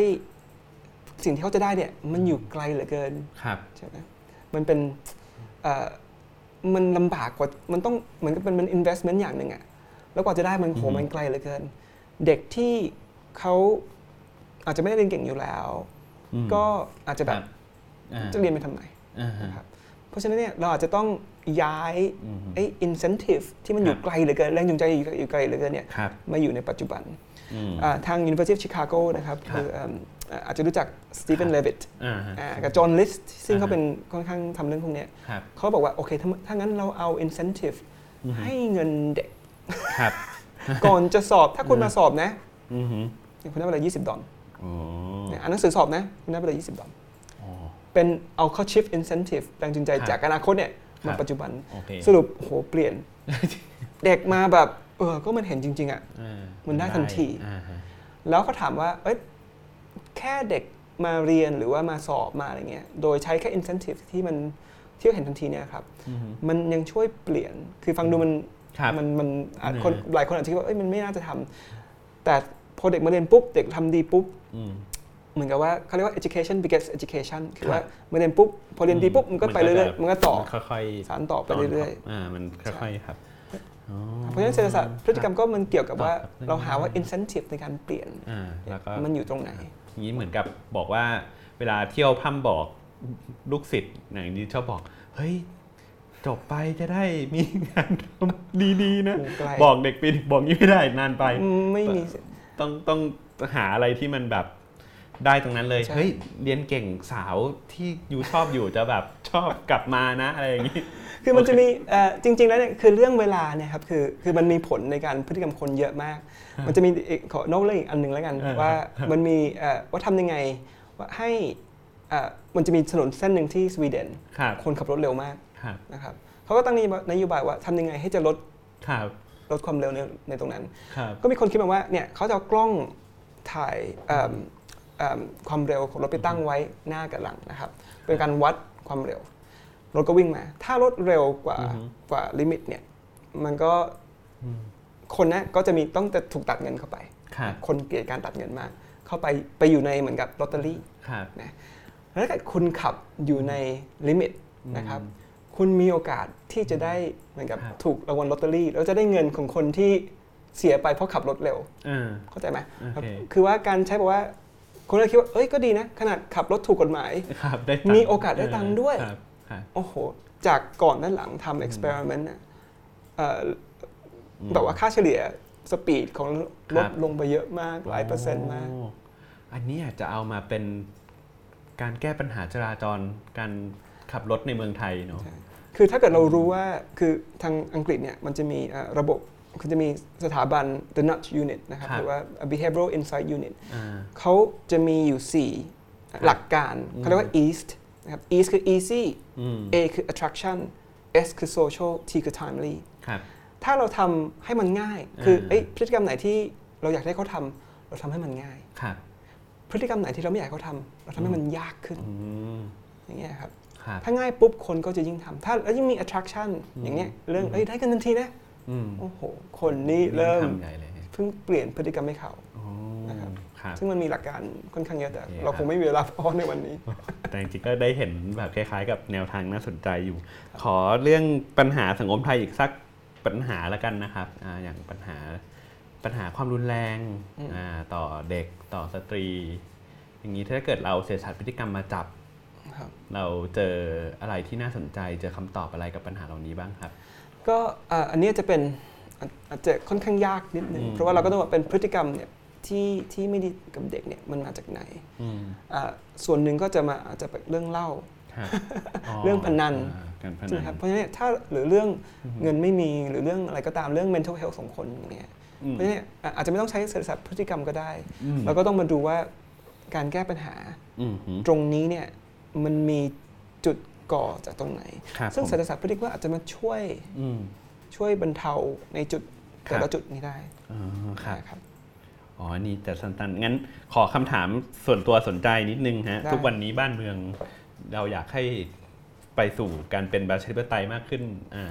Speaker 2: สิ่งที่เขาจะได้เนี่ยมันอยู่ไกลเหลือเกิน
Speaker 1: ครับ
Speaker 2: ใช่ไหมมันเป็นเอ่อมันลำบากกว่า มันต้องเหมือนกับเป็นมัน investment อย่างหนึ่งอะแล้วกว่าจะได้มันโห
Speaker 1: อือฮึ
Speaker 2: มันไกลเหลือเกิน เด็กที่เขาอาจจะไม่ได้เรียนเก่งอยู่แล้ว
Speaker 1: อืม
Speaker 2: ก็อาจจะแบ
Speaker 1: ค
Speaker 2: บ
Speaker 1: รับอ่า
Speaker 2: จะเรียนไปทำไม
Speaker 1: อ่าฮะ
Speaker 2: นะครับ เพราะฉะนั้นเนี่ยเราอาจจะต้องย้าย
Speaker 1: อืม
Speaker 2: ไอ้ incentive ที่มันอยู่
Speaker 1: ครับ
Speaker 2: ไกลเหลือเกินแรงจูงใจอยู่ไกลเหลือเกินเนี่ย
Speaker 1: ครับ
Speaker 2: มาอยู่ในปัจจุบัน
Speaker 1: อืม
Speaker 2: อ่าทาง University of Chicago นะครับ
Speaker 1: ครับ
Speaker 2: คือเอิ่มอ่าอาจจะรู้จักสตีเฟนเลวิต
Speaker 1: อ่าฮะ
Speaker 2: กับจอห์นลิสซึ่งเขา
Speaker 1: อ่าฮะ
Speaker 2: เป็นค่อนข้างทำเรื่องพวกเนี้ย
Speaker 1: ครับ
Speaker 2: เขาบอกว่า โอเคถ้าถ้างั้นเราเอา incentive
Speaker 1: อือฮึ
Speaker 2: ให้เงินเด็ก
Speaker 1: ครับ
Speaker 2: ก่อนจะสอบถ้าคุณมาสอบนะ
Speaker 1: อือฮึ
Speaker 2: เนี่ยคุณได้เวลา20 ดอล
Speaker 1: โอ้
Speaker 2: เนี่ยอ่านหนังสือสอบนะคุณได้เวลา20 ดอล
Speaker 1: โอ้
Speaker 2: เป็นเอาเข้า shift incentive แรงจูงใจ
Speaker 1: ครับ
Speaker 2: จากอนาคตเนี่ย
Speaker 1: ครั
Speaker 2: มา
Speaker 1: บ
Speaker 2: ปัจจุบัน
Speaker 1: โอเค
Speaker 2: สรุปโอ้โหเปลี่ยน เด็กมาแบบเออก็มันเห็นจริง ๆ อ่ะ
Speaker 1: อ่า
Speaker 2: มันได้ทันที
Speaker 1: อ่าฮะ
Speaker 2: แล้วก็ถามว่า เอ้ย แค่เด็กมาเรียนหรือว่ามาสอบมาอะไรเงี้ย โดยใช้แค่ incentive ที่มันที่เราเห็นทันทีเนี่ยครับ
Speaker 1: อือฮึ
Speaker 2: มันยังช่วยเปลี่ยน คือฟังดูมัน
Speaker 1: ครับ
Speaker 2: มัน มันอ่ะ
Speaker 1: อืม
Speaker 2: คนหลายคนอาจจะคิดว่า เอ้ย มันไม่น่าจะทำ แต่พอเด็กมาเรียนปุ๊บ เด็กทำดีปุ๊บ
Speaker 1: อืม
Speaker 2: เหมือนกับว่าเขาเรียกว่า education begets education คือว่า
Speaker 1: ครับ
Speaker 2: มาเรียนปุ๊บ พอเรียนดีปุ๊บ มันก็ไปเรื่อยๆ มันก็ต่อ
Speaker 1: มันค่อยๆ
Speaker 2: สารต่อไปเรื่อย
Speaker 1: ๆอ่ามันค่อยๆครับอ๋อ
Speaker 2: ๆ เพราะฉะนั้นเศรษฐศาสตร์พฤติกรรมก็มันเกี่ยวกับว่า
Speaker 1: ต่อครับ
Speaker 2: เราหาว่า incentive ในการเปลี่ยน
Speaker 1: อ่าแล้วก็
Speaker 2: มันอยู่ตรงไหน
Speaker 1: ทีนี้เหมือนกับบอกว่าเวลาเที่ยวพร่ำบอกลูกศิษย์อย่างนี้ชอบบอก เฮ้ย จบไปจะได้มีงานทำดีๆนะ
Speaker 2: โอ้ไกล
Speaker 1: บอกเด็กปีหนึ่งบอกงี้ไม่ได้นานไป
Speaker 2: ไม่มี
Speaker 1: ต้องต้องหาอะไรที่มันแบบได้ตรงนั้นเลย
Speaker 2: ใช่
Speaker 1: เฮ้ย เรียนเก่งสาวที่อยู่ชอบอยู่จะแบบ ชอบกลับมานะ อะไรอย่างนี้
Speaker 2: คือมันจะมีเอ่อจริง ๆ แล้วเนี่ยคือเรื่องเวลาเนี่ยครับคือคือมันมีผลในการพฤติกรรมคนเยอะมาก มันจะมีอีกขอนอกเรื่องอีกอันหนึ่งแล้วกัน
Speaker 1: อ่า
Speaker 2: ว่า
Speaker 1: ฮะ
Speaker 2: มันมีเอ่อว่าทำยังไงว่าให้เอ่อมันจะมีถนนเส้นหนึ่งที่สวีเดน
Speaker 1: ครับ
Speaker 2: คนขับรถเร็วมาก
Speaker 1: ครับ
Speaker 2: นะครับเขาก็ตั้งนโยบายว่าทำยังไงให้จะลด
Speaker 1: ครับ
Speaker 2: ลดความเร็วในในตรงนั้น
Speaker 1: ครับ
Speaker 2: ก็มีคนคิดมาว่าเนี่ยเขาจะเอากล้องถ่ายเอิ่มเอิ่มความเร็วของรถไปตั้งไว้หน้ากับหลังนะครับ เป็นการวัดความเร็ว รถก็วิ่งมา ถ้ารถเร็วกว่า
Speaker 1: อือฮึ
Speaker 2: กว่าลิมิตเนี่ยมันก็
Speaker 1: อืม
Speaker 2: คนนะก็จะมีต้องจะถูกตัดเงินเข้าไป
Speaker 1: ครับ
Speaker 2: คนเกลียดการตัดเงินมาก เข้าไปไปอยู่ในเหมือนกับลอตเตอรี่
Speaker 1: ครับ
Speaker 2: แล้วถ้าเกิดคุณขับอยู่ในลิมิตนะครับ
Speaker 1: อืม
Speaker 2: คุณมีโอกาสที่จะได้เหมือนกับ
Speaker 1: ครับ
Speaker 2: ถูกรางวัลลอตเตอรี่แล้วจะได้เงินของคนที่เสียไปเพราะขับรถเร็ว
Speaker 1: อ่า
Speaker 2: เข้าใจไหม
Speaker 1: โอเค
Speaker 2: ครับคือว่าการใช้บอกว่า คนเราคิดว่า เอ้ย ก็ดีนะ ขนาดขับรถถูกกฎหมาย
Speaker 1: ครับได้ตังค์
Speaker 2: มีโอกาสได้ตังค์ด้วย
Speaker 1: ครับครับ
Speaker 2: โอ้โห จากก่อนด้านหลังทำเอ็กซ์เพร์เมนต์นะเอ่ออ
Speaker 1: ม
Speaker 2: แบบว่าค่าเฉลี่ยสปีดของรถ
Speaker 1: ครับ
Speaker 2: ลงไปเยอะมาก หลายเปอร์เซ็นต์มาก
Speaker 1: โอ้อันนี้อาจจะเอามาเป็นการแก้ปัญหาจราจรการขับรถในเมืองไทยเนอะ
Speaker 2: ใช่ คือถ้าเกิดเรารู้ว่า คือทางอังกฤษเนี่ย มันจะมีเอ่อระบบคือจะมีสถาบัน the Nudge Unit นะครับ หรือว่า behavioral insight unit
Speaker 1: อ่า
Speaker 2: เขาจะมีอยู่สี่หลักการเขาเรียกว่า east นะครับ east คือ easy
Speaker 1: อืม
Speaker 2: A คือ attraction S คือ social T คือ timely
Speaker 1: ครับ
Speaker 2: ถ้าเราทำให้มันง่าย คือ
Speaker 1: อ่า
Speaker 2: เอ้ยพฤติกรรมไหนที่เราอยากให้เขาทำเราทำให้มันง่าย
Speaker 1: ครับ
Speaker 2: พฤติกรรมไหนที่เราไม่อยากให้เขาทำเราทำให้มันยากขึ้น
Speaker 1: อืม
Speaker 2: อย่างเงี้ยครับ
Speaker 1: ครับ
Speaker 2: ถ้าง่ายปุ๊บคนก็จะยิ่งทำถ้าแล้วยิ่งมี attraction
Speaker 1: อืม
Speaker 2: อย่างเงี้ยเรื่อง
Speaker 1: อืม
Speaker 2: เอ้ยได้กันทันทีนะ
Speaker 1: อืม
Speaker 2: โอ้โหคนนี่เริ่ม
Speaker 1: ทำใหญ่เลย
Speaker 2: เพิ่งเปลี่ยนพฤติกรรมให้เขา
Speaker 1: โอ้
Speaker 2: นะครับ
Speaker 1: ครับ
Speaker 2: ซึ่งมันมีหลักการค่อนข้างเยอะแต่
Speaker 1: โอเค
Speaker 2: เรา
Speaker 1: ค
Speaker 2: ครับ งไม่มีเวลาพอในวันนี้
Speaker 1: แต่จริงๆก็ได้เห็นแบบคล้ายๆ กับแนวทางน่าสนใจอยู่ ขอเรื่องปัญหาสังคมไทยอีกสักปัญหาละกันนะครับอ่าอย่างปัญหาปัญหาความรุนแรง
Speaker 2: อืม
Speaker 1: อ่าต่อเด็กต่อสตรี อย่างนี้ถ้าเกิดเราเสียสัตว์พฤติกรรมมาจับ
Speaker 2: ครับ
Speaker 1: เราเจออะไรที่น่าสนใจ เจอคำตอบอะไรกับปัญหาเหล่านี้บ้างครับ
Speaker 2: ก็เอ่ออันเนี้ยจะเป็นอาอาจจะค่อนข้างยากนิดนึง
Speaker 1: อืม
Speaker 2: เพราะว่าเราก็ต้องบอกเป็นพฤติกรรมเนี่ยที่ที่ไม่ดีกับเด็กเนี่ยมันมาจากไหน
Speaker 1: อืม
Speaker 2: อ่าส่วนหนึ่งก็จะมาอาจจะเป็นเรื่องเหล้า
Speaker 1: ครับ
Speaker 2: เรื่องพนัน
Speaker 1: อ่าการพ
Speaker 2: ใช่
Speaker 1: นั
Speaker 2: ไหม
Speaker 1: น
Speaker 2: ครับเพราะฉะนั้นเนี่ยถ้าหรือเรื่อง
Speaker 1: อืม
Speaker 2: เงินไม่มีหรือเรื่องอะไรก็ตามเรื่อง mental health ของคนอย่างเงี้ย
Speaker 1: อืม
Speaker 2: เพราะฉะนั้นเนี่ยอ่ะอาจจะไม่ต้องใช้เศรษฐศาสตร์พฤติกรรมก็ได้
Speaker 1: อืม
Speaker 2: แล้วก็ต้องมาดูว่าการแก้ปัญหา
Speaker 1: อืม
Speaker 2: ตรงนี้เนี่ยมันมีจุดก่อจากตรงไหน
Speaker 1: ครับ
Speaker 2: ซึ่ง
Speaker 1: ผม
Speaker 2: เศรษฐศาสตร์พฤติกรรมอาจจะมาช่วย
Speaker 1: อืม
Speaker 2: ช่วยบรรเทาในจุด
Speaker 1: ค
Speaker 2: แต่
Speaker 1: รั
Speaker 2: ละ
Speaker 1: บ
Speaker 2: จุดนี้ได้
Speaker 1: อ๋อครับ
Speaker 2: นะครับ
Speaker 1: อ๋อ นี่แต่สั้นๆ งั้นขอคำถามส่วนตัวสนใจนิดนึงฮะ
Speaker 2: ได้
Speaker 1: ทุกวันนี้บ้านเมือง เราอยากให้ไปสู่การเป็นประชาธิปไตยมากขึ้น อ่า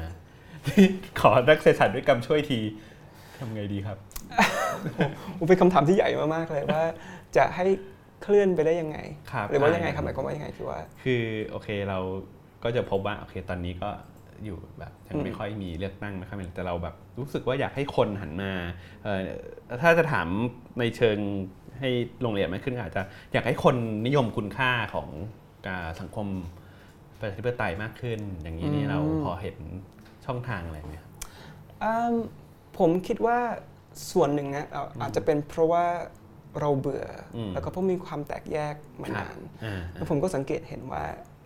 Speaker 1: ขอรักเศรษฐศาสตร์ด้วยกรรมช่วยทีทำไงดีครับ
Speaker 2: มันเป็นคำถามที่ใหญ่มากๆเลยว่า จะให้เคลื่อนไปได้ยังไง
Speaker 1: ครับ
Speaker 2: หรือว่ายังไง
Speaker 1: อ่า
Speaker 2: ครับหมายความว่ายังไงคือว่า
Speaker 1: คือโอเคเราก็จะพบว่าโอเคตอนนี้ก็อยู่แบบยังไม่
Speaker 2: อืม
Speaker 1: ค่อยมีเลือกตั้งนะครับแต่เราแบบรู้สึกว่าอยากให้คนหันมาเอ่อถ้าจะถามในเชิงให้ลงละเอียดมากขึ้นก็อาจจะอยากให้คนนิยมคุณค่าของการสังคมประชาธิปไตยมากขึ้น อย่างนี้นี่เราพอเห็นช่องทางอะไรไหมครับ
Speaker 2: อืมผมคิดว่า ส่วนหนึ่งนะเอาอาจจะเป็นเพราะว่าเราเบื่ออ
Speaker 1: ม
Speaker 2: แล้วก็เพราะมีความแตกแยกมานาน
Speaker 1: อ่า
Speaker 2: แล้วผมก็สังเกตเห็นว่า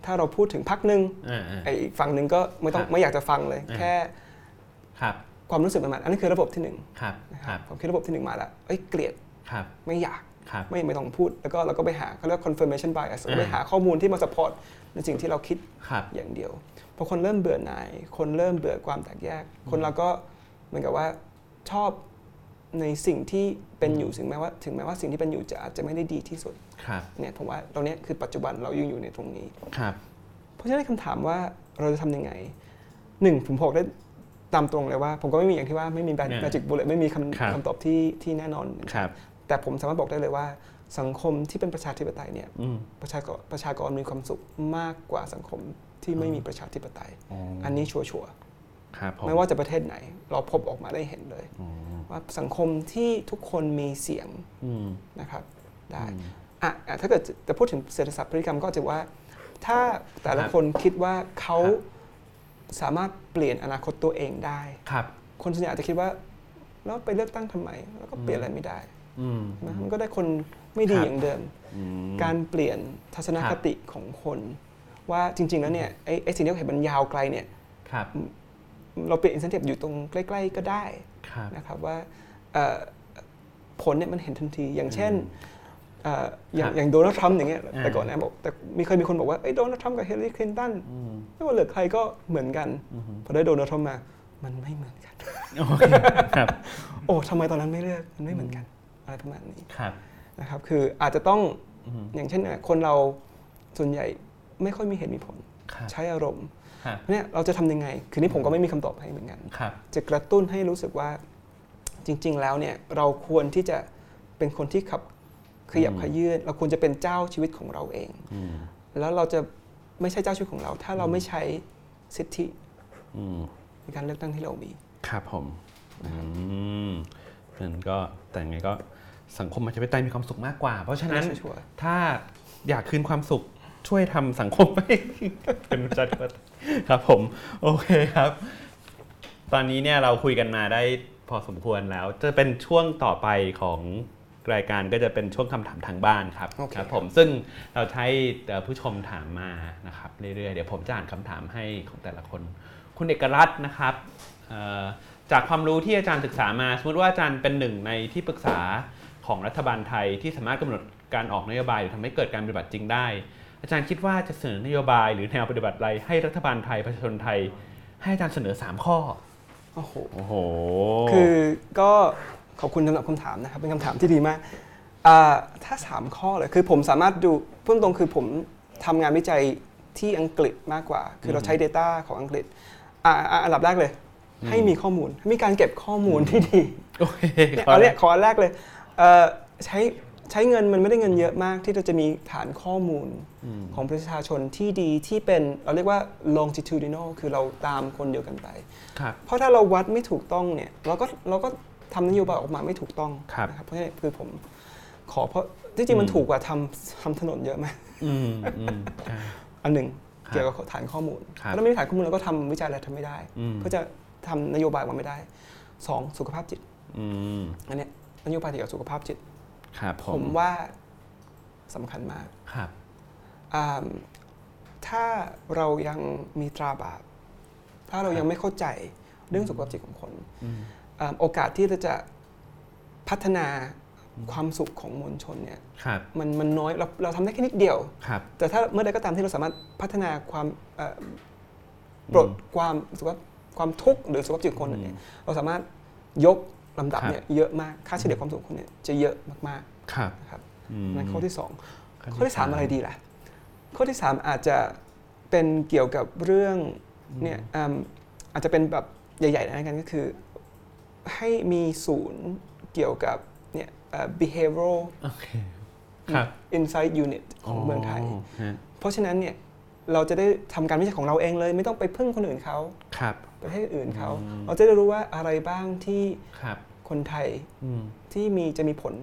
Speaker 2: ถ้าเราพูดถึงพักหนึ่ง
Speaker 1: อ่าอ่า
Speaker 2: ไอ้อีกฝั่งหนึ่งก็ไม่ต้อง
Speaker 1: ครับ
Speaker 2: ไม่อยากจะฟังเลย
Speaker 1: อ่า
Speaker 2: แค่
Speaker 1: ครับ
Speaker 2: ความรู้สึกมันมาอันนี้คือระบบที่หนึ่ง
Speaker 1: ครับ
Speaker 2: นะค
Speaker 1: ค
Speaker 2: รั
Speaker 1: รั
Speaker 2: บบ ผมคิดระบบที่หนึ่งมาแล้วเอ้ยเกลียด
Speaker 1: ครับ
Speaker 2: ไม่อยาก
Speaker 1: ครับ
Speaker 2: ไม่ไม่ต้องพูด แล้วก็เราก็ไปหาเขาเรียก confirmation bias
Speaker 1: อ่า
Speaker 2: ไปหาข้อมูลที่มา support ในสิ่งที่เราคิด
Speaker 1: ครับ
Speaker 2: อย่างเดียวพอคนเริ่มเบื่อหน่าย คนเริ่มเบื่อความแตกแยก คนเราก็เหมือนกับว่าชอบในสิ่งที่เป็นอยู่ถึงแม้ว่า ถึงแม้ว่าสิ่งที่เป็นอยู่จะอาจจะไม่ได้ดีที่สุด
Speaker 1: ครับ
Speaker 2: เนี่ยผมว่าตรงเนี้ยคือปัจจุบันเรายังอยู่ในตรงนี้
Speaker 1: ครับ
Speaker 2: เพราะฉะนั้นคำถามว่าเราจะทำยังไงหนึ่งผมบอกได้ตามตรงเลยว่า ผมก็ไม่มีอย่างที่ว่าไม่มีแบนแมจิกบุลเลตไม่มีคำคำตอบที่ที่แน่นอน
Speaker 1: ครับ
Speaker 2: แต่ผมสามารถบอกได้เลยว่าสังคมที่เป็นประชาธิปไตยเนี่ย
Speaker 1: อืม
Speaker 2: ประชากรประชากรมีความสุขมากกว่าสังคมที่ไม่มีประชาธิปไตย อันนี้ชัวร์
Speaker 1: ครับผ
Speaker 2: ๆไม่ว่าจะประเทศไหน เราพบออกมาได้เห็นเลย
Speaker 1: อืม
Speaker 2: ว่าสังคมที่ทุกคนมีเสียง
Speaker 1: อืม
Speaker 2: นะครับได้
Speaker 1: อืม
Speaker 2: อ่ะอ่ะถ้าเกิดจะพูดถึงเศรษฐศาสตร์พฤติกรรมก็จะว่า ถ้าแต่ละคนคิดว่าเขา
Speaker 1: ครับ
Speaker 2: สามารถเปลี่ยนอนาคตตัวเองได้
Speaker 1: ครับ
Speaker 2: คนส่วนใหญ่อาจจะคิดว่าแล้วไปเลือกตั้งทำไม แล้วก็เปลี่ยนอะไรไม่ได้
Speaker 1: อืม
Speaker 2: ใช่ไหมมันก็ได้คนไม่
Speaker 1: ค
Speaker 2: ดี
Speaker 1: รับ
Speaker 2: อย่างเดิม
Speaker 1: อืม
Speaker 2: การเปลี่ยนทัศน
Speaker 1: ค
Speaker 2: ครับ ติของคน ว่าจริง ๆ แล้วเนี่ยไอ้ไอ้สิ่งที่เราเห็นมันยาวไกลเนี่ย
Speaker 1: ครับ
Speaker 2: เราเปลี่ยนอินสัน i v ฟอยู่ตรงใกล้ ๆ ก็ได้
Speaker 1: ครับ
Speaker 2: นะครับว่าเอ่อผลเนี่ยมันเห็นทันที อย่างเช่นเอ่ออย่าง
Speaker 1: ครับ
Speaker 2: อย่างโดนัลด์ทรัมป์อย่างเงี้ย
Speaker 1: อ่า
Speaker 2: แต่ก่อนนะบอกแต่มีเคยมีคนบอกว่าโดนัลด์ทรัมป์กับเฮ l ล r y คลินตัน
Speaker 1: อืม
Speaker 2: ไม่ว่าเลือกใครก็เหมือนกัน
Speaker 1: อืม
Speaker 2: พอได้โดนัลด์ทรัมป์มา มันไม่เหมือนกัน
Speaker 1: โอเคครับ
Speaker 2: โอ้ทำไมตอนนั้นไม่เลือกมันไม่เหมือนกัน อะไรประมาณนี้
Speaker 1: ครับ
Speaker 2: นะครับคืออาจจะต้อง
Speaker 1: อืม
Speaker 2: อย่างเช่นเนี่ยคนเราส่วนใหญ่ไม่ค่อยมีเหตุมีผล
Speaker 1: ครับ
Speaker 2: ใช้อารมณ์
Speaker 1: ครับ
Speaker 2: เนี่ยเราจะทำยังไง คือนี่ผมก็ไม่มีคำตอบให้เหมือนกัน
Speaker 1: ครับ
Speaker 2: จะกระตุ้นให้รู้สึกว่าจริง ๆ แล้วเนี่ยเราควรที่จะเป็นคนที่ขับขยับ
Speaker 1: อืม
Speaker 2: ขยื่นเราควรจะเป็นเจ้าชีวิตของเราเอง
Speaker 1: อืม
Speaker 2: แล้วเราจะไม่ใช่เจ้าชีวิตของเรา ถ้าเราไม่ใช้สิทธิ
Speaker 1: อืม
Speaker 2: ในการเลือกตั้งที่เรามี
Speaker 1: ครับผมอืมนั่นก็แต่ยังไงก็สังคมประชาธิปไตยมีความสุขมากกว่า เพราะฉะนั้น
Speaker 2: ชัวร์
Speaker 1: ถ้าอยากคืนความสุขช่วยทำสังคมให้ เป็นประชาธิปไตยครับผม โอเคครับ ตอนนี้เนี่ยเราคุยกันมาได้พอสมควรแล้ว จะเป็นช่วงต่อไปของรายการก็จะเป็นช่วงคำถามทางบ้านครับ
Speaker 2: โอเค
Speaker 1: ครับ ผมซึ่งเราใช้เอ่อผู้ชมถามมานะครับเรื่อยๆเดี๋ยวผมจะอ่านคำถามให้ของแต่ละคน คุณเอกรัตน์นะครับเอ่อจากความรู้ที่อาจารย์ศึกษามา สมมติว่าอาจารย์เป็นหนึ่งในที่ปรึกษาของรัฐบาลไทยที่สามารถกำหนดการออกนโยบายหรือทำให้เกิดการปฏิบัติจริงได้ อาจารย์คิดว่าจะเสนอนโยบายหรือแนวปฏิบัติอะไรให้รัฐบาลไทยประชาชนไทย ให้อาจารย์เสนอสามข้อ
Speaker 2: โอ้โห
Speaker 1: โอ้โห
Speaker 2: คือก็ขอบคุณสำหรับคำถามนะครับ เป็นคำถามที่ดีมากอ่าถ้าสามข้อเลยคือผมสามารถดูพูดตรงๆคือผมทำงานวิจัยที่อังกฤษมากกว่า คือเราใช้ Data ของอังกฤษอ่าอ่าอันดับแรกเลย ให้มีข้อมูลมีการเก็บข้อมูลที่ดี
Speaker 1: โอเค
Speaker 2: เนี่ย
Speaker 1: ข้
Speaker 2: เอาเนี่ยขออันแรกเลยเอ่อใช้ใช้เงินมันไม่ได้เงินเยอะมากที่เราจะมีฐานข้อมูล
Speaker 1: อืม
Speaker 2: ของประชาชนที่ดีที่เป็นเราเรียกว่า longitudinal คือเราตามคนเดียวกันไป
Speaker 1: ครับ
Speaker 2: เพราะถ้าเราวัดไม่ถูกต้องเนี่ยเราก็เราก็ทำนโยบายออกมาไม่ถูกต้อง
Speaker 1: ครับ
Speaker 2: นะเพราะฉะนั้นคือผมขอเพราะจริงๆมัน
Speaker 1: อืม
Speaker 2: ถูกกว่าทำทำถนนเยอะไหมาก
Speaker 1: อืมอืมใช่
Speaker 2: อันหนึ่ง
Speaker 1: ครับ
Speaker 2: เกี่ยวกับฐานข้อมูล
Speaker 1: ครับ
Speaker 2: ถ้าไม่มีฐานข้อมูลเราก็ทำวิจัยอะไรทำไม่ได้
Speaker 1: อืม
Speaker 2: ก็จะทำนโยบายออกมาไม่ได้สองสุขภาพจิต
Speaker 1: อืม
Speaker 2: อันเนี้ยนโยบายเกี่ยวกับสุขภาพจิต
Speaker 1: ครับผ
Speaker 2: ผมมว่าสำคัญมาก
Speaker 1: ครับ
Speaker 2: อ่าถ้าเรายังมีตราบาป ถ้าเรายังไม่เข้าใจเรื่องสุขภาพจิตของคน
Speaker 1: อืม
Speaker 2: อ่าโอกาสที่เราจะพัฒนาความสุขของมวลชนเนี่ย
Speaker 1: ครับ
Speaker 2: มันมันน้อยเราเราทำได้แค่นิดเดียว
Speaker 1: ครับ
Speaker 2: แต่ถ้าเมื่อใดก็ตามที่เราสามารถพัฒนาความเอ่อปลดความสุขภาพความทุกข์หรือสุขภาพจิตของคนเนี่ยเราสามารถยกลำดับ
Speaker 1: ครับ
Speaker 2: เนี่ยเยอะมากค่าเฉลี่ยความสุขของคนเนี่ยจะเยอะมาก
Speaker 1: ครับ
Speaker 2: ๆนะครับ
Speaker 1: อืม
Speaker 2: นั่นข้อที่สอง
Speaker 1: น
Speaker 2: ข้อที่สามอะไรดีล่ะ ข้อที่สามอาจจะเป็นเกี่ยวกับเรื่องเนี่ยอืมอาจจะเป็นแบบใหญ่ๆนะกันก็คือ ให้มีศูนย์เกี่ยวกับเนี่ยเอ่อ behavioral
Speaker 1: โอเคครับ
Speaker 2: insight unit ของเมืองไทย
Speaker 1: ฮะ
Speaker 2: เพราะฉะนั้นเนี่ยเราจะได้ทำการวิจัยของเราเองเลย ไม่ต้องไปพึ่งคนอื่นเขา
Speaker 1: ครับ
Speaker 2: ประเทศอื่นเขา
Speaker 1: อืม
Speaker 2: เราจะได้รู้ว่าอะไรบ้างที่
Speaker 1: ครับ
Speaker 2: คนไทย
Speaker 1: อืม
Speaker 2: ที่มีจะมีผล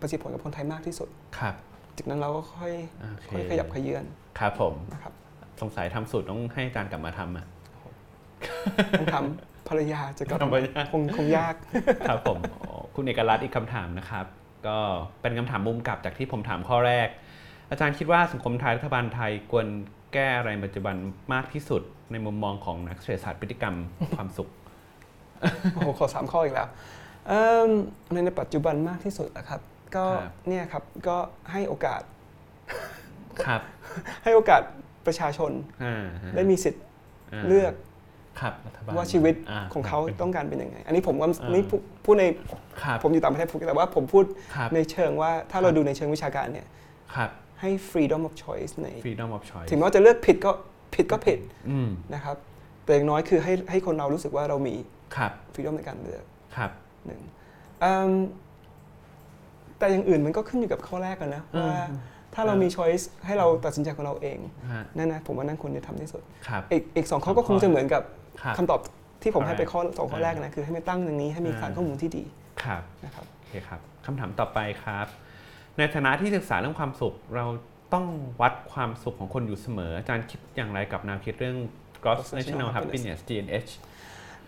Speaker 2: ประสิทธิผลกับคนไทยมากที่สุด
Speaker 1: ครับ
Speaker 2: จากนั้นเราก็ค่อย
Speaker 1: โอเค
Speaker 2: ค่อยขยับขยื่น
Speaker 1: ครับผม
Speaker 2: นะครับ
Speaker 1: สงสัยทำสูตรต้องให้อาจารย์กลับมาทำอ่ะ
Speaker 2: ต้องทำภรรยาจะกลับ
Speaker 1: ทำภรรยา
Speaker 2: คงคงยาก
Speaker 1: ครับผมอ๋อ คุณเอกลักษณ์อีกคำถามนะครับ ก็เป็นคำถามมุมกลับจากที่ผมถามข้อแรก อาจารย์คิดว่าสังคมไทยรัฐบาลไทยควรแก้อะไรในปัจจุบันมากที่สุดในมุมมองของนักเศรษฐศาสตร์พฤติกรรม ความสุข
Speaker 2: โอ้โหขอสามข้ออีกแล้วเอิ่มในในปัจจุบันมากที่สุดนะครับ ก็
Speaker 1: ครับ
Speaker 2: เนี่ยครับก็ให้โอกาส
Speaker 1: ครับ
Speaker 2: ให้โอกาสประชาชน
Speaker 1: อ่าฮะ
Speaker 2: ได้มีสิทธิ์
Speaker 1: า
Speaker 2: เลือก
Speaker 1: ครับรัฐบล
Speaker 2: ว่าชีวิต
Speaker 1: า
Speaker 2: ของเขา
Speaker 1: ป็น
Speaker 2: ต้องการเป็นยังไง อันนี้ผมว่า
Speaker 1: อ่านี่
Speaker 2: นี่พูพูดใน
Speaker 1: ครับ
Speaker 2: ผมอยู่ต่างประเทศผมแต่ว่าผมพูด
Speaker 1: ครับ
Speaker 2: ในเชิงว่าถ้าเราดูในเชิงวิชาการเนี่ย
Speaker 1: ครับ
Speaker 2: ให้ freedom of choice ใน
Speaker 1: freedom of choice
Speaker 2: ถึงแม้ว่าจะเลือกผิดก็ผิดก็ผิด
Speaker 1: อืม
Speaker 2: นะครับแต่อย่างน้อยคือให้ให้คนเรารู้สึกว่าเรามี
Speaker 1: ครับ
Speaker 2: freedom ในการเลือก
Speaker 1: ครับ
Speaker 2: หนึ่งเอิ่มแต่อย่างอื่นมันก็ขึ้นอยู่กับข้อแรกกันนะ
Speaker 1: อืม
Speaker 2: ว่าถ้าเรามี choice ให้เราตัดสินใจของเราเอง
Speaker 1: ฮะ
Speaker 2: นั่นนะผมว่านั่นควรจะทำที่สุด
Speaker 1: ครับ
Speaker 2: อีกอีกสองข้
Speaker 1: สอ
Speaker 2: อ
Speaker 1: งข้
Speaker 2: ก็
Speaker 1: อ
Speaker 2: คงจะเหมือนกับ
Speaker 1: ครับ
Speaker 2: คำตอบที่ผมให้ไปข้อสองข้อ
Speaker 1: อ่า
Speaker 2: แรกนะคือให้ไม่ตั้งอย่างนี้ให้มี
Speaker 1: อ่า
Speaker 2: ฐานข้อมูลที่ดี
Speaker 1: ครับ
Speaker 2: นะครับ
Speaker 1: โอเคครับคำถามต่อไปครับ ในฐานะที่ศึกษาเรื่องความสุข เราต้องวัดความสุขของคนอยู่เสมอ อาจารย์คิดอย่างไรกับแนวคิดเรื่อง gross national happiness GNH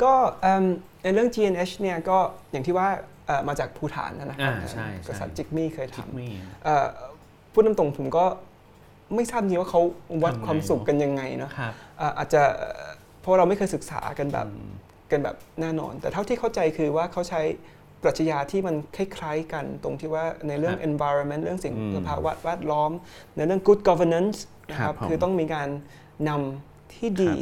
Speaker 2: ก็เอิ่มในเรื่อง GNH เนี่ยก็อย่างที่ว่าเอ่อมาจากภูฐานนะนะครั
Speaker 1: อ่าใช่ใช่
Speaker 2: กษัตริย์จิกมี่เคย
Speaker 1: คิด
Speaker 2: ทำ
Speaker 1: มี
Speaker 2: เอ่อพูดตรงๆผมก็ไม่ทราบจริงว่าเขาวัด
Speaker 1: ทำไง
Speaker 2: ความสุขกันยังไงเนาะ
Speaker 1: ครับ
Speaker 2: อ่าอาจจะเอ่อเพราะเราไม่เคยศึกษากันแบบ
Speaker 1: อืม
Speaker 2: กันแบบแน่นอน แต่เท่าที่เข้าใจคือว่าเขาใช้ปรัชญาที่มันคล้ายๆกันตรงที่ว่าในเรื่อง environment เรื่องสิ่งสภาวะแวดล้อม ในเรื่อง good governance นะครับ
Speaker 1: ผม
Speaker 2: คือต้องมีการนำที่ดี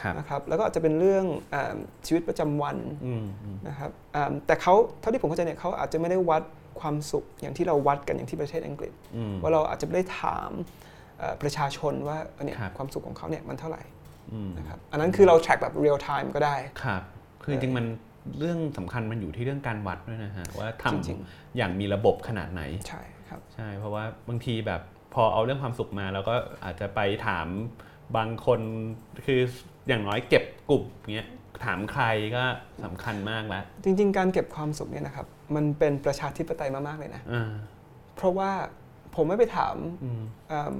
Speaker 1: ครับ
Speaker 2: นะครับแล้วก็อาจจะเป็นเรื่องเออชีวิตประจำวัน
Speaker 1: อืมอืม
Speaker 2: นะครับอ่าแต่เขาเท่าที่ผมเข้าใจเนี่ยเขาอาจจะไม่ได้วัดความสุขอย่างที่เราวัดกันอย่างที่ประเทศอังกฤษ
Speaker 1: อืม
Speaker 2: ว่าเราอาจจะไม่ได้ถามเอ่อประชาชนว่าเออเนี่ย
Speaker 1: ครับ
Speaker 2: ความสุขของเขาเนี่ยมันเท่าไหร่
Speaker 1: อืม
Speaker 2: นะครับอันนั้นคือเรา track แบบ real time ก็ได้
Speaker 1: ครับ คือจริงๆมันเรื่องสำคัญมันอยู่ที่เรื่องการวัดด้วยนะฮะ ว่าทำ
Speaker 2: จริง
Speaker 1: อย่างมีระบบขนาดไหน
Speaker 2: ใช่ครับ
Speaker 1: ใช่ เพราะว่าบางทีแบบพอเอาเรื่องความสุขมาแล้วก็อาจจะไปถามบางคนคืออย่างน้อยเก็บกลุ่มเงี้ยถามใครก็สำคัญมากละ
Speaker 2: จริง ๆ การเก็บความสุขเนี่ยนะครับ มันเป็นประชาธิปไตยมากๆเลยนะ
Speaker 1: อ่า
Speaker 2: เพราะว่าผมไม่ไปถาม
Speaker 1: อืม
Speaker 2: เอิ่ม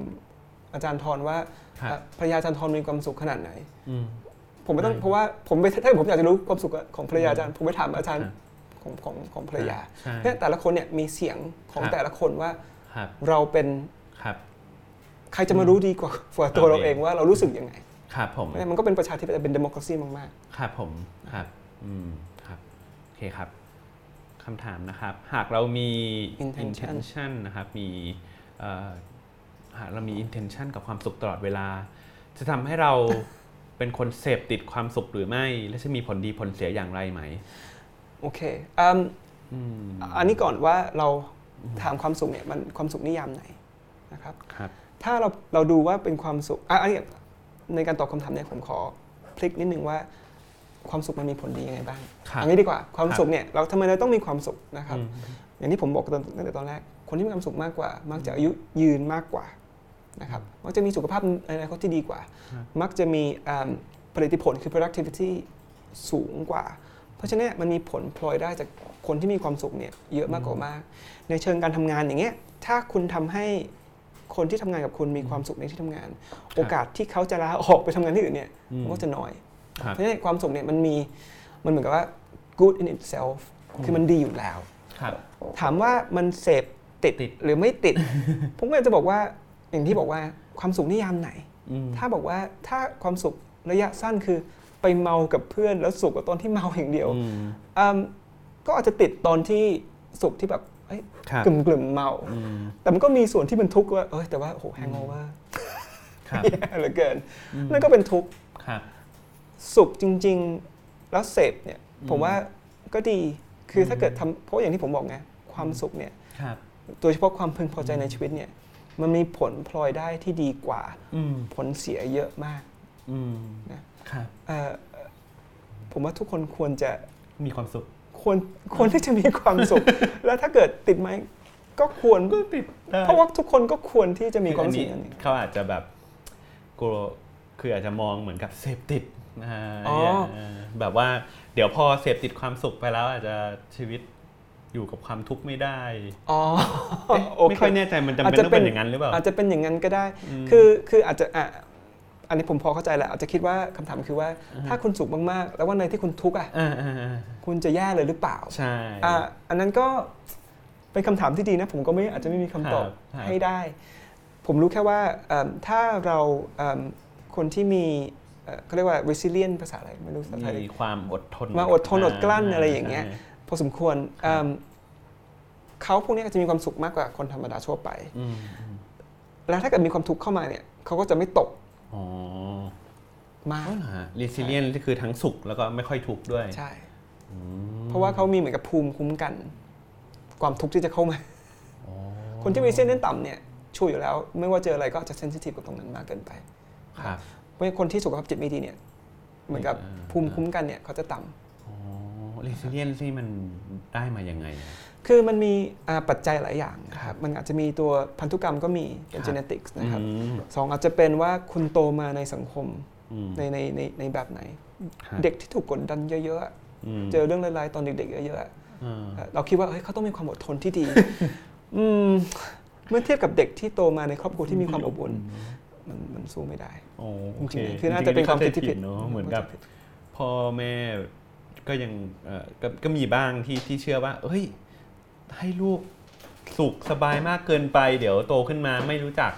Speaker 2: อาจารย์ทรว่า
Speaker 1: ครับ
Speaker 2: เอ่อภรรยาอาจารย์ทรมีความสุขขนาดไหน
Speaker 1: อืม
Speaker 2: ผมไม่ต้อง
Speaker 1: ใช่
Speaker 2: เพราะว่าผมไปถ้าผมอยากจะรู้ความสุขของภรรยาอาจารย์ ผมไปถามอาจารย์
Speaker 1: ครับ
Speaker 2: ของของของภรรยา
Speaker 1: ใช่
Speaker 2: เนี่ยแต่ละคนเนี่ยมีเสียงของ
Speaker 1: ครับ
Speaker 2: แต่ละคนว่า
Speaker 1: ครับ
Speaker 2: เราเป็น
Speaker 1: ครับ
Speaker 2: ใครจะมารู้ดีกว่ากว่าตัวเรา
Speaker 1: เรา
Speaker 2: เอ
Speaker 1: เอง ง
Speaker 2: ว่าเรารู้สึกยังไง
Speaker 1: ครับผม
Speaker 2: เนี่ยมันก็เป็นประชาธิปไตยเป็น democracy มาก
Speaker 1: ครับผมครับอืมครับโอเคครับคำถามนะครับ หากเรามี
Speaker 2: ๆ intention
Speaker 1: intention นะครับมีเอ่อหากเรามี intention กับความสุขตลอดเวลา จะทำให้ เรา เป็นคนเสพติดความสุขหรือไม่ และจะมีผลดีผลเสียอย่างไรไหม
Speaker 2: โอเคเอิ่ม
Speaker 1: อืม
Speaker 2: อันนี้ก่อนว่าเราถามความสุขเนี่ยมันความสุขนิยามไหนนะครับ
Speaker 1: ครับ
Speaker 2: ถ้าเราเราดูว่าเป็นความสุขอ่ะอันนี้ในการตอบคำถามเนี่ยผมขอพลิกนิดนึงว่าความสุขมันมีผลดียังไงบ้าง
Speaker 1: ครับ
Speaker 2: เอันนี้ดีกว่าความ
Speaker 1: ครับ
Speaker 2: สุขเนี่ยเราทำไมเราต้องมีความสุขนะครับ
Speaker 1: อืม
Speaker 2: อย่างที่ผมบอกตอนตั้งแต่ตอนแรก คนที่มีความสุขมากกว่า มักจะอายุยืนมากกว่านะครับมักจะมีสุขภาพในอนาคตที่ดีกว่า มักจะมีอ่าผลิตผลคือ productivity สูงกว่า เพราะฉะนั้นมันมีผลพลอยได้จากคนที่มีความสุขเนี่ยเยอะมากกว่ามาก ในเชิงการทำงานอย่างเงี้ยถ้าคุณทำให้คนที่ทำงานกับคุณมีความสุขในที่ทำงาน โอกาสที่เขาจะลาออกไปทำงานที่อื่นเนี่ย
Speaker 1: อืม
Speaker 2: มันก็จะน้อย
Speaker 1: ครับ
Speaker 2: เพราะฉะนั้นความสุขเนี่ยมันมีมันเหมือนกับว่า good in itself คือมันดีอยู่แล้ว
Speaker 1: ครับ
Speaker 2: ถามว่ามันเสพติด
Speaker 1: ติด
Speaker 2: หรือไม่ ติด ผมก็เลยจะบอกว่าอย่างที่บอกว่าความสุขนิยามไหน
Speaker 1: อืม
Speaker 2: ถ้าบอกว่าถ้าความสุขระยะสั้นคือไปเมากับเพื่อนแล้วสุขกับตอนที่เมาอย่างเดียว
Speaker 1: อืม
Speaker 2: อืมก็อาจจะติดตอนที่สุขที่แบบเอ้ย
Speaker 1: ครับ
Speaker 2: กลุ่มกล่มๆเมา
Speaker 1: อืม
Speaker 2: แต่มันก็มีส่วนที่เป็นทุกข์ว่าเอ้ยแต่ว่าโอ้โหแฮงโอเวอร์
Speaker 1: ครับ
Speaker 2: แย่เหลือเกิน
Speaker 1: อืม
Speaker 2: นั่นก็เป็นทุกข์
Speaker 1: ครับ
Speaker 2: สุขจริง ๆ แล้วเสพเนี่ย
Speaker 1: อืม
Speaker 2: ผมว่าก็ดีคื
Speaker 1: ม
Speaker 2: อถ้าเกิดทำเพราะอย่างที่ผมบอกไงความสุขเนี่ย
Speaker 1: ครับ
Speaker 2: โดยเฉพาะความพึงพอใจในชีวิตเนี่ยมันมีผลพลอยได้ที่ดีกว่า
Speaker 1: อืม
Speaker 2: ผลเสียเยอะมาก
Speaker 1: อืม
Speaker 2: นะ
Speaker 1: ครับ
Speaker 2: เอ่อเอ่อผมว่าทุกคนควรจะ
Speaker 1: มีความสุข
Speaker 2: ควรควรที่จะมีความสุข แล้วถ้าเกิดติดไหมก็ควร
Speaker 1: ก็ติดได้
Speaker 2: เพราะว่าทุกคนก็ควรที่จะมีความ
Speaker 1: อัน
Speaker 2: สุข
Speaker 1: นี้
Speaker 2: อันนี้
Speaker 1: เขาอาจจะแบบกลัวคืออาจจะมองเหมือนกับเสพติดนะฮะ
Speaker 2: อ๋อ
Speaker 1: แบบว่าเดี๋ยวพอเสพติดความสุขไปแล้วอาจจะชีวิตอยู่กับความทุกข์ไม่ได้
Speaker 2: อ๋อ
Speaker 1: เอ๊ะ
Speaker 2: โอ
Speaker 1: ไม่
Speaker 2: เค
Speaker 1: ค่อยแน่ใจมันจำ
Speaker 2: อาจ
Speaker 1: เป็น
Speaker 2: จะ
Speaker 1: ต้องเป็น
Speaker 2: เป็น
Speaker 1: อย่างนั้นหรือเปล่า
Speaker 2: อาจจะเป็นอย่างนั้นก็ได้
Speaker 1: อืม
Speaker 2: คือคืออาจจะอ่ะ อันนี้ผมพอเข้าใจแหละอาจจะคิดว่าคำถามคือว่า ถ้าคุณสุขมากๆ แล้ววันในที่คุณทุกข์อ่ะ
Speaker 1: อ่าอ่าอ่า
Speaker 2: คุณจะแย่เลยหรือเปล่า
Speaker 1: ใช่
Speaker 2: อ่าอันนั้นก็เป็นคำถามที่ดีนะ ผมก็ไม่อาจจะไม่มีคำตอบ
Speaker 1: ครับ
Speaker 2: ให้ได้ ผมรู้แค่ว่าเอิ่มถ้าเราเอิ่มคนที่มีเอ่อเขาเรียกว่า resilient ภาษาอะไร ไม่รู้ภาษาไทย
Speaker 1: มีความอดทน
Speaker 2: มาอดทนอดกลั้นอะไรอย่างเงี้ย พอสมควรเอิ่มเขาพวกนี้ก็จะมีความสุขมากกว่าคนธรรมดาทั่วไป
Speaker 1: อืมอืม
Speaker 2: แล้วถ้าเกิดมีความทุกข์เข้ามาเนี่ยเขาก็จะไม่ตก
Speaker 1: อ๋อ
Speaker 2: มาก
Speaker 1: รีซิเลียนก็คือทั้งสุขแล้วก็ไม่ค่อยทุกข์ด้วย
Speaker 2: ใช่
Speaker 1: อืม
Speaker 2: เพราะว่าเขามีเหมือนกับภูมิคุ้มกัน ความทุกข์ที่จะเข้ามา
Speaker 1: อ๋อ
Speaker 2: คนที่มีเส้นเล่นต่ำเนี่ยช่วยอยู่แล้ว ไม่ว่าเจออะไรก็จะเซนซิทีฟกับตรงนั้นมากเกินไป
Speaker 1: ครับ
Speaker 2: เพราะฉะนั้นคนที่สุขภาพจิตไม่ดีเนี่ยเหมือนกับภูมิคุ้มกันเนี่ยเขาจะต่ำ
Speaker 1: อ๋อรีซิเลียนที่มันได้มายังไงอะ
Speaker 2: คือมันมีอ่าปัจจัยหลายอย่างนะครับ มันอาจจะมีตัวพันธุกรรมก็มีเป็น
Speaker 1: ครับ
Speaker 2: genetics นะครับ
Speaker 1: อืม
Speaker 2: สองอาจจะเป็นว่าคุณโตมาในสังคม
Speaker 1: อืม
Speaker 2: ในในในในแบบไหน
Speaker 1: ครับ
Speaker 2: เด็กที่ถูกกดดันเยอะๆอะ
Speaker 1: ม
Speaker 2: เจอเรื่องร้ายๆตอนเด็กๆเยอะๆอะ
Speaker 1: อ่า
Speaker 2: เราคิดว่าเฮ้ยเขาต้องมีความอดทนที่ดี อืมเมื่อเทียบกับเด็กที่โตมาในครอบครัวที่มีความอบอุ่นมันมันสู้ไม่ได้
Speaker 1: โอ้
Speaker 2: จริงๆ
Speaker 1: โเ
Speaker 2: คือน่าจะเป็นความคิดที่ผิด
Speaker 1: เนอะเหมือนกับพ่อแม่ก็ยังเอ่อก็ก็มีบ้างที่ที่เชื่อว่า เอ้ย ให้ลูกสุขสบายมากเกินไป เดี๋ยวโตขึ้นมาไม่รู้จัก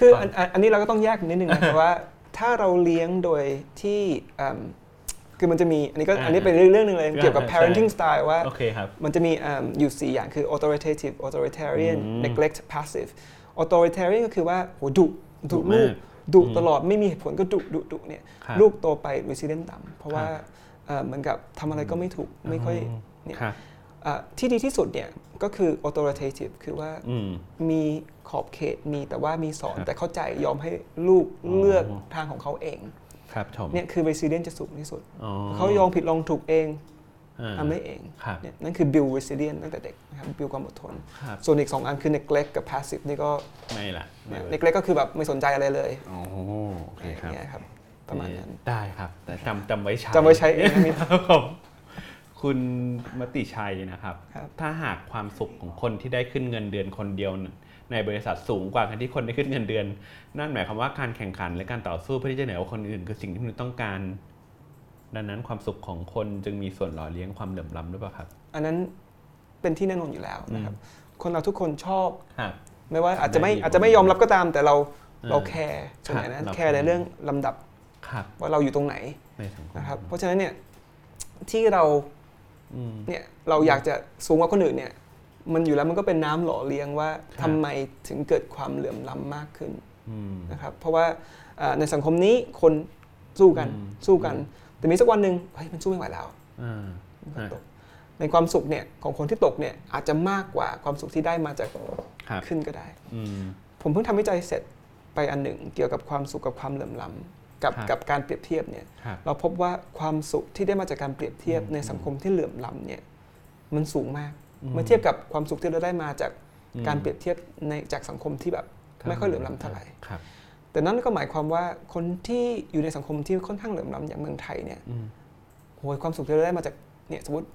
Speaker 2: คืออันอันอันนี้เราก็ต้องแยกนิดนึง นะครับ ว่าถ้าเราเลี้ยงโดยที่อืมคือมันจะมีอันนี้ก็
Speaker 1: อ่า
Speaker 2: อันนี้เป็นเรื่องหนึ่งเลย
Speaker 1: อ่า
Speaker 2: เกี่ยวกับ
Speaker 1: ใช่
Speaker 2: parenting style ว่า
Speaker 1: โอเคครับ
Speaker 2: มันจะมีอืมอยู่ 4 อย่างคือ authoritative authoritarian
Speaker 1: อืม
Speaker 2: neglect passive authoritarian ก็คือว่าโหดุดุลูก
Speaker 1: มาก
Speaker 2: ดุ
Speaker 1: อืม
Speaker 2: ตลอดไม่มีเหตุผลก็ดุดุดุเนี่ย
Speaker 1: ครับ
Speaker 2: ลูกโตไป resilient ต่ำเพราะว่าเอ่อเหมือนกับทำอะไรก็ไม่ถูกไม่ค่อย
Speaker 1: อ๋อ
Speaker 2: เนี่ย
Speaker 1: ครับ
Speaker 2: เอ่อที่ดีที่สุดเนี่ยก็คือ authoritative คือว่า
Speaker 1: อืม
Speaker 2: มีขอบเขตมีแต่ว่ามีสอน
Speaker 1: ครับ
Speaker 2: แต่เข้าใจยอมให้ลูก
Speaker 1: อ๋อ
Speaker 2: เลือกทางของเขาเอง
Speaker 1: ครับชม
Speaker 2: เนี่ยคือ resilient จะสูงที่สุด
Speaker 1: อ๋อ
Speaker 2: เขายอมผิดลองถูกเอง
Speaker 1: อ่า
Speaker 2: ทำได้เอง
Speaker 1: ครับ
Speaker 2: เนี่ยนั่นคือ build resilient ตั้งแต่เด็กนะครับ build ความอดทน
Speaker 1: ครับ
Speaker 2: ส่วนอีก 2 อันคือ neglect กับ passive นี่ก็
Speaker 1: ไม่ละไม่
Speaker 2: เนี่ย
Speaker 1: ละ
Speaker 2: neglect ก็คือแบบไม่สนใจอะไรเลย
Speaker 1: โอ้โอเคครับ
Speaker 2: เนี่ยครับประมาณนั้น
Speaker 1: ได้ครับ แต่จำจำไว้ใช้
Speaker 2: จำไว้ใช้เองนะมิตร
Speaker 1: ครับผมคุณมติชัยนะครับ
Speaker 2: ครับ
Speaker 1: ถ้าหากความสุขของคนที่ได้ขึ้นเงินเดือนคนเดียวน่ะในบริษัทสูงกว่าการที่คนได้ขึ้นเงินเดือน นั่นหมายความว่าการแข่งขันและการต่อสู้เพื่อที่จะเหนือกว่าคนอื่นคือสิ่งที่มนุษย์ต้องการ ดังนั้นความสุขของคนจึงมีส่วนหล่อเลี้ยงความเหลื่อมล้ำหรือเปล่าครับ
Speaker 2: อันนั้นเป็นที่แน่นอนอยู่แล้วนะครับคนเราทุกคนชอบ
Speaker 1: ครับ
Speaker 2: ไม่ว่าอาจจะไม่
Speaker 1: ได้ดี
Speaker 2: อาจจะไม่ยอมรับก็ตามแต่เราเรา
Speaker 1: อ่า
Speaker 2: แคร์ส่วนใหญ่นะ
Speaker 1: ครับ
Speaker 2: แคร์ใน
Speaker 1: เรา
Speaker 2: เรื่องลำดับ
Speaker 1: ครับ
Speaker 2: ว่าเราอยู่ตรงไหน
Speaker 1: ในสังคม
Speaker 2: นะครับเพราะฉะนั้นเนี่ยที่เรา
Speaker 1: อืม
Speaker 2: เนี่ยเราอยากจะสูงกว่าคนอื่นเนี่ยมันอยู่แล้วมันก็เป็นน้ำหล่อเลี้ยงว่า
Speaker 1: ครับ
Speaker 2: ทำไมถึงเกิดความเหลื่อมล้ำมากขึ้น
Speaker 1: อืม
Speaker 2: นะครับเพราะว่าเอ่อในสังคมนี้คนสู้กัน
Speaker 1: อืม
Speaker 2: สู้กัน แต่มีสักวันหนึ่งเฮ้ยมันสู้ไม่ไหวแล้ว
Speaker 1: อ่า
Speaker 2: มันก็
Speaker 1: ฮะ
Speaker 2: ตกในความสุขเนี่ยของคนที่ตกเนี่ยอาจจะมากกว่าความสุขที่ได้มาจาก
Speaker 1: ครับ
Speaker 2: ขึ้นก็ได้
Speaker 1: อืม
Speaker 2: ผมเพิ่งทำวิจัยเสร็จไปอันหนึ่ง เกี่ยวกับความสุขกับความเหลื่อมล้ำกับ
Speaker 1: ครับ
Speaker 2: กับการเปรียบเทียบเนี่ย
Speaker 1: ครับ
Speaker 2: เราพบว่าความสุขที่ได้มาจากการเปรียบเทียบ
Speaker 1: อืม
Speaker 2: ในสังคมที่เหลื่อมล้ำเนี่ยมันสูงมาก
Speaker 1: อืม
Speaker 2: เมื่อเทียบกับความสุขที่เราได้มาจากการเปรีย
Speaker 1: บบ
Speaker 2: เทียบในจากสังคมที่แบบไม่ค่อยเหลื่อมล้ำเท่าไหร่
Speaker 1: ครับ
Speaker 2: แต่นั่นก็หมายความว่าคนที่อยู่ในสังคมที่ค่อนข้างเหลื่อมล้ำอย่างเมืองไทยเนี่ย
Speaker 1: อืม
Speaker 2: โหยความสุขที่เราได้มาจากเนี่ยสมมติ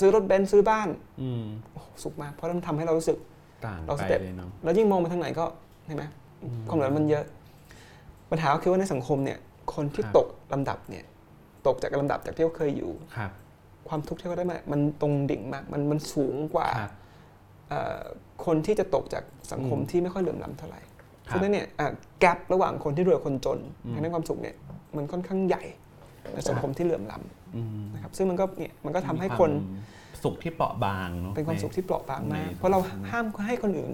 Speaker 2: ซื้อรถเบนซ์ซื้อบ้าน
Speaker 1: อืม
Speaker 2: โอ้โหสุขมากเพราะมันทำให้เรารู้สึก
Speaker 1: ต่าง
Speaker 2: เราส
Speaker 1: ไป
Speaker 2: เต็ป
Speaker 1: เลยเนาะ
Speaker 2: แล้วยิ่งมองไปทางไหนก็เห็นไหม
Speaker 1: อืม
Speaker 2: ความเหลื่อมล้ำมันเยอะ ปัญหาก็คือว่าในสังคมเนี่ยคนที่
Speaker 1: ครับ
Speaker 2: ตกลำดับเนี่ยตกจากลำดับจากที่เขาเคยอยู่
Speaker 1: ครับ
Speaker 2: ความทุกข์ที่เขาได้มา มันตรงดิ่งมาก มันมันสูงกว่า
Speaker 1: ครับ
Speaker 2: เอ่อคนที่จะตกจากสังคม
Speaker 1: อืม
Speaker 2: ที่ไม่ค่อยเหลื่อมล้ำเท่าไหร่
Speaker 1: ครับ
Speaker 2: ฉะนั้นเนี่ยแกลบระหว่างคนที่รวยกับคนจน
Speaker 1: อืม
Speaker 2: ทางด้านความสุขเนี่ยมันค่อนข้างใหญ่ในสังคมที่เหลื่อมล้
Speaker 1: อืม
Speaker 2: ำนะครับ ซึ่งมันก็เนี่ยมันก็ทำให้คน
Speaker 1: มีความสุขที่เปราะบางเนอะ
Speaker 2: เป็นความสุข
Speaker 1: ใ
Speaker 2: ที่เปราะบางมาก
Speaker 1: ใน
Speaker 2: เพราะเราห้ามให้คนอื่น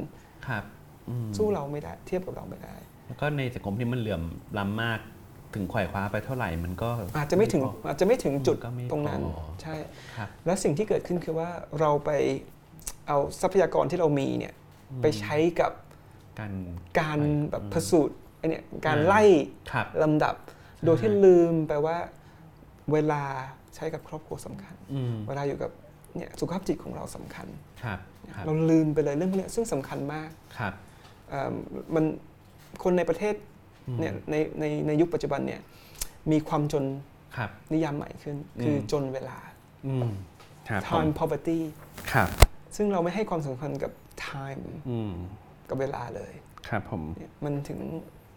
Speaker 1: ครับอืม
Speaker 2: สู้เราไม่ได้ เทียบกับเราไม่ได้
Speaker 1: แล้วก็ในสังคมที่มันเหลื่อมล้ำมากถึงขวายคว้าไปเท่าไหร่มันก็
Speaker 2: อาจจะไม่ถึง
Speaker 1: พอ
Speaker 2: อาจจะไม่ถึงจุด
Speaker 1: ก็ไม่
Speaker 2: ตรงนั้น
Speaker 1: พอ
Speaker 2: ใช่
Speaker 1: ครับ
Speaker 2: และสิ่งที่เกิดขึ้นคือว่าเราไปเอาทรัพยากรที่เรามีเนี่ยไปใช้กับ
Speaker 1: การ
Speaker 2: การแบบ
Speaker 1: อืม
Speaker 2: พสูจน์ไอเนี่ยการ
Speaker 1: อ่า
Speaker 2: ไล่
Speaker 1: ครับ
Speaker 2: ลำดับ โดยที่ลืมไปว่าเวลาใช้กับครอบครัวสำคัญ
Speaker 1: อืม
Speaker 2: เวลาอยู่กับเนี่ยสุขภาพจิตของเราสำคัญ
Speaker 1: ครับครับ
Speaker 2: เราลืมไปเลยเรื่องพวกเนี้ยซึ่งสำคัญมาก
Speaker 1: ครับ
Speaker 2: เอิ่มมันคนในประเทศ
Speaker 1: อืม
Speaker 2: เนี่ยในในในยุคปัจจุบันเนี่ยมีความจน
Speaker 1: ครับ
Speaker 2: นิยามใหม่ขึ้น
Speaker 1: อืม
Speaker 2: คือจนเวลา
Speaker 1: อืมครับผม
Speaker 2: time poverty
Speaker 1: ครับ
Speaker 2: ซึ่งเราไม่ให้ความสำคัญกับ time
Speaker 1: อืม
Speaker 2: กับเวลาเลย
Speaker 1: ครับผม
Speaker 2: เนี่ยมันถึง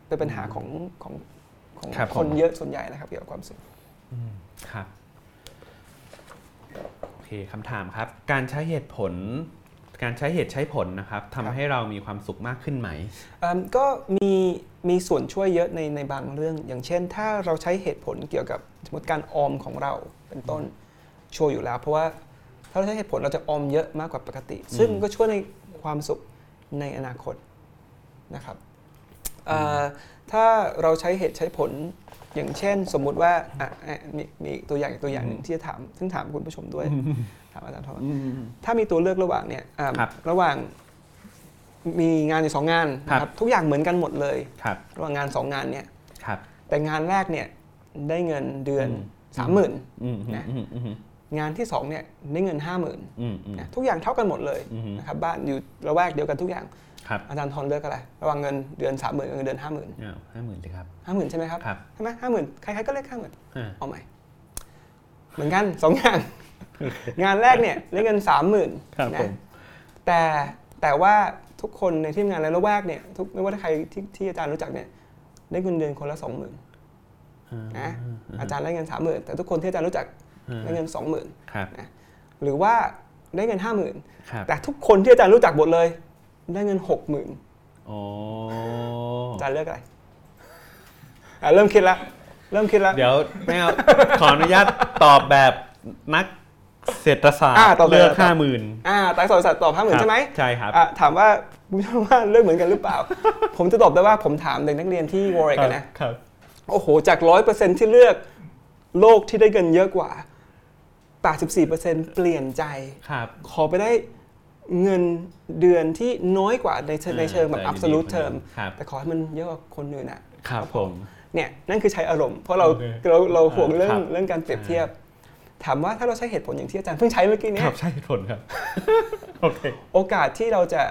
Speaker 2: เป็นปัญหาของของ ของ
Speaker 1: ครับผม
Speaker 2: คนเยอะส่วนใหญ่นะครับเกี่ยวกับความสุข
Speaker 1: ครับ โอเคคำถามครับ การใช้เหตุผล การใช้เหตุใช้ผลนะครับ
Speaker 2: ครับ
Speaker 1: ทำให้เรามีความสุขมากขึ้นไหม
Speaker 2: เอิ่มก็มีมีส่วนช่วยเยอะในในบางเรื่อง อย่างเช่น ถ้าเราใช้เหตุผลเกี่ยวกับสมมติการออมของเราเป็นต้นช่วยอยู่แล้ว เพราะว่าถ้าเราใช้เหตุผลเราจะออมเยอะมากกว่าปกติ ซึ่งก็ช่วยในความสุขในอนาคตนะครับเอ่อถ้าเราใช้เหตุใช้ผลอย่างเช่น สมมุติว่าอ่ะอ่ะมีมีตัวอย่างอีกตัวอย่างหนึ่งที่จะถามซึ่งถามคุณผู้ชมด้วยถามอาจารย์ทอม ถ้ามีตัวเลือกระหว่างเนี่ยอ่า
Speaker 1: ครับ
Speaker 2: ระหว่างมีงานอยู่สองงาน
Speaker 1: ครับ
Speaker 2: นะทุกอย่างเหมือนกันหมดเลย
Speaker 1: ครับ
Speaker 2: ระหว่างงานสองงานเนี่ย
Speaker 1: ครับ
Speaker 2: แต่งานแรกเนี่ยได้เงินเดือน
Speaker 1: อืม
Speaker 2: สามหมื่น
Speaker 1: อืม
Speaker 2: นะ
Speaker 1: อืมอืม
Speaker 2: งานที่สองเนี่ยได้เงินห้าหมื่น
Speaker 1: อืมอืม
Speaker 2: นะทุกอย่างเท่ากันหมดเลย
Speaker 1: อืม
Speaker 2: นะครับบ้านอยู่ระแวกเดียวกันทุกอย่าง
Speaker 1: ครับ
Speaker 2: อาจารย์ทอนเลือกอะไรระหว่างเงินเดือนสามหมื่นกับเงินเดือนห้าหมื่น
Speaker 1: ห้าหมื่นสิครับ
Speaker 2: ห้าหมื่นใช่ไหมครับ
Speaker 1: ครับ
Speaker 2: ใช่ไหมห้าหมื่นใครๆก็เลือกห้าหมื่น
Speaker 1: อ่า
Speaker 2: เอาใหม่เหมือนกันสองงาน งานแรกเนี่ยได้เงินสามหมื่น
Speaker 1: ครับ
Speaker 2: นะ
Speaker 1: ผม
Speaker 2: แต่แต่ว่าทุกคนในทีมงานและละแวกเนี่ยทุกไม่ว่าใครที่ที่อาจารย์รู้จักเนี่ยได้เงินเดือนคนละสองหมื่นนะอาจารย์ได้เงินสามหมื่นแต่ทุกคนที่อาจารย์รู้จักได้เงินสองหมื่น
Speaker 1: ครับ
Speaker 2: หรือว่าได้เงินห้าหมื่น
Speaker 1: ครับ
Speaker 2: แต่ทุกคนที่อาจารย์รู้จักหมดเลย ได้เงินหกหมื่น
Speaker 1: โอ้
Speaker 2: อาจารย์เลือกอะไรอ่ะเริ่มคิดละเริ่มคิดละ
Speaker 1: เดี๋ยวไม่เอา ขออนุญาตตอบแบบนักเศรษฐศาสต
Speaker 2: อ่าตอบ
Speaker 1: ร์
Speaker 2: แบบ
Speaker 1: เลือก
Speaker 2: ตอบ
Speaker 1: ห้าหมื่น
Speaker 2: อ่าตายสอยสัตว์ตอบห้าหมื่นใช่ไหม
Speaker 1: ใช่ครับ
Speaker 2: อ่ะถาม ว่าคุณผู้ชมว่าเลือกเหมือนกันหรือเปล่า ผมจะตอบได้ว่าผมถามเด็กนักเรียนที่วอร์เรกนะ
Speaker 1: ครับ
Speaker 2: โอ้โห จากร้อยเปอร์เซ็นที่เลือกโลกที่ได้เงินเยอะกว่า 84เปอร์เซ็นเปลี่ยนใจ
Speaker 1: ครับ
Speaker 2: ขอไปได้เงินเดือนที่น้อยกว่าในเชิงในเชิงแบบ absolute term
Speaker 1: ครับ
Speaker 2: แต่ขอให้มันเยอะกว่าคนอื่นอะ
Speaker 1: ครับผม
Speaker 2: เนี่ยนั่นคือใช้อารมณ์ เพราะเรา
Speaker 1: โอเค
Speaker 2: เราเราห่วงเรื่อ
Speaker 1: ค
Speaker 2: ง
Speaker 1: รับ
Speaker 2: เรื่องการเปรียบเทียบ ถามว่าถ้าเราใช้เหตุผลอย่างที่อาจารย์เพิ่งใช้เมื่อกี้เนี่
Speaker 1: ครั
Speaker 2: ย
Speaker 1: บใช่เหตุผลครับ โอเค
Speaker 2: โอกาสที่เราจะ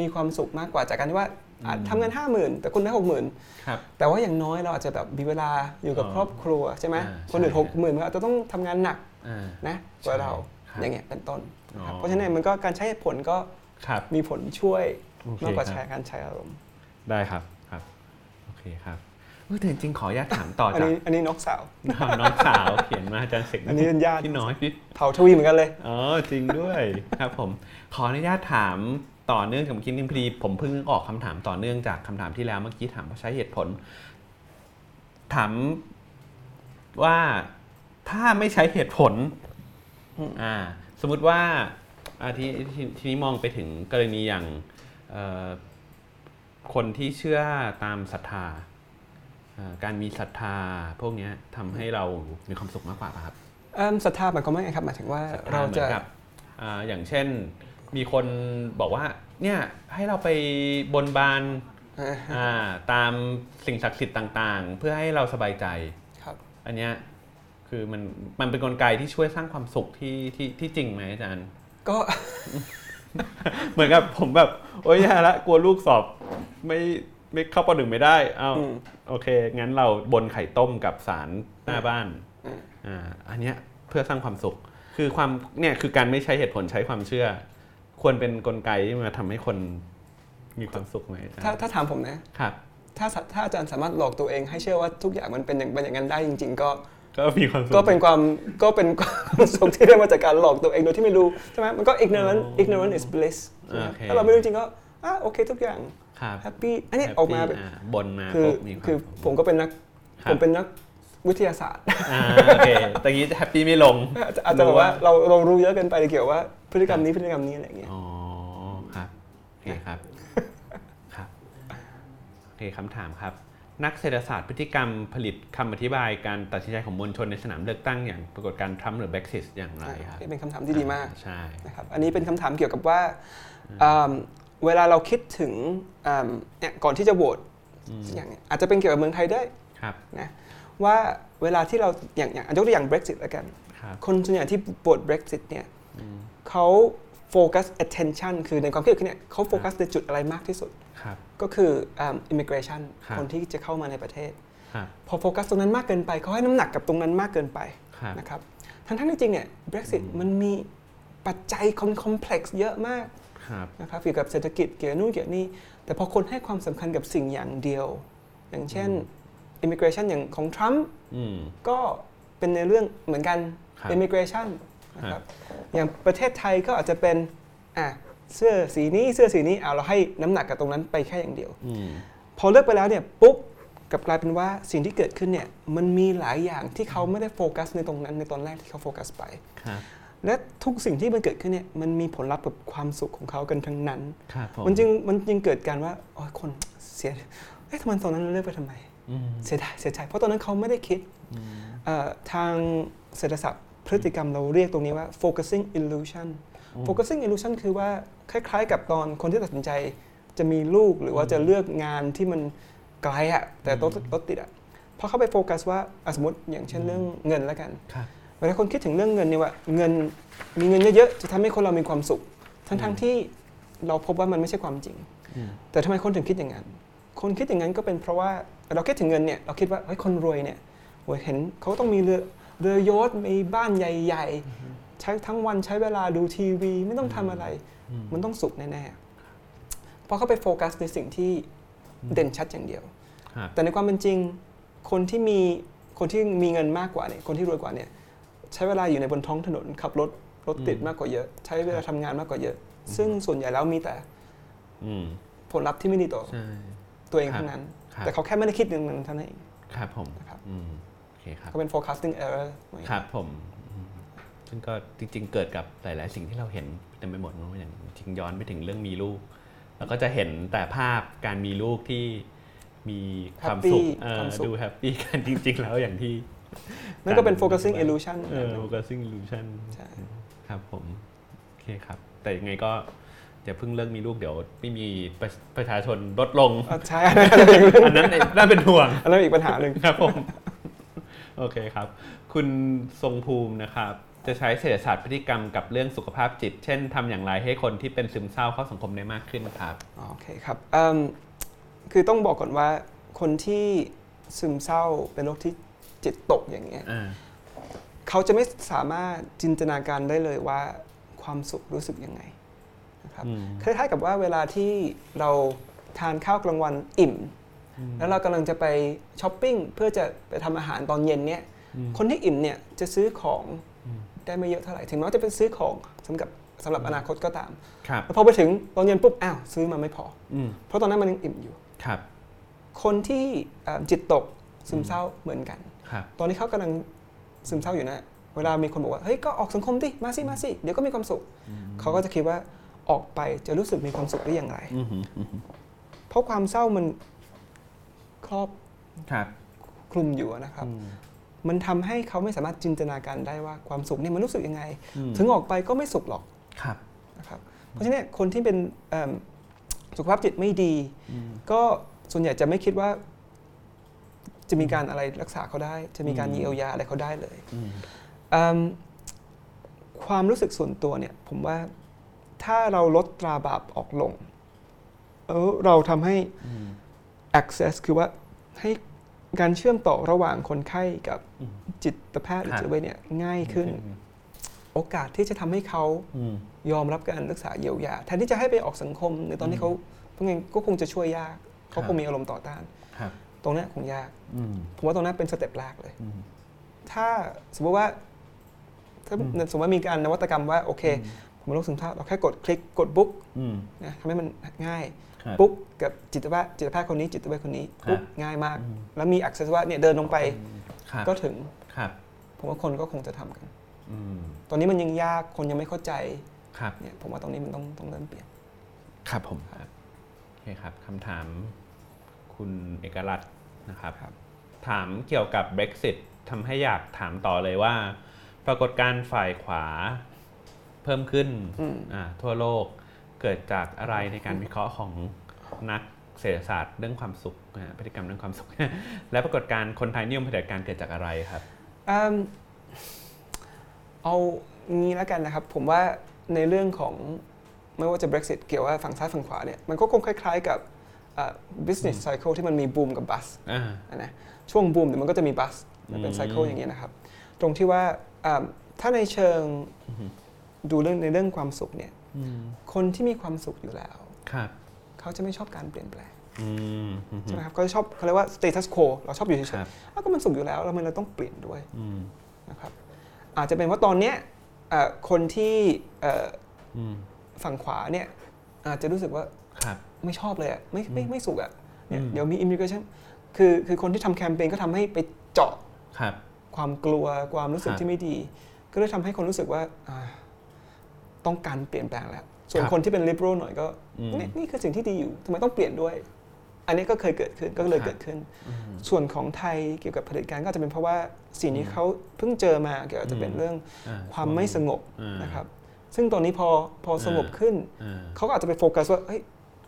Speaker 2: มีความสุขมากกว่าจากการที่ว่าอ่ะทำเงินห้าหมื่นแต่คุณได้หกหมื่น
Speaker 1: ครับ
Speaker 2: แต่ว่าอย่างน้อยเราอาจจะแบบมีเวลาอยู่กับ
Speaker 1: อ๋อ
Speaker 2: ครอบครัวใช่ไหม
Speaker 1: อ่า
Speaker 2: คนอื่น
Speaker 1: ใช่
Speaker 2: หกหมื่นก็อาจจะต้องทำงานหนัก
Speaker 1: อ่า
Speaker 2: นะกว่าเรา
Speaker 1: ใช่ครับ
Speaker 2: อย่างเงี้ยเป็นต้นนะครั
Speaker 1: อ๋
Speaker 2: บ
Speaker 1: อ
Speaker 2: เพราะฉะนั้นมันก็การใช้เหตุผลก็
Speaker 1: ครับ
Speaker 2: มีผลช่วย
Speaker 1: โอเค
Speaker 2: มากกว่า
Speaker 1: ครับ
Speaker 2: ใช้การใช้อารมณ์
Speaker 1: ได้ครับ ครับ โอเคครับเออแต่จริงๆขออนุญาตถามต่อ
Speaker 2: อัน
Speaker 1: จาก
Speaker 2: นี้อันนี้นกสาว
Speaker 1: น้องสาวเขียนมาอาจารย์เสก
Speaker 2: อันนี้เป็นญาติ
Speaker 1: พี่น้อยพี่
Speaker 2: เผาทวีเหมือนกันเลย
Speaker 1: อ๋อจริงด้วย ครับผมขออนุญาตถามต่อเนื่องจากเมื่อกี้นี่พอดีผมเพิ่งนึกออกคำถามต่อเนื่องจากคำถามที่แล้วเมื่อกี้ถามว่าใช้เหตุผล ถามว่าถ้าไม่ใช้เหตุผลอ่าสมมุติว่าอาทีททีนี้มองไปถึงกรณีอย่างเอ่อคนที่เชื่อตามศรัทธาอ่าการมีศรัทธาพวกเนี้ยทำให้เรามีความสุขมากกว่าปะครับ
Speaker 2: เอิ่มศรัทธาหมายความว่าไงครับหมายถึงว่าเรา
Speaker 1: เราจะ
Speaker 2: จะ
Speaker 1: กับอ่าอย่างเช่นมีคนบอกว่าเนี่ยให้เราไปบนบานอ่าตามสิ่งศักดิ์สิทธิ์ต่างๆ เพื่อให้เราสบายใจ
Speaker 2: ครับ
Speaker 1: อันเนี้ยคือมันมันเป็นกลไกที่ช่วยสร้างความสุขที่ที่ที่จริงไหมอาจารย์
Speaker 2: ก็
Speaker 1: เหมือนกับผมแบบ โอ๊ยแย่ละกลัวลูกสอบไม่ไม่เข้าปหนึ่งไม่ได้อ้าว
Speaker 2: อืม
Speaker 1: โอเค งั้นเราบนไข่ต้มกับสารหน้าบ้าน
Speaker 2: อืม
Speaker 1: อ่าอันเนี้ยเพื่อสร้างความสุข คือความเนี่ยคือการไม่ใช้เหตุผลใช้ความเชื่อ ควรเป็นกลไกที่มาทำให้คนมีความสุขไหม
Speaker 2: ถ้าถ้าถามผมนะ
Speaker 1: ครับ
Speaker 2: ถ้าถ้าอาจารย์สามารถหลอกตัวเองให้เชื่อว่าทุกอย่างมันเป็นอย่างเป็นอย่างนั้นได้จริง ๆ ก็
Speaker 1: ก็มีความสุข
Speaker 2: ก็เป็นความก็เป็นความ สุขที่ได้มาจากการหลอกตัวเองโดยที่ไม่รู้ใช่ไหมมันก็ ignorant
Speaker 1: อ๋อ
Speaker 2: ignorant is bliss ใช่ไหม
Speaker 1: โอเค
Speaker 2: ถ้าเราไม่รู้จริงก็อ่ะโอเคทุกอย่าง
Speaker 1: ครับ
Speaker 2: happy อันนี้
Speaker 1: Happy
Speaker 2: ออกมาเป็น
Speaker 1: อ่บนมา
Speaker 2: คือ
Speaker 1: ปุ๊บมีความ
Speaker 2: คือ
Speaker 1: สุข
Speaker 2: ผมก็เป็นนัก
Speaker 1: ครับ
Speaker 2: ผมเป็นนักวิทยาศาสตร์
Speaker 1: อ่าโอเคแต่งี้แฮปปี้ไม่ลง
Speaker 2: อาจจะอาจจะบอกว่าเราเรารู้เยอะเกินไปเกี่ยวว่าพฤติกรรมนี้พฤติกรรมนี้อะไรอย่างเงี้ย
Speaker 1: อ๋อ ครับ โอเคครับ ครับ โอเคคำถามครับ นักเศรษฐศาสตร์พฤติกรรมผลิตคำอธิบายการตัดสินใจของมวลชนในสนามเลือกตั้งอย่างปรากฏการณ์ทรัมป์หรือแบ็กซิสอย่างไรครับ
Speaker 2: เป็นคำถามที่ดีมาก
Speaker 1: ใช่
Speaker 2: นะครับอันนี้เป็นคำถามเกี่ยวกับว่าอืมเวลาเราคิดถึงอืมเนี่ยก่อนที่จะโหวตสักอย่างเนี่ยอาจจะเป็นเกี่ยวกับเมืองไทยด้วย
Speaker 1: ครับ
Speaker 2: นะว่าเวลาที่เราอย่างอย่างยกตัวอย่าง Brexit แล้วกัน
Speaker 1: ครับ
Speaker 2: คนส่วนใหญ่ที่บท Brexit เนี่ยเขาโฟกัส attention คือในความคิดเขาเนี่ยเขาโฟกัสในจุดอะไรมากที่สุด
Speaker 1: ครับ
Speaker 2: ก็คืออ่า immigration
Speaker 1: ครับ
Speaker 2: คนที่จะเข้ามาในประเทศ
Speaker 1: ครับ
Speaker 2: พอโฟกัสตรงนั้นมากเกินไป เขาให้น้ำหนักกับตรงนั้นมากเกินไป
Speaker 1: ครับ
Speaker 2: นะครับทั้งทั้งๆที่จริงเนี่ย Brexit มันมีปัจจัยคอม complex เยอะมาก
Speaker 1: ครับ
Speaker 2: นะครับเกี่ยวกับเศรษฐกิจเกี่ยวกับนู่นเกี่ยวกับนี่แต่พอคนให้ความสำคัญกับสิ่งอย่างเดียว อย่างเช่น immigration อย่างของทรัมป์
Speaker 1: อืม
Speaker 2: ก็เป็นในเรื่องเหมือนกัน
Speaker 1: ครับ
Speaker 2: immigration นะครับอย่างประเทศไทยก็อาจจะเป็นอ่ะเสื้อสีนี้เสื้อสีนี้เอาเราให้น้ำหนักกับตรงนั้นไปแค่อย่างเดียว
Speaker 1: อืม
Speaker 2: พอเลือกไปแล้วเนี่ยปุ๊บกลับกลายเป็นว่าสิ่งที่เกิดขึ้นเนี่ยมันมีหลายอย่างที่เขาไม่ได้โฟกัสในตรงนั้นในตอนแรกที่เขาโฟกัสไป
Speaker 1: ครับ
Speaker 2: และทุกสิ่งที่มันเกิดขึ้นเนี่ยมันมีผลลัพธ์กับความสุขของเขากันทั้งนั้น
Speaker 1: ครับผม
Speaker 2: มันจึงมันจึงเกิดการว่าโอ้ยคนเสียเอ๊ะทำไมตอนนั้นเราเลือกไปทำไม
Speaker 1: อืม
Speaker 2: เสียดายเสียใจเพราะตอนนั้นเขาไม่ได้คิด
Speaker 1: อืม
Speaker 2: เอ่อทางเศรษฐศาสตร์พฤติกรรมเราเรียกตรงนี้ว่า focusing illusion
Speaker 1: อืม
Speaker 2: focusing illusion คือว่าคล้ายๆ กับตอนคนที่ตัดสินใจจะมีลูกหรือว่าจะเลือกงานที่มันไกลอะแต่รถรถติดอะเพราะเขาไปโฟกัสว่าอ่ะสมมติอย่างเช่นเรื่องเงินแล้วกัน
Speaker 1: ครับ
Speaker 2: เวลาคนคิดถึงเรื่องเงินเนี่ยว่าเงินมีเงินเยอะๆจะทำให้คนเรามีความสุข ทั้งๆ
Speaker 1: อืม
Speaker 2: ที่เราพบว่ามันไม่ใช่ความจริง
Speaker 1: อืม
Speaker 2: แต่ทำไมคนถึงคิดอย่างนั้น คนคิดอย่างนั้นก็เป็นเพราะว่าเราคิดถึงเงินเนี่ยเราคิดว่าเฮ้ยคนรวยเนี่ยโอ้ยเห็นเขาต้องมีเรือเรือยอชท์มีบ้านใหญ่ๆ ใช้ทั้งวันใช้เวลาดูทีวีไม่ต้องทำอะไร
Speaker 1: อืม
Speaker 2: มันต้องสุขแน่ๆเพราะเขาไปโฟกัสในสิ่งที่
Speaker 1: อืม
Speaker 2: เด่นชัดอย่างเดียว
Speaker 1: ครับ
Speaker 2: แต่ในความเป็นจริง คนที่มีคนที่มีเงินมากกว่าเนี่ยคนที่รวยกว่าเนี่ยใช้เวลาอยู่ในบนท้องถนนขับรถรถติดมากกว่าเยอะ ใช้เวลาทำงานมากกว่าเยอะ ซึ่งส่วนใหญ่แล้วมีแต่
Speaker 1: อืม
Speaker 2: ผลลัพธ์ที่ไม่ดีต่อ
Speaker 1: ใช่
Speaker 2: ตัวเองเท่านั้น
Speaker 1: ครับ
Speaker 2: แต่เขาแค่ไม่ได้คิดอย่างนั้นเท่านั้นเอง
Speaker 1: ครับผม
Speaker 2: นะครับ
Speaker 1: อืมโอเคครับ
Speaker 2: เขาเป็น forecasting error
Speaker 1: ครับผมอืมซึ่งก็จริง ๆ เกิดกับหลาย ๆ สิ่งที่เราเห็นเต็มไปหมดเนอะอย่างจริงย้อนไปถึงเรื่องมีลูก แล้วก็จะเห็นแต่ภาพการมีลูกที่มีความสุข
Speaker 2: Happy
Speaker 1: เออ
Speaker 2: ความสุข
Speaker 1: ดูแฮปปี้กันจริง ๆ แล้วอย่างที่
Speaker 2: นั่นก็เป็น focusing illusion
Speaker 1: เออ focusing illusion
Speaker 2: ใช่
Speaker 1: ครับผม โอเคครับ แต่ยังไงก็อย่าเพิ่งเลิกมีลูกเดี๋ยวไม่มีประประชาชนลดลง
Speaker 2: อ่ะใช่ อันนั้นเป็นเรื่อง
Speaker 1: อันนั้นน่าเป็นห่วง
Speaker 2: อันนั้นอีกปัญหาหนึ่ง
Speaker 1: ครับผม โอเคครับ คุณทรงภูมินะครับ จะใช้เศรษฐศาสตร์พฤติกรรมกับเรื่องสุขภาพจิต เช่นทำอย่างไรให้คนที่เป็นซึมเศร้าเข้าสังคมได้มากขึ้นครับ
Speaker 2: อ๋อโอเคครับเอิ่มคือต้องบอกก่อนว่าคนที่ซึมเศร้าเป็นโรคที่จิตตกอย่างเงี้ย
Speaker 1: อ่า
Speaker 2: เขาจะไม่สามารถจินตนาการได้เลยว่าความสุขรู้สึกยังไงนะครับ
Speaker 1: อืม
Speaker 2: คล้ายๆกับว่าเวลาที่เราทานข้าวกลางวันอิ่ม แล้วเรากำลังจะไปช้อปปิ้งเพื่อจะไปทำอาหารตอนเย็นเนี่ย
Speaker 1: อืม
Speaker 2: คนที่อิ่มเนี่ยจะซื้อของ
Speaker 1: อืม
Speaker 2: ได้ไม่เยอะเท่าไหร่ถึงแม้ว่าจะเป็นซื้อของสำหรับสำหรับอนาคตก็ตาม
Speaker 1: ครับ
Speaker 2: แล้วพอไปถึงตอนเย็นปุ๊บอ้าวซื้อมาไม่พอ
Speaker 1: อืม
Speaker 2: เพราะตอนนั้นมันยังอิ่มอยู่
Speaker 1: ครับ
Speaker 2: คนที่เอ่อจิตตกซึมเศร้าเหมือนกัน
Speaker 1: ครับ
Speaker 2: ตอนนี้เขากำลังซึมเศร้าอยู่นะ เวลามีคนบอกว่า เฮ้ย ก็ออกสังคมดิ มาสิ มาสิ เดี๋ยวก็มีความสุข เขาก็จะคิดว่าออกไปจะรู้สึกมีความสุขได้อย่างไร
Speaker 1: อืมอืมอืม
Speaker 2: เพราะความเศร้ามันครอบ
Speaker 1: ครับ
Speaker 2: คลุมอยู่อะนะครับ
Speaker 1: อืม
Speaker 2: มันทำให้เขาไม่สามารถจินตนาการได้ว่าความสุขเนี่ยมันรู้สึกยังไง
Speaker 1: อืม
Speaker 2: ถึงออกไปก็ไม่สุขหรอก
Speaker 1: ครับ
Speaker 2: นะครับ เพราะฉะนั้นคนที่เป็นเอิ่มสุขภาพจิตไม่ดี
Speaker 1: อืม
Speaker 2: ก็ส่วนใหญ่จะไม่คิดว่า จะมีการอะไรรักษาเขาได้ จะมีการ
Speaker 1: อืม
Speaker 2: เยียวยาอะไรเขาได้เลย
Speaker 1: อืม
Speaker 2: เอิ่มความรู้สึกส่วนตัวเนี่ยผมว่าถ้าเราลดตราบาปออกลงแล้วเราทำให้
Speaker 1: อืม
Speaker 2: access คือว่าให้การเชื่อมต่อระหว่างคนไข้กับ
Speaker 1: อืม
Speaker 2: จิตแพทย์หรื
Speaker 1: ค
Speaker 2: อ
Speaker 1: รับ
Speaker 2: จิตเวชเนี่ยง่ายขึ้น โอกาสที่จะทำให้เขา
Speaker 1: อืม
Speaker 2: ยอมรับการรักษาเยียวยาแทนที่จะให้ไปออกสังคมในตอนที่เขาพวกนี้ก็คงจะช่วยยาก เขา
Speaker 1: ครับ
Speaker 2: คงมีอารมณ์ต่อต้าน
Speaker 1: ครับ
Speaker 2: ตรงเนี้ยคงยาก
Speaker 1: อืม
Speaker 2: ผมว่าตรงเนี้ยเป็นสเต็ปแรกเลย
Speaker 1: อืม
Speaker 2: ถ้าสมมติว่าถ้า
Speaker 1: อืม
Speaker 2: สมมติว่ามีการนวัตกรรมว่าโอเค ผมเป็นโรคซึมเศร้าเราแค่กดคลิกกดบุ๊ก
Speaker 1: อืม
Speaker 2: นะทำให้มันง่าย
Speaker 1: ครับ
Speaker 2: ปุ๊กกับจิตแพทย์จิตแพทย์คนนี้จิตเวชคนนี้ปุ๊บ
Speaker 1: ฮะ
Speaker 2: ง่ายมาก
Speaker 1: อืม
Speaker 2: แล้วมีอักเซสว่าเนี่ยเดินลงไป
Speaker 1: ครับ
Speaker 2: ก็ถึง
Speaker 1: ครับ
Speaker 2: ผมว่าคนก็คงจะทำกัน
Speaker 1: อืม
Speaker 2: ตอนนี้มันยังยากคนยังไม่เข้าใจ
Speaker 1: ครับ
Speaker 2: เนี่ยผมว่าตรงนี้มันต้องต้องเริ่มเปลี่ยน
Speaker 1: ครับผมครับโอเคครับคำถามคุณเอกรัตน์นะครับ
Speaker 2: ครับ
Speaker 1: ถามเกี่ยวกับ Brexit ทำให้อยากถามต่อเลยว่า ปรากฏการณ์ฝ่ายขวาเพิ่มขึ้น
Speaker 2: อืม
Speaker 1: อ่าทั่วโลกเกิดจากอะไรในการวิเคราะห์ของนักเศรษฐศาสตร์เรื่องความสุขนะฮะพฤติกรรมเรื่องความสุข และปรากฏการณ์คนไทยนิยมเผด็จการเกิดจากอะไรครับ
Speaker 2: เอิ่มเอางี้แล้วกันนะครับ ผมว่าในเรื่องของไม่ว่าจะ Brexit เกี่ยวว่าฝั่งซ้ายฝั่งขวาเนี่ยมันก็คงคล้าย ๆกับเอ่อ business cycle ที่มันมีบูมกับบัส
Speaker 1: อ่า
Speaker 2: อะนะช่วงบูมเดี๋ยวมันก็จะมีบัสมันเป็น
Speaker 1: อืม
Speaker 2: ไซเคิลอย่างเงี้ยนะครับ ตรงที่ว่าอ่าถ้าในเชิง
Speaker 1: อือฮึ
Speaker 2: ดูเรื่องในเรื่องความสุขเนี่ย
Speaker 1: อืม
Speaker 2: คนที่มีความสุขอยู่แล้ว
Speaker 1: ครับ
Speaker 2: เขาจะไม่ชอบการเปลี่ยนแปลง
Speaker 1: อืม
Speaker 2: ใช่ไหมครับก็ชอบเขาเรียกว่า status quo เราชอบอยู่เฉ
Speaker 1: ค
Speaker 2: ย
Speaker 1: รับ
Speaker 2: ๆอ้าวก็มันสุขอยู่แล้วแล้วทำไมเราต้องเปลี่ยนด้วย
Speaker 1: อืม
Speaker 2: นะครับอาจจะเป็นว่าตอนเนี้ยเอ่อคนที่เอ่อ
Speaker 1: อืม
Speaker 2: ฝั่งขวาเนี่ยอาจจะรู้สึกว่า
Speaker 1: ครับ
Speaker 2: ไม่ชอบเลยอะไม่ไม่
Speaker 1: อืม
Speaker 2: ไม่สุขอะเนี่ย
Speaker 1: อืม
Speaker 2: เดี๋ยวมี immigration คือคือคนที่ทำแคมเปญก็ทำให้ไปเจาะ
Speaker 1: ครับ
Speaker 2: ความกลัวความรู้สึก
Speaker 1: ครับ
Speaker 2: ที่ไม่ดี ก็เลยทำให้คนรู้สึกว่าอ่าต้องการเปลี่ยนแปลงแล้ว ส่วน
Speaker 1: ครับ
Speaker 2: คนที่เป็น liberal หน่อยก็
Speaker 1: อืม
Speaker 2: เนี่ยนี่คือสิ่งที่ดีอยู่ทำไมต้องเปลี่ยนด้วย อันนี้ก็เคยเกิดขึ้นก็เลยเกิดขึ้น
Speaker 1: อืม
Speaker 2: ส่วนของไทยเกี่ยวกับเผด็จการก็อาจจะเป็นเพราะว่าสิ่งนี้
Speaker 1: อืม
Speaker 2: เขาเพิ่งเจอมาเกี่ยวกับจะเป็น
Speaker 1: อืม
Speaker 2: เรื่อง
Speaker 1: อ่
Speaker 2: ความไม่สงบ
Speaker 1: อ่าน
Speaker 2: นะครับ ซึ่งตอนนี้พอพอสงบ
Speaker 1: อ่า
Speaker 2: ขึ้น
Speaker 1: อ่า
Speaker 2: เขาก็อาจจะไปโฟกัสว่าเฮ้ย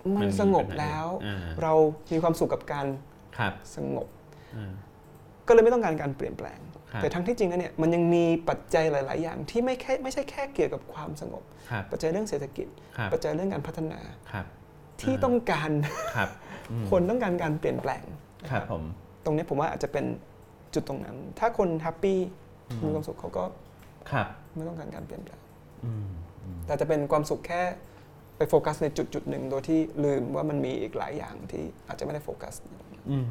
Speaker 2: มั
Speaker 1: มันมี
Speaker 2: สงบ
Speaker 1: ปัญหา
Speaker 2: แล้ว
Speaker 1: อ่า
Speaker 2: เรามีความสุขกับการ
Speaker 1: ครับ
Speaker 2: สงบ
Speaker 1: อ่า
Speaker 2: ก็เลยไม่ต้องการการเปลี่ยนแปลง
Speaker 1: ครับ
Speaker 2: แต่ทั้งที่จริงแล้วเนี่ยมันยังมีปัจจัยหลาย ๆ อย่างที่ไม่แค่ไม่ใช่แค่เกี่ยวกับความสงบ
Speaker 1: ครับ
Speaker 2: ปัจจัยเรื่องเศรษฐกิจ
Speaker 1: ครับ
Speaker 2: ปัจจัยเรื่องการพัฒนา
Speaker 1: ครับ
Speaker 2: ที่
Speaker 1: อ่า
Speaker 2: ต้องการ
Speaker 1: ครับอืม
Speaker 2: คนต้องการการเปลี่ยนแปลง
Speaker 1: ค
Speaker 2: นะค
Speaker 1: รั
Speaker 2: รั
Speaker 1: บบ ผม
Speaker 2: ตรงเนี้ยผมว่าอาจจะเป็นจุดตรงนั้น ถ้าคนแฮปปี้
Speaker 1: อืม
Speaker 2: มีความสุขเขาก็
Speaker 1: ครับ
Speaker 2: ไม่ต้องการการเปลี่ยนแปลง
Speaker 1: อืมอืม
Speaker 2: แต่จะเป็นความสุขแค่ไปโฟกัสในจุดจุดๆหนึ่งโดยที่ลืมว่ามันมีอีกหลายอย่างที่อาจจะไม่ได้โฟกัส
Speaker 1: อืม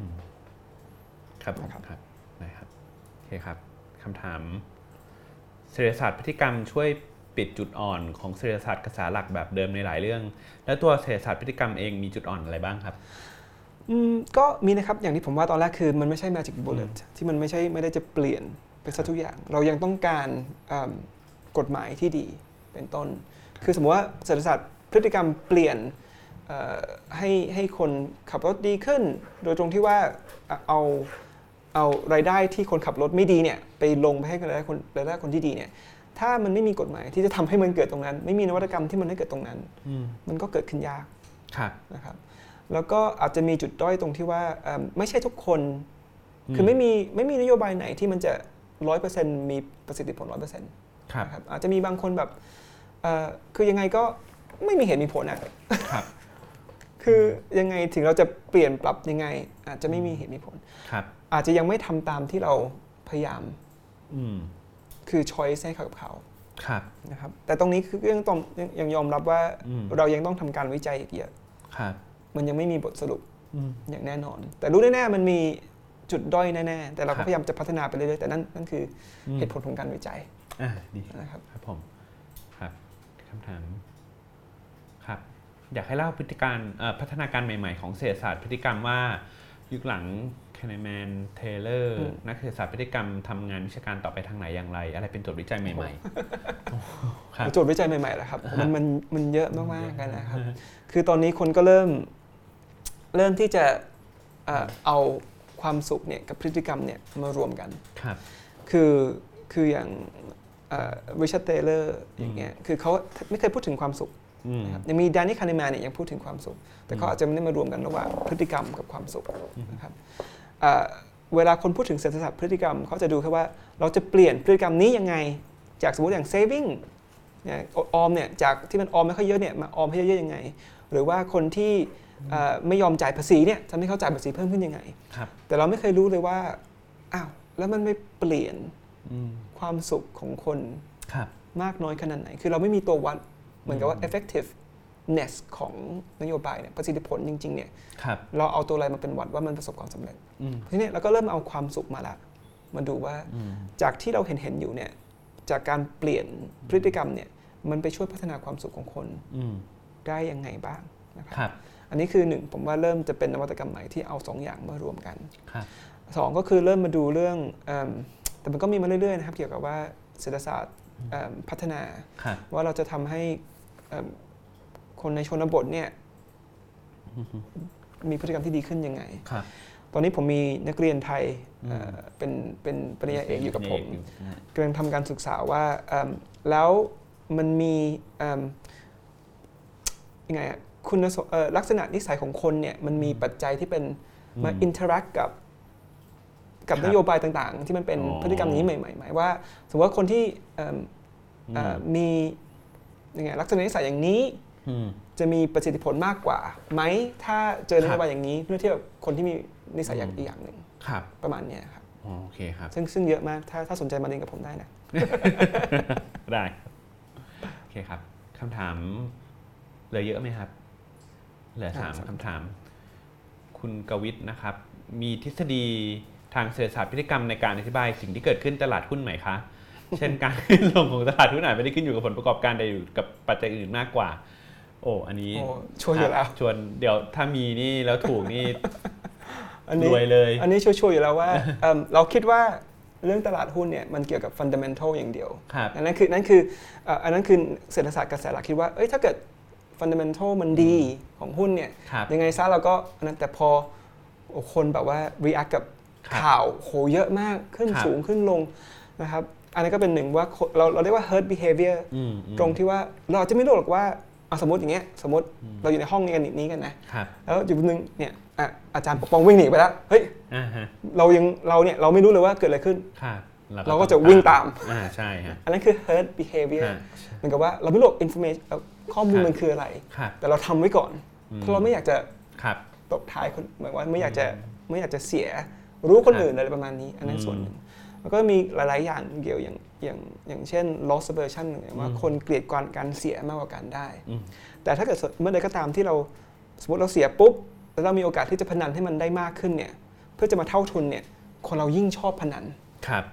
Speaker 1: ครับผม
Speaker 2: นะครับ
Speaker 1: ครับได้ครับโอเคครับคำถามเศรษฐศาสตร์พฤติกรรมช่วยปิดจุดอ่อนของเศรษฐศาสตร์กระแสหลักแบบเดิมในหลายเรื่อง แล้วตัวเศรษฐศาสตร์พฤติกรรมเองมีจุดอ่อนอะไรบ้างครับ
Speaker 2: อืมก็มีนะครับอย่างที่ผมว่าตอนแรกคือมันไม่ใช่ magic bullet ที่มันไม่ใช่ไม่ได้จะเปลี่ยนไปซะทุกอย่าง เรายังต้องการอืมกฎหมายที่ดีเป็นต้น คือสมมติว่าเศรษฐศาสตร์พฤติกรรมเปลี่ยนเอ่อให้ให้คนขับรถดีขึ้น โดยตรงที่ว่าอ่ะเอาเอารายได้ที่คนขับรถไม่ดีเนี่ยไปลงไปให้กับรายได้คนรายได้คนที่ดีเนี่ยถ้ามันไม่มีกฎหมายที่จะทำให้มันเกิดตรงนั้น ไม่มีนวัตกรรมที่มันให้เกิดตรงนั้น
Speaker 1: อืม
Speaker 2: มันก็เกิดขึ้นยาก
Speaker 1: ครับ
Speaker 2: นะครับแล้วก็อาจจะมีจุดด้อยตรงที่ว่าเอิ่มไม่ใช่ทุกคน
Speaker 1: อืม
Speaker 2: คือไม่มีไม่มีนโยบายไหนที่มันจะร้อยเปอร์เซ็นต์มีประสิทธิผลร้อยเปอร์เซ็นต์
Speaker 1: ครับ
Speaker 2: นะครับอาจจะมีบางคนแบบเอ่อคือยังไงก็ไม่มีเหตุมีผลอะ
Speaker 1: ครับ
Speaker 2: คือยังไงถึงเราจะเปลี่ยนปรับยังไง อาจจะไม่มีเหตุมีผล
Speaker 1: ครับ
Speaker 2: อาจจะยังไม่ทำตามที่เราพยายาม
Speaker 1: อืม
Speaker 2: คือช้อยส์ให้เขากับเขา
Speaker 1: ครับ
Speaker 2: นะครับแต่ตรงนี้คือยังต้องยังยังยอมรับว่า
Speaker 1: อืม
Speaker 2: เรายังต้องทำการวิจัยอีกเยอะ
Speaker 1: ครับ
Speaker 2: มันยังไม่มีบทสรุป
Speaker 1: อืม
Speaker 2: อย่างแน่นอน แต่รู้แน่ๆมันมีจุดด้อยแน่ๆแต่เรา
Speaker 1: ครั
Speaker 2: ก็
Speaker 1: บ
Speaker 2: พยายามจะพัฒนาไปเรื่อยๆแต่นั่นนั่นคือ
Speaker 1: อื
Speaker 2: อ
Speaker 1: ม
Speaker 2: เหตุผลของการวิจัย
Speaker 1: อ่าดี
Speaker 2: นะครับ
Speaker 1: ครับผม ครับคำถาม ครับ อยากให้เล่าพฤติการเอ่อพัฒนาการใหม่ ๆ ของเศรษฐศาสตร์พฤติกรรมว่า ยุคหลังแคเนแมนเทเลอร์นักเศรษฐศาสตร์พฤติกรรมทำงานวิชาการต่อไปทางไหนอย่างไร อะไรเป็นโจทย์วิจัยใหม่ ครับ
Speaker 2: โจทย์วิจัยใหม่ๆแหละครับมันมันมันเยอะมากๆกัน
Speaker 1: ๆ
Speaker 2: นะครับ คือตอนนี้คนก็เริ่มเริ่มที่จะเอ่อเอาความสุขเนี่ยกับพฤติกรรมเนี่ยมารวมกัน
Speaker 1: ครับ
Speaker 2: คือคืออย่างวิชาเตเลอร์อย่างเงี้ยคือเขาไม่เคยพูดถึงความสุข
Speaker 1: อืม
Speaker 2: นะครับยังมีดานิคานิแมนเนี่ยยังพูดถึงความสุข แต่เขาอาจจะไม่ได้มารวมกันระหว่างพฤติกรรมกับความสุข
Speaker 1: อืม
Speaker 2: นะครับเอ่อเวลาคนพูดถึงเศรษฐศาสตร์พฤติกรรมเขาจะดูแค่ว่าเราจะเปลี่ยนพฤติกรรมนี้ยังไง จากสมมติอย่าง saving เนี่ยออมเนี่ยจากที่มันออมไม่ค่อยเยอะเนี่ยมาออมให้เยอะๆยังไง หรือว่าคนที่เอ่อไม่ยอมจ่ายภาษีเนี่ยทำให้เขาจ่ายภาษีเพิ่มขึ้นยังไง
Speaker 1: ครับ
Speaker 2: แต่เราไม่เคยรู้เลยว่าอ้าวแล้วมันไม่เปลี่ยน
Speaker 1: อืม
Speaker 2: ความสุขของคน
Speaker 1: ครับ
Speaker 2: มากน้อยขนาดไหน คือเราไม่มีตัววัดเหมือนกับว่า effectiveness ของนโยบายเนี่ยประสิทธิผลจริงๆเนี่ย
Speaker 1: ครับ
Speaker 2: เราเอาตัวอะไรมาเป็นวัดว่ามันประสบความสำเร็จ
Speaker 1: อืม
Speaker 2: ทีนี้เราก็เริ่มเอาความสุขมาละ มาดูว่า
Speaker 1: อืม
Speaker 2: จากที่เราเห็นเห็นๆอยู่เนี่ย จากการเปลี่ยนพฤติกรรมเนี่ย มันไปช่วยพัฒนาความสุขของคน
Speaker 1: อืม
Speaker 2: ได้ยังไงบ้างนะค
Speaker 1: ครับ รับ
Speaker 2: อันนี้คือหนึ่งผมว่าเริ่มจะเป็นนวัตกรรมใหม่ที่เอาสองอย่างมารวมกัน
Speaker 1: ครับ
Speaker 2: สองก็คือเริ่มมาดูเรื่องเอมแต่มันก็มีมาเรื่อยๆนะครับ เกี่ยวกับว่าเศรษฐศาสตร์เอิ่มพัฒนา
Speaker 1: ครับ
Speaker 2: ว่าเราจะทำให้เอิ่มคนในชนบทเนี่ยมีพฤติกรรมที่ดีขึ้นยังไง
Speaker 1: ครับ
Speaker 2: ตอนนี้ผมมีนักเรียนไทยเอ่อ
Speaker 1: อืม
Speaker 2: เป็นเป็นปริญญาเอกอยู่กับผม
Speaker 1: เอยู่นะฮะ
Speaker 2: กำลังทำการศึกษาว่าเอิ่มแล้วมันมีเอิ่มยังไงอะคุณสมเอ่อลักษณะนิสัยของคนเนี่ยมันมีปัจจัยที่เป็นมา
Speaker 1: อื
Speaker 2: อินเทอร์แอคกับกับ
Speaker 1: ครับ
Speaker 2: นโยบายต่างๆ ที่มันเป็น
Speaker 1: อ๋อ
Speaker 2: พฤติกรรมนี้ใหม่ๆหมายว่าสมมติว่าคนที่เอิ่มเอ่อมียังไงลักษณะนิสัยอย่างนี้
Speaker 1: อืม
Speaker 2: จะมีประสิทธิผลมากกว่าไหมถ้าเจอนโยบายอย่างนี้เมื่อเทียบกับคนที่มีนิสัยอย่าง
Speaker 1: อืม
Speaker 2: อีกอย่างหนึ่ง
Speaker 1: ครับ
Speaker 2: ประมาณเนี้ยครับ
Speaker 1: อ๋อโอเคครับ
Speaker 2: ซึ่งซึ่งเยอะมาก ถ้าถ้าสนใจมาเรียนกับผมได้นะ
Speaker 1: ได้ครับโอเคครับคำถามเหลือเยอะไหมครับ เหลือสาม
Speaker 2: อ่าสาม
Speaker 1: คำถาม คุณกวิทนะครับ มีทฤษฎีทางเศรษฐศาสตร์พฤติกรรมในการอธิบายสิ่งที่เกิดขึ้นตลาดหุ้นไหม คะ เช่นการขึ้นลงของตลาดหุ้นอาจไม่ได้ขึ้นอยู่กับผลประกอบการใดอยู่กับปัจจัยอื่นมากกว่า โอ้อันนี้
Speaker 2: โอ้ช่วยอยู่แล้ว
Speaker 1: ชวนเดี๋ยวถ้ามีนี่แล้วถูกนี่
Speaker 2: อันนี้
Speaker 1: รวยเลย
Speaker 2: อันนี้ชัวร์ๆอยู่แล้ว ว่า เอิ่มเราคิดว่าเรื่องตลาดหุ้นเนี่ยมันเกี่ยวกับฟันเดเมนทัลอย่างเดียว
Speaker 1: ครับ
Speaker 2: อันนั้นคือนั่นคือเอ่ออันนั้นคือเศรษฐศาสตร์กระแสหลักคิดว่าเอ้ยถ้าเกิดฟันเดเมนทัลมันดีของหุ้นเนี่ย
Speaker 1: ครับ
Speaker 2: ยังไงซะเราก็อันนั้นแต่พอโอ้คนแบบว่า react กับ
Speaker 1: ครับ
Speaker 2: ข่าวโหเยอะมากขึ้น
Speaker 1: ครับ
Speaker 2: สูงขึ้นลงนะครับอันนั้นก็เป็นหนึ่งว่าคนเราเราเรียกว่า herd behavior
Speaker 1: อืมอืม
Speaker 2: ตรงที่ว่าเราจะไม่รู้หรอกว่าเอาสมมติอย่างเงี้ยสมมติเราอยู่ในห้องนี้กันนี้กันนะครับ แล้วอยู่นึงเนี่ยอ่ะอาจารย์ปกป้องวิ่งหนีไปแล้วเฮ้ย
Speaker 1: อ่าฮะ
Speaker 2: เรายังเราเนี่ยเราไม่รู้เลยว่าเกิดอะไรขึ้น
Speaker 1: ครับ
Speaker 2: เราก็จะวิ่งตาม
Speaker 1: อ่าใช่ฮะ
Speaker 2: อันนั้นคือ herd behavior
Speaker 1: ฮะ
Speaker 2: เหมือนกับว่าเราไม่รู้ information เอ่อข้อมู
Speaker 1: ค
Speaker 2: ล
Speaker 1: รับ
Speaker 2: มันคืออะไร
Speaker 1: ครับ
Speaker 2: แต่เราทำไว้ก่อน
Speaker 1: อืม
Speaker 2: เพราะเราไม่อยากจะ
Speaker 1: ครับ
Speaker 2: ตกท้ายคนหมายว่าไม่อยากจะไม่อยากจะเสียรู้คน
Speaker 1: ครับ
Speaker 2: อื่นอะไรประมาณนี้ อันนั้น
Speaker 1: อืม
Speaker 2: ส่วนหนึ่งแล้วก็มีหลาย ๆ อย่างเกี่ยวอย่างอย่างอย่างเช่น loss aversion อย่างว่า
Speaker 1: อืม
Speaker 2: คนเกลียดการการเสียมากกว่าการได้
Speaker 1: อืม
Speaker 2: แต่ถ้าเกิดเมื่อใดก็ตามที่เราสมมติเราเสียปุ๊บแล้วเรามีโอกาสที่จะพนันให้มันได้มากขึ้นเนี่ยเพื่อจะมาเท่าทุนเนี่ยคนเรายิ่งชอบพนัน
Speaker 1: ครับ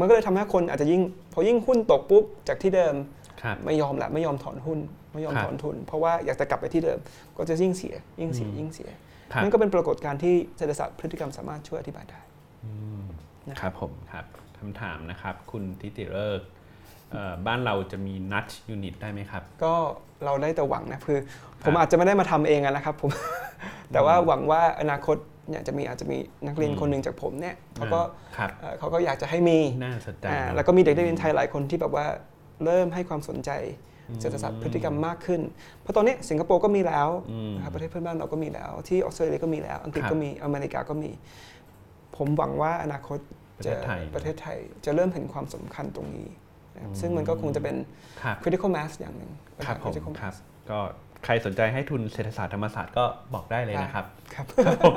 Speaker 2: มันก็เลยทำให้คนอาจจะยิ่งพอยิ่งหุ้นตกปุ๊บจากที่เดิม
Speaker 1: ครับ
Speaker 2: ไม่ยอมละไม่ยอมถอนหุ้น ไม่ยอม
Speaker 1: ครับ
Speaker 2: ถอนทุน เพราะว่าอยากจะกลับไปที่เดิม ก็จะยิ่งเสียยิ่งเสีย
Speaker 1: อืม
Speaker 2: ยิ่งเสีย
Speaker 1: ครับ
Speaker 2: นั่นก็เป็นปรากฏการณ์ที่เศรษฐศาสตร์พฤติกรรมสามารถช่วยอธิบายได้
Speaker 1: อืม
Speaker 2: นะครับ
Speaker 1: ครับผมครับคำถามนะครับ คุณทิติเลิกษ์เอ่อบ้านเราจะมีนัทยูนิตได้ไหมครับ
Speaker 2: ก็เราได้แต่หวังนะคือ
Speaker 1: ครับ
Speaker 2: ผมอาจจะไม่ได้มาทำเองอะนะครับผม แต่ว่า
Speaker 1: อืม
Speaker 2: หวังว่าอนาคตเนี่ยจะมีอาจจะมีนักเรียน
Speaker 1: อืม
Speaker 2: คนหนึ่งจากผมเนี่ยเขาก็
Speaker 1: ครับ
Speaker 2: เอ่อเขาก็อยากจะให้มี
Speaker 1: น่าสนใจ
Speaker 2: อ่า
Speaker 1: เนอะ
Speaker 2: แล้วก็มีเด็กนักเรียนไทยหลายคนที่แบบว่าเริ่มให้ความสนใจ
Speaker 1: อืม
Speaker 2: เศรษฐศาสตร์พฤติกรรมมากขึ้น เพราะตอนนี้สิงคโปร์ก็มีแล้ว
Speaker 1: อืม
Speaker 2: นะครับประเทศเพื่อนบ้านเราก็มีแล้ว ที่ออสเตรเลียก็มีแล้ว อังกฤษ
Speaker 1: ครับ
Speaker 2: ก็มี อเมริกาก็มี ผมหวังว่าอนาคตจะ
Speaker 1: ประเทศไทย
Speaker 2: ประเทศไทยจะเริ่มเห็นความสำคัญตรงนี้นะครับ
Speaker 1: อืม
Speaker 2: ซึ่งมันก็คงจะเป็น
Speaker 1: ครับ
Speaker 2: critical mass อย่างหนึ่งปัญ
Speaker 1: ค
Speaker 2: หา
Speaker 1: รับผม
Speaker 2: critical
Speaker 1: ครับ
Speaker 2: mass
Speaker 1: ก็ใครสนใจให้ทุนเศรษฐศาสตร์ธรรมศาสตร์ก็บอกได้เลยนะครับ
Speaker 2: ครับ
Speaker 1: ครับผม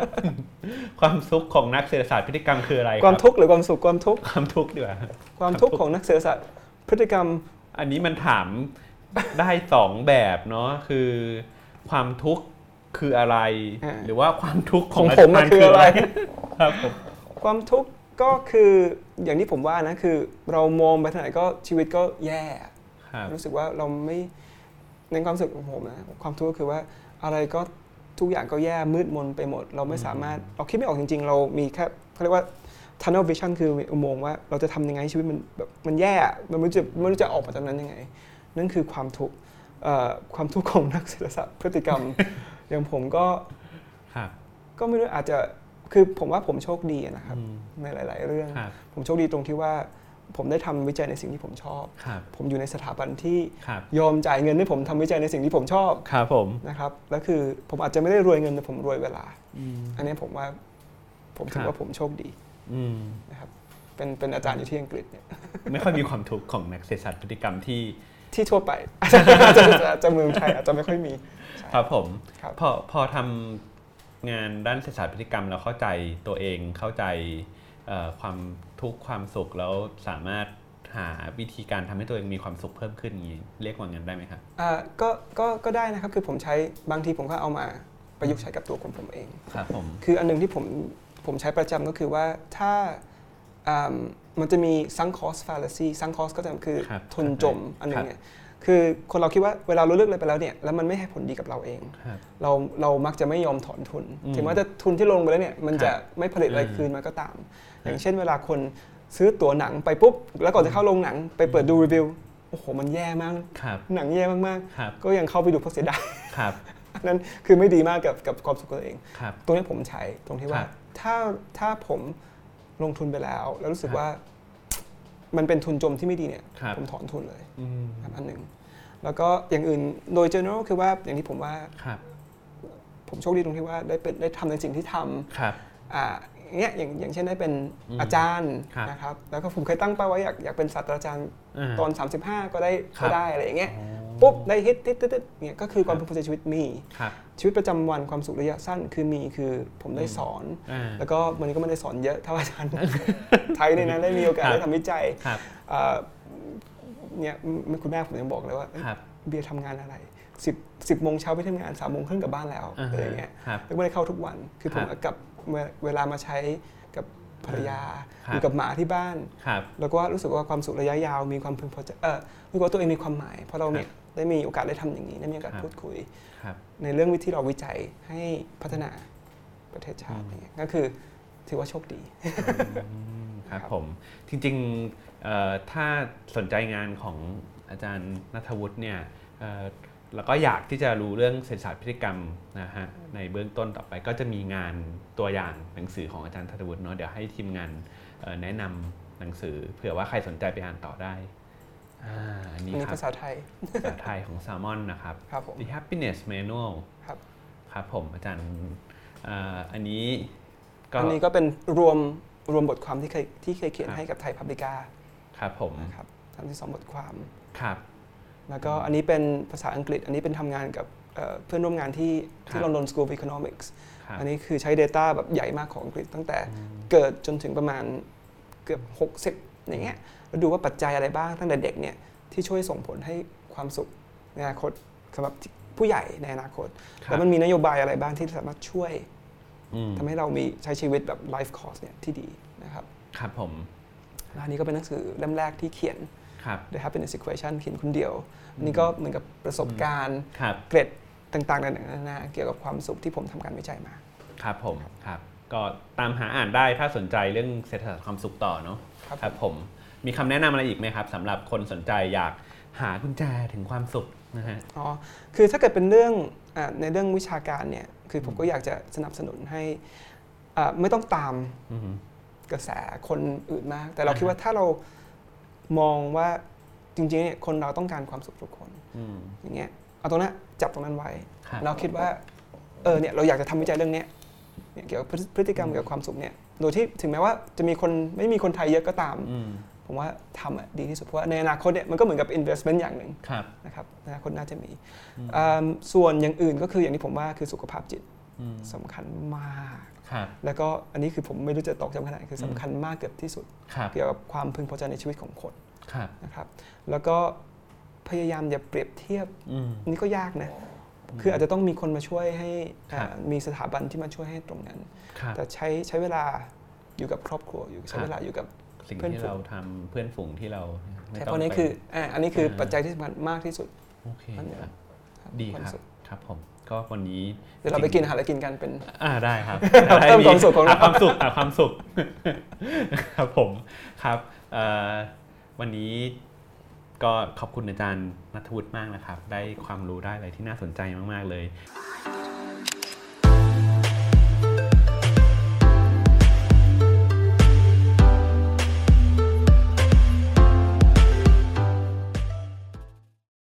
Speaker 1: ความทุกข์ของนักเศรษฐศาสตร์พฤติกรรมคืออะไร
Speaker 2: ความ
Speaker 1: รับ
Speaker 2: ทุกข์หรือความสุขความทุกข์
Speaker 1: ความทุกข์ดีกว่า
Speaker 2: ความทุกข์ของนักเศรษฐศาสตร์พฤติกรรม
Speaker 1: อันนี้มันถามได้สองแบบเนาะคือความทุกข์คืออะไร
Speaker 2: อ่า
Speaker 1: หรือว่าความทุกข์ข
Speaker 2: ข
Speaker 1: อ
Speaker 2: องง
Speaker 1: อา
Speaker 2: ผม
Speaker 1: จา
Speaker 2: มั
Speaker 1: ร
Speaker 2: น
Speaker 1: ย์
Speaker 2: คืออะไร
Speaker 1: ครับผม
Speaker 2: ความทุกข์ก็คืออย่างที่ผมว่านะคือ เรามองไปทางไหนก็ชีวิตก็แย่
Speaker 1: ครับ
Speaker 2: รู้สึกว่าเราไม่ในความรู้สึกของผมนะความทุกข์ก็คือว่าอะไรก็ทุกอย่างก็แย่มืดมนไปหมด เราไม่สามารถเราคิดไม่ออกจริง ๆ เรามีแค่เขาเรียกว่า tunnel vision คืออุโมงค์ว่าเราจะทำยังไงให้ชีวิตมันแบบมันแย่อะมันไม่รู้จะไม่รู้จะออกมาจากนั้นยังไง นั่นคือความทุกข์เอ่อความทุกข์ของนักเศรษฐศาสตร์พฤติกร รม อย่างผมก็
Speaker 1: ครับ
Speaker 2: ก็ไม่รู้อาจจะคือผมว่าผมโชคดีนะครับ
Speaker 1: อืม
Speaker 2: ในหลาย ๆ เรื่อง
Speaker 1: ครับ
Speaker 2: ผมโชคดีตรงที่ว่าผมได้ทำวิจัยในสิ่งที่ผมชอบ
Speaker 1: ครับ
Speaker 2: ผมอยู่ในสถาบันที่
Speaker 1: ครับ
Speaker 2: ยอมจ่ายเงินให้ผมทำวิจัยในสิ่งที่ผมชอบ
Speaker 1: ครับผม
Speaker 2: นะครับ แล้วคือผมอาจจะไม่ได้รวยเงินแต่ผมรวยเวลา
Speaker 1: อืม
Speaker 2: อันนี้ผมว่าผม
Speaker 1: ค
Speaker 2: ถื
Speaker 1: รั
Speaker 2: อบ ว่าผมโชคดี
Speaker 1: อืม
Speaker 2: นะครับ เป็นเป็นอาจารย์อยู่ที่อังกฤษเนี่ย
Speaker 1: ไม่ค่อยมีความทุกข์ของนักเศรษฐศาสตร์พฤติกรรมที่
Speaker 2: ที่ทั่วไป อาจจะอาจจะอาจจะเมืองไทยอาจจะไม่ค่อยมี ใช่
Speaker 1: ครับผม
Speaker 2: ครับ
Speaker 1: พอพอทำงานด้านเศรษฐศาสตร์พฤติกรรมแล้วเข้าใจตัวเองเข้าใจเอ่อความทุกข์ความสุขแล้วสามารถหาวิธีการทำให้ตัวเองมีความสุขเพิ่มขึ้นอย่างนี้เรียกว่างั้นได้ไหมครับ
Speaker 2: อ่าก็ก็ก็ได้นะครับคือผมใช้บางทีผมก็เอามาประยุกต์ใช้กับตัวของผมเอง
Speaker 1: ครับผม
Speaker 2: คืออันหนึงที่ผมผมใช้ประจำก็คือว่าถ้าอ่ามันจะมี sunk cost fallacy sunk cost ก็จะคือ
Speaker 1: ครับ
Speaker 2: ทุนจมอันหนึ
Speaker 1: ครั
Speaker 2: ง
Speaker 1: บ
Speaker 2: เนี่ยคือคนเราคิดว่าเวลาเราเลือกอะไรไปแล้วเนี่ยแล้วมันไม่ให้ผลดีกับเราเอง
Speaker 1: ครับ
Speaker 2: เราเรามักจะไม่ยอมถอนทุน
Speaker 1: อืม
Speaker 2: ถึงแม้จะทุนที่ลงไปแล้วเนี่ยมันจะไม่ผลิตอะไร
Speaker 1: อืม
Speaker 2: คืนมาก็ตาม อย่างเช่นเวลาคนซื้อตั๋วหนังไปปุ๊บ แล้วก่อนจะเข้าโรงหนังไปเปิดดูรีวิวโอ้โหมันแย่มาก
Speaker 1: ครับ
Speaker 2: หนังแย่มาก
Speaker 1: ครับ
Speaker 2: ๆ ก็ยังเข้าไปดูเพราะเสียด าย
Speaker 1: ครับ
Speaker 2: อันนั้นคือไม่ดีมากกับกับความสุขของตัวเอง
Speaker 1: ครับ
Speaker 2: ตรงนี้ผมใช้ตรงที่ว่า
Speaker 1: ครับ
Speaker 2: ถ้าถ้าผมลงทุนไปแล้ว แล้วรู้สึก
Speaker 1: ครับ
Speaker 2: ว่า มันเป็นทุนจมที่ไม่ดีเนี่ย
Speaker 1: ครับ
Speaker 2: ผมถอนทุนเลย
Speaker 1: อืม
Speaker 2: ครับอันหนึ่งแล้วก็อย่างอื่นโดย general คือว่าอย่างที่ผมว่า
Speaker 1: ครับ
Speaker 2: ผมโชคดีตรงที่ว่าได้เป็นได้ทำในสิ่งที่ท
Speaker 1: ครับ
Speaker 2: ำอ่าอย่างเงี้ยอย่างอย่างเช่นได้เป็น
Speaker 1: อืม
Speaker 2: อาจารย์
Speaker 1: ครับ
Speaker 2: นะครับแล้วก็ผมเคยตั้งเป้าไว้อยากอยากเป็นศาสตราจารย์
Speaker 1: า
Speaker 2: ตอน 35 ก็ได้
Speaker 1: ครับ
Speaker 2: ก็ได้อะไรอย่างเงี้ย
Speaker 1: อ๋อ
Speaker 2: ปุ๊บได้ฮิตติดติดติดเงี้ยก็คือความภูมิใจชีวิตมี
Speaker 1: ครับ
Speaker 2: ชีวิตประจำวันความสุขระยะสั้นคือมีคือผมได้สอน
Speaker 1: อ่า
Speaker 2: แล้วก็มันก็ไม่ได้สอนเยอะเท่าอาจารย์ ไทยเนี่ยนะได้มีโอกาส
Speaker 1: ครับ
Speaker 2: ได้ทำวิจัย
Speaker 1: ครับ
Speaker 2: เอ่อเนี่ยคุณแม่ผมยังบอกเลยว่าเอ้ย
Speaker 1: ครับ
Speaker 2: เบียร์ทำงานอะไร สิบสิบโมงเช้าไปทำงานสามโมงครึ่งกลับบ้านแล้ว
Speaker 1: า
Speaker 2: อะไรอย่างเงี้ย
Speaker 1: ครับ
Speaker 2: ไม่ได้เข้าทุกวัน คือผม
Speaker 1: ครับ
Speaker 2: เอากลับเวเวลามาใช้กับภรรยา
Speaker 1: ครั
Speaker 2: อบ ยู่กับหมาที่บ้าน
Speaker 1: ครับ
Speaker 2: แล้วก็รู้สึกว่าความสุขระยะยาวมีความพึงพอใจ เออรู้สึกว่าตัวเองมีความหมาย เพราะเราเนี่ยได้มีโอกาสได้ทำอย่างนี้ ได้มีโอกาส
Speaker 1: ครับ
Speaker 2: พูดคุย
Speaker 1: ครับ
Speaker 2: ในเรื่องวิธีเราวิจัยให้พัฒนาประเทศชาติ
Speaker 1: อืม
Speaker 2: อะไรเงี้ย ก็คือถือว่าโชคดี
Speaker 1: อืมครับ
Speaker 2: ครับ
Speaker 1: ผม จริงๆเอ่อถ้าสนใจงานของอาจารย์นัทวุฒิเนี่ยเอ่อแล้วก็อยากที่จะรู้เรื่องเศรษฐศาสตร์พฤติกรรมนะฮะในเบื้องต้นต่อไปก็จะมีงานตัวอย่างหนังสือของอาจารย์นัทวุฒิเนาะเดี๋ยวให้ทีมงานเอ่อแนะนำหนังสือ เผื่อว่าใครสนใจไปอ่านต่อได้อ่าอันนี่
Speaker 2: อันนี้
Speaker 1: ครับ
Speaker 2: ภาษาไทย
Speaker 1: ภาษาไทยของแซลมอนนะครับ
Speaker 2: ครับผม
Speaker 1: The Happiness Manual
Speaker 2: ครับ
Speaker 1: ครับผมอาจารย์เอ่ออันนี้ก็
Speaker 2: อันนี้ก็เป็นรวมรวมบทความที่เคยที่เคยเขียน
Speaker 1: ครับ
Speaker 2: ให้กับไทยพับลิกา
Speaker 1: ครับผม
Speaker 2: นะครับทำที่สองบทความ
Speaker 1: ครับ
Speaker 2: แล้วก็อันนี้เป็นภาษาอังกฤษ อันนี้เป็นทำงานกับเอ่อเพื่อนร่วมงานที่ที่
Speaker 1: ครับ
Speaker 2: London School of Economics
Speaker 1: ครับ
Speaker 2: อันนี้คือใช้ Data แบบใหญ่มากของอังกฤษตั้งแต่
Speaker 1: อืม
Speaker 2: เกิดจนถึงประมาณเกือบ 60 อย่างเงี้ยแล้วดูว่าปัจจัยอะไรบ้างตั้งแต่เด็กเนี่ยที่ช่วยส่งผลให้ความสุขในอนาคตสำหรับผู้ใหญ่ในอนาคต
Speaker 1: ครับ
Speaker 2: แล้วมันมีนโยบายอะไรบ้างที่สามารถช่วย
Speaker 1: อืม
Speaker 2: ทำให้เรามีใช้ชีวิตแบบ life course เนี่ยที่ดีนะครับ
Speaker 1: ครับผม
Speaker 2: แล้วอันนี้ก็เป็นหนังสือเล่มแรกที่เขียน
Speaker 1: ครับ
Speaker 2: The Happiness Equation เขียนคนเดียวอันนี้ก็เหมือนกับประสบการณ์
Speaker 1: ครับ
Speaker 2: เกร็ดต่างๆนานาเกี่ยวกับความสุขที่ผมทำการวิจัยมา
Speaker 1: ครับผมครับ ก็ตามหาอ่านได้ถ้าสนใจเรื่องเศรษฐศาสตร์ความสุขต่อเนาะ
Speaker 2: ครับ
Speaker 1: ครับผมมีคำแนะนำอะไรอีกไหมครับสำหรับคนสนใจอยากหากุญแจถึงความสุขนะฮะ
Speaker 2: อ๋อคือถ้าเกิดเป็นเรื่องอาในเรื่องวิชาการเนี่ยคือผมก็อยากจะสนับสนุนให้อ่าไม่ต้องตาม
Speaker 1: อืม
Speaker 2: กระแสคนอื่นมาก แต่เรา
Speaker 1: อ่าฮะ
Speaker 2: คิดว่าถ้าเรามองว่าจริงๆเนี่ยคนเราต้องการความสุขทุกคน
Speaker 1: อืม
Speaker 2: อย่างเงี้ยเอาตรงนั้นจับตรงนั้นไว้
Speaker 1: ครับ
Speaker 2: เราคิดว่าเออเนี่ยเราอยากจะทำวิจัยเรื่องเนี้ยเนี่ยเกี่ยวกับพฤติกรรมเกี่ยวกับความสุขเนี่ยโดยที่ถึงแม้ว่าจะมีคนไม่มีคนไทยเยอะก็ตาม
Speaker 1: อืม
Speaker 2: ผมว่าทำอะดีที่สุดเพราะว่าในอนาคตเนี่ยมันก็เหมือนกับ investment อย่างหนึ่ง
Speaker 1: ครับ
Speaker 2: นะครับในอนาคตน่าจะมี
Speaker 1: อืม
Speaker 2: เอิ่มส่วนอย่างอื่นก็คืออย่างที่ผมว่าคือสุขภาพจิต
Speaker 1: อืม
Speaker 2: สำคัญมาก
Speaker 1: ครับ
Speaker 2: แล้วก็อันนี้คือผมไม่รู้จะตอบจำขนาดไหนคือสำคัญมากเกือบที่สุด
Speaker 1: ครับ
Speaker 2: เกี่ยวกับความพึงพอใจในชีวิตของคน
Speaker 1: ครับ
Speaker 2: นะครับแล้วก็พยายามอย่าเปรียบเทียบ
Speaker 1: อืม
Speaker 2: นี่ก็ยากนะคืออาจจะต้องมีคนมาช่วยให้
Speaker 1: ครับ
Speaker 2: อ่ามีสถาบันที่มาช่วยให้ตรงนั้น
Speaker 1: ครับ
Speaker 2: แต่ใช้ใช้เวลาอยู่กับครอบครัวอยู่
Speaker 1: ค
Speaker 2: ใช้
Speaker 1: รับ
Speaker 2: เวลาอยู่กับ
Speaker 1: สิ่ง
Speaker 2: เพื่อน
Speaker 1: ที่
Speaker 2: ฝูง
Speaker 1: เราทำเพื่อนฝูงที่เราไม่
Speaker 2: ใช่
Speaker 1: ต้
Speaker 2: เพ
Speaker 1: อง
Speaker 2: ราะนี้
Speaker 1: ไป
Speaker 2: คืออ่าอันนี้คืออา ปัจจัยที่สำคัญมากที่สุด
Speaker 1: โอเค
Speaker 2: อันเนี้ย
Speaker 1: ครับ ดี
Speaker 2: วาม
Speaker 1: ครับ
Speaker 2: สุข
Speaker 1: ครับผมก็วันนี้
Speaker 2: เดี๋ยวเราไปกินอาหารแล้วกินกันเป็น
Speaker 1: อ่าได้ครับ
Speaker 2: เพิ่มความสุขของเรา
Speaker 1: หความสุขหาความสุข ครับผมครับเอ่อวันนี้ก็ขอบคุณอาจารย์นัทวุฒิมากนะครับ ได้ความรู้ได้อะไรที่น่าสนใจมาก ๆ เลย